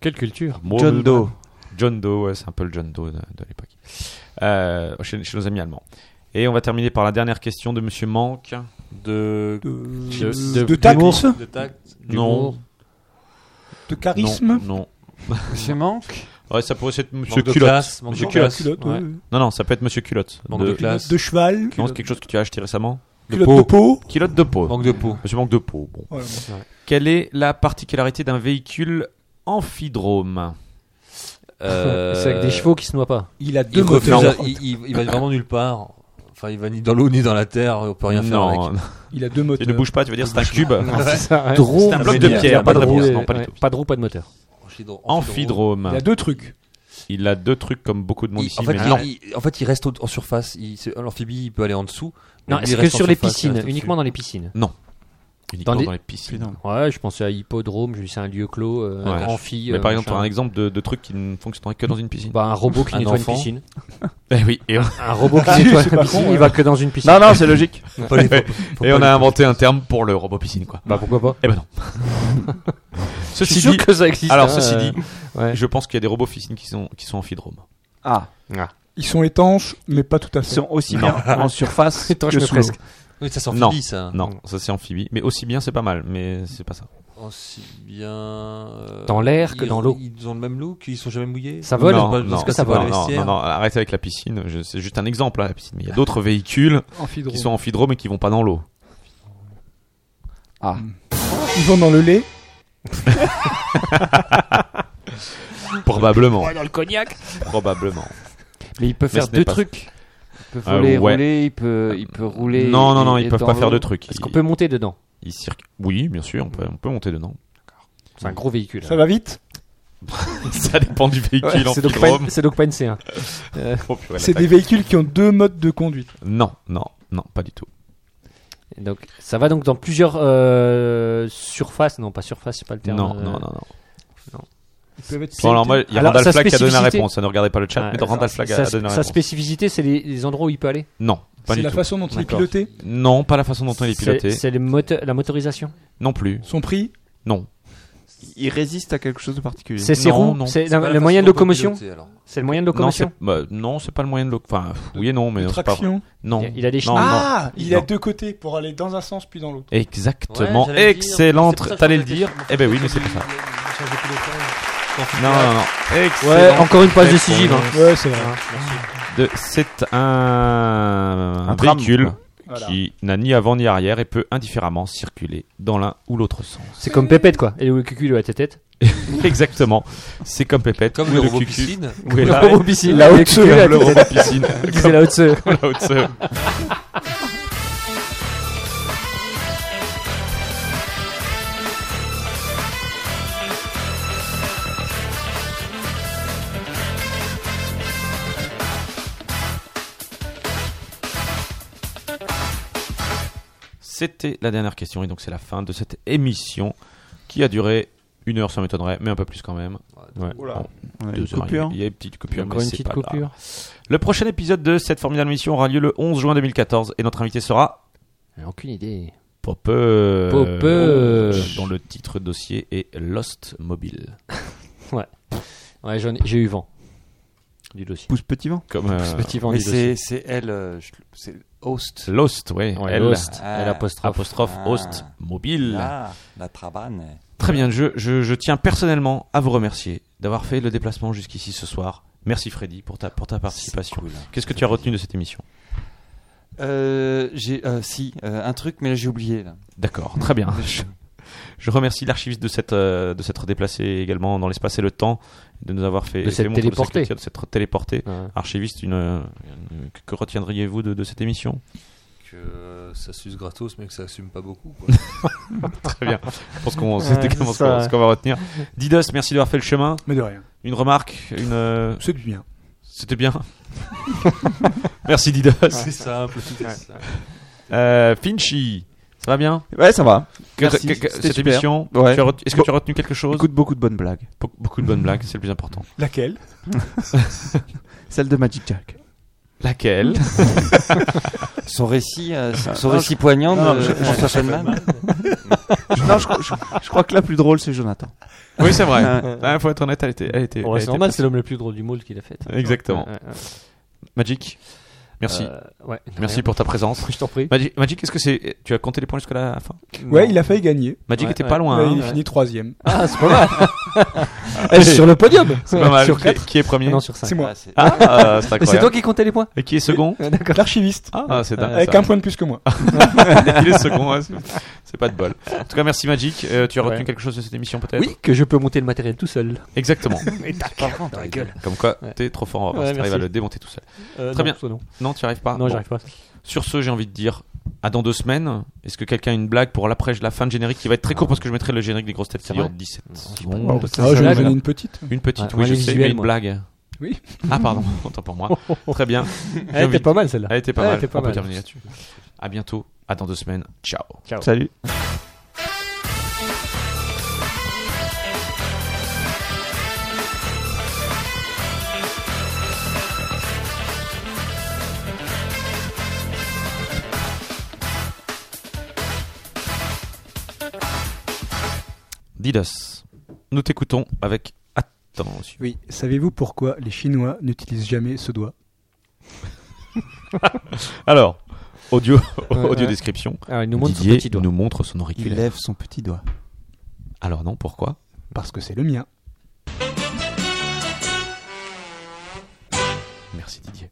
D: Quelle culture
B: Bon,
D: John
B: euh,
D: Doe.
B: John Doe, ouais, c'est un peu le John Doe de, de l'époque. Euh, chez, chez nos amis allemands. Et on va terminer par la dernière question de Monsieur Manque.
H: De.
M: de tact. De
H: tact.
B: Non.
H: D'humour.
M: De charisme.
B: Non.
G: Monsieur Manque
B: Ouais, ça pourrait être Monsieur
H: Manque de
B: Culotte.
H: classe, manque
B: Monsieur
H: de
B: Culotte.
H: classe. Culotte,
B: Ouais.
H: ouais.
B: Non, non, ça peut être Monsieur Culotte.
H: Manque de classe.
M: De cheval.
B: Non, c'est quelque chose que tu as acheté récemment.
M: Culotte de peau.
B: Culotte de peau.
H: Manque de peau.
B: Monsieur Manque de peau. Bon.
M: Voilà, bon.
B: Quelle est la particularité d'un véhicule amphidrome
H: [laughs] Euh,
D: C'est avec des chevaux qui se noient pas.
M: Il a deux
H: il, refuse
M: moteurs.
H: à- il, il- il va vraiment nulle part. Enfin, il va ni dans l'eau ni dans la terre. On peut rien faire
B: Non.
H: avec.
M: Il a deux euh, moteurs.
B: [laughs] Il ne bouge pas, tu veux dire c'est un cube.
D: c'est ça, ouais.
B: Ah, C'est un bloc de
D: Drôle.
B: pierre, pas de
D: Pas de
B: réponse.
D: roue,
B: Non, pas du
D: ouais.
B: tout.
D: Pas de roue, pas de moteur.
H: Amphidro-
B: Amphidrome.
M: Il a deux trucs.
B: Il a deux trucs comme beaucoup de monde
H: Il-
B: ici.
H: en, fait,
B: mais
H: il-
B: non.
H: il, en fait, il reste au- en surface. Il- c'est- L'amphibie, il peut aller en dessous.
D: Non,
H: mais lui, il
D: c'est que
H: reste en
D: sur les
H: surface, il
D: piscines,
H: reste au-dessus.
D: uniquement dans les piscines.
B: Non. Uniquement
D: Dans
B: dans,
D: les-
B: les piscines.
D: Ouais, je pensais à Hippodrome, je lui c'est un lieu clos, euh,
B: Ouais.
D: un amphi.
B: Mais
D: euh,
B: par exemple,
D: machin.
B: un exemple de, de truc qui ne fonctionnerait que dans une piscine.
D: Bah, un robot qui
H: Un
D: nettoie une
H: enfant.
D: piscine.
B: Eh oui, et on,
D: Un [laughs] robot
M: Ah,
D: qui nettoie
M: c'est
D: une
M: pas
D: piscine,
M: con,
D: il
M: ouais.
D: va que dans une piscine. Ah,
B: Non, non, c'est logique.
H: Faut pas les- faut- faut
B: et
H: pas
B: on
H: les-
B: a inventé un terme pour le robot piscine, quoi.
D: Bah, pourquoi pas
B: Eh ben non.
D: Je
B: ceci
D: suis sûr
B: dit,
D: que ça existe,
B: alors
D: hein,
B: ceci
D: euh,
B: dit,
D: ouais.
B: je pense qu'il y a des robots piscines qui sont qui sont amphidromes.
G: Ah,
M: Ils sont étanches, mais pas tout à
J: Ils
M: fait.
J: sont aussi
B: Non.
J: bien en
B: [laughs]
J: surface
D: Attends, je
J: que
D: me
J: sous l'eau.
D: presque.
H: Oui, ça
B: Non.
H: s'amphibie,
D: Ah.
H: ça.
B: Non, ça c'est amphibie, mais aussi bien c'est pas mal, mais c'est pas ça.
H: Aussi Oh, bien. euh,
D: Dans l'air que
H: ils-
D: dans l'eau.
H: Ils ont le même look, ils sont jamais mouillés.
D: Ça vole
B: non,
H: Pas-
B: non,
H: parce que ça
B: non,
H: vole.
B: non, non, non, arrêtez avec la piscine. je- C'est juste un exemple, hein, la piscine. Mais
D: Ah.
B: il y a d'autres véhicules
M: Amphidromes.
B: qui sont amphidromes et qui vont pas dans l'eau.
M: Ils vont dans le lait.
B: Probablement,
D: dans le cognac.
B: probablement.
G: mais il peut
B: Mais
G: faire
B: ce n'est
G: deux
B: pas ça.
G: trucs. Il peut
B: Euh,
G: voler,
B: ouais.
G: rouler, il peut, il peut rouler.
B: non, non,
G: et-
B: non,
G: et
B: ils peuvent
G: dans
B: pas faire
G: l'eau.
B: de trucs.
D: Est-ce
B: Ils-
D: qu'on peut monter dedans
B: ils circu- Oui, bien sûr, on peut, on peut monter dedans. [laughs]
D: C'est un gros véhicule. hein.
M: Ça va vite.
B: ça dépend du véhicule
D: Ouais, c'est donc pas
B: amphidrome.
D: une- c'est donc pas une hein. C1.
B: [laughs] Oh, purée, la
M: C'est
B: taille.
M: des véhicules qui ont deux modes de conduite.
B: Non, non, non, pas du tout.
D: Et Donc ça va donc dans plusieurs euh, surfaces, non pas surface, c'est pas le terme.
B: Non,
D: euh,
B: non, non, non.
M: Ils peuvent être
B: Bon, alors, moi, il y a
D: Alors,
B: Randall
D: sa
B: Flagg qui a donné la
D: spécificité-
B: réponse. Ça ne regardez pas le chat,
D: Ah,
B: mais Randall Flagg a
D: Sa,
B: a donné la
D: sa
B: réponse.
D: spécificité, c'est les, les endroits où il peut aller.
B: Non, pas
M: C'est
B: du
M: la
B: tout.
M: façon dont il est
D: D'accord.
M: piloté,
B: Non, pas la façon dont il est piloté.
D: C'est- C'est les mote- la motorisation.
B: Non plus.
M: son prix.
B: Non.
J: Il résiste à quelque chose de particulier.
D: C'est ses
B: Non,
D: roues.
B: non.
D: C'est
H: C'est pas
D: Ah la-
H: la
D: le
H: façon
D: moyen de
H: dont on peut
D: locomotion.
H: piloter, alors.
D: C'est le moyen de
B: Non, c'est
D: locomotion.
B: bah, non, c'est pas le moyen de. lo- Enfin, pff, oui et non, mais non, c'est pas vrai.
M: Traction.
B: Non.
D: Il a- il a des Ah.
B: Non,
D: chenilles.
B: non.
M: Ah, il a
B: Non.
M: deux côtés pour aller dans un sens puis dans l'autre.
B: Exactement.
H: Ouais, j'allais le dire. C'est pour ça
B: Excellente.
H: que
B: T'allais
H: je
B: le dire.
H: pensais
B: Eh ben oui,
H: que
B: mais c'est
H: le-
B: pas ça.
H: le- change de pilotage.
B: Non, non, non. Excellent.
D: Ouais, encore une passe
B: réponse.
D: décisive. hein.
M: Ouais, c'est vrai.
B: De- C'est un,
J: Un tram,
B: véhicule
M: Voilà.
B: qui n'a ni avant ni arrière et peut indifféremment circuler dans l'un ou l'autre sens.
D: C'est comme Pépette quoi. Et le cucu de la tête.
B: Exactement. C'est comme Pépette.
H: Comme
B: ou
H: le
B: le
H: robot
B: cucu.
H: piscine.
B: Ou est
D: Le
B: là-
D: robot piscine.
J: La
D: Le
J: haute
D: cucu de la
B: le
D: tête.
B: robot piscine.
D: Il disait la haute sœur.
B: [laughs] Voilà, haute sœur. C'était la dernière question et donc c'est la fin de cette émission qui a duré une heure, ça m'étonnerait, mais un peu plus quand même. Ouais.
J: Oula.
B: Bon,
C: Ah,
J: On a
B: deux
J: une
B: heures,
C: hein.
J: coupure.
B: Il y a une petite coupure, mais
D: Encore une
B: c'est
D: petite
B: pas grave.
D: coupure.
B: Le prochain épisode de cette formidable émission aura lieu le 11 juin 2014 et notre invité sera
D: J'ai Aucune idée.
B: Pas peu.
D: Pas peu.
B: Dont le titre dossier est Lost Mobile.
D: Ouais. Ouais, j'en ai- j'ai eu vent du dossier.
B: Pousse petit vent. Comme, euh,
G: Pousse petit vent Mais du c'est- dossier. c'est elle, euh, je- c'est Host.
B: Lost, ouais.
G: Ouais,
B: elle,
G: Lost.
B: Ah.
G: Elle apostrophe.
B: apostrophe
G: Ah.
B: Host mobile.
G: Ah, la Trabane.
B: Très bien, je, je, je tiens personnellement à vous remercier d'avoir fait le déplacement jusqu'ici ce soir. Merci Freddy pour ta, pour ta participation. Qu'est-ce que tu as retenu de cette émission
G: Euh, j'ai euh, si euh, un truc, mais j'ai oublié là.
B: D'accord, très [laughs] bien. Ah, Je, je remercie l'archiviste de s'être euh, de s'être déplacé également dans l'espace et le temps, de nous avoir fait
D: De s'être
B: fait montre sa
D: téléporté.
B: culture, de s'être téléporté. Archiviste, une, euh, une- que- que retiendriez-vous de, de cette émission
H: Que euh, ça suce gratos, mais que ça assume pas beaucoup.
B: Très bien. Je pense [laughs] qu'on c'est
H: Ouais, c'est
B: également ce
H: ça.
B: qu'on ce qu'on va retenir. Didos, merci d'avoir fait le chemin.
F: Mais de rien.
B: Une remarque, une. euh,
F: C'était bien.
B: C'était bien. merci Didos.
H: C'est simple, tout est
B: Ouais.
H: simple.
B: Euh, Finchy, ça va bien
G: Ouais, ça va.
B: Que-
G: Merci,
B: que- que-
G: c'était
B: cette
G: super.
B: émission,
G: Ouais.
B: tu as retenu- est-ce que
G: Bon,
B: tu as retenu quelque chose
G: écoute beaucoup de bonnes blagues.
B: Be- Beaucoup de bonnes blagues, c'est le plus important.
F: Laquelle
G: Celle de Magic Jack.
B: Laquelle
G: Son récit, euh, son- son
B: Non,
G: récit
B: je-
G: poignant
B: non,
G: de
B: je- je-
G: François
B: je-
G: Feldman. non, je, je- je crois que la plus drôle, c'est Jonathan.
B: Oui, c'est vrai.
G: Ouais.
B: Il faut être honnête, elle était. Elle était
D: Bon,
B: elle
D: c'est
B: était
D: normal,
B: pas-
D: c'est l'homme le plus drôle du monde qu'il a fait.
B: Exactement.
D: Ouais, ouais, ouais.
B: Magic, merci.
D: Euh, ouais, de
B: merci
D: rien.
B: pour ta présence.
D: [laughs] Je t'en prie.
B: Magic, Magic, est-ce que c'est. Tu as compté les points jusqu'à la fin
F: Ouais, il a failli gagner.
B: Magic
F: Ouais,
B: était
F: ouais.
B: pas loin.
F: Ouais,
B: hein.
F: il a fini troisième.
D: Ah, c'est pas mal.
B: [laughs] Ah,
D: Sur le podium.
B: C'est pas mal.
D: Sur
B: Qui-
D: quatre.
B: Qui est premier
D: Ah non, sur cinq.
F: C'est moi.
D: Ah, [laughs]
B: Ah, euh, c'est
D: Mais
B: incroyable.
D: c'est toi qui comptais les points
B: Et qui est second
D: Ah, D'accord.
F: L'archiviste.
B: Ah, c'est dingue.
F: Avec
B: ça.
F: un point de plus que moi.
B: Ah, [laughs] il est second, hein, c'est- c'est pas de bol. En tout cas, merci Magic. Euh, tu as retenu
D: Ouais.
B: quelque chose de cette émission peut-être
D: Oui, que je peux monter le matériel tout seul.
B: Exactement.
D: Mais tac, dans la gueule.
B: Comme quoi,
D: Ouais.
B: t'es trop fort en
D: Ouais,
B: reverse, t'arrives à
D: merci.
B: le démonter tout seul.
D: Euh,
B: Très
D: non,
B: bien. Ah,
D: toi, non.
B: tu arrives pas.
D: Non, j'arrive pas.
B: Sur ce, j'ai envie de dire à dans deux semaines. Est-ce que quelqu'un a une blague pour l'après la fin de générique qui va être très court parce que je mettrai le générique des grosses têtes qui
D: Ah. vrai
B: dure 17
F: Ah,
G: bah,
B: secondes.
F: j'en ai- j'en ai une petite.
B: Une petite,
D: Ouais,
B: oui,
D: moi,
B: je
D: les
B: sais,
D: visuels,
B: mais une
D: moi. Oh.
B: blague.
F: Oui.
B: Ah, pardon, [laughs] autant pour moi. Très bien. J'ai
D: [laughs] Elle était
B: envie de-
D: pas mal, celle-là.
B: Ah. Elle était pas
D: Elle
B: mal.
D: était pas
B: On peut
D: mal.
B: terminer là-dessus. À bientôt, à dans deux semaines. Ciao.
D: Ciao.
G: Salut.
B: Didas, nous t'écoutons avec attention.
F: Oui, savez-vous pourquoi les Chinois n'utilisent jamais ce doigt
B: Alors, audio,
D: Ouais,
B: [laughs] audio
D: ouais.
B: description.
D: Alors, Ah, il nous montre son
B: Didier
D: petit doigt.
B: nous montre son
G: Il
B: auriculaire.
G: lève son petit doigt.
B: Alors non, pourquoi
F: Parce que c'est le mien.
B: Merci Didier.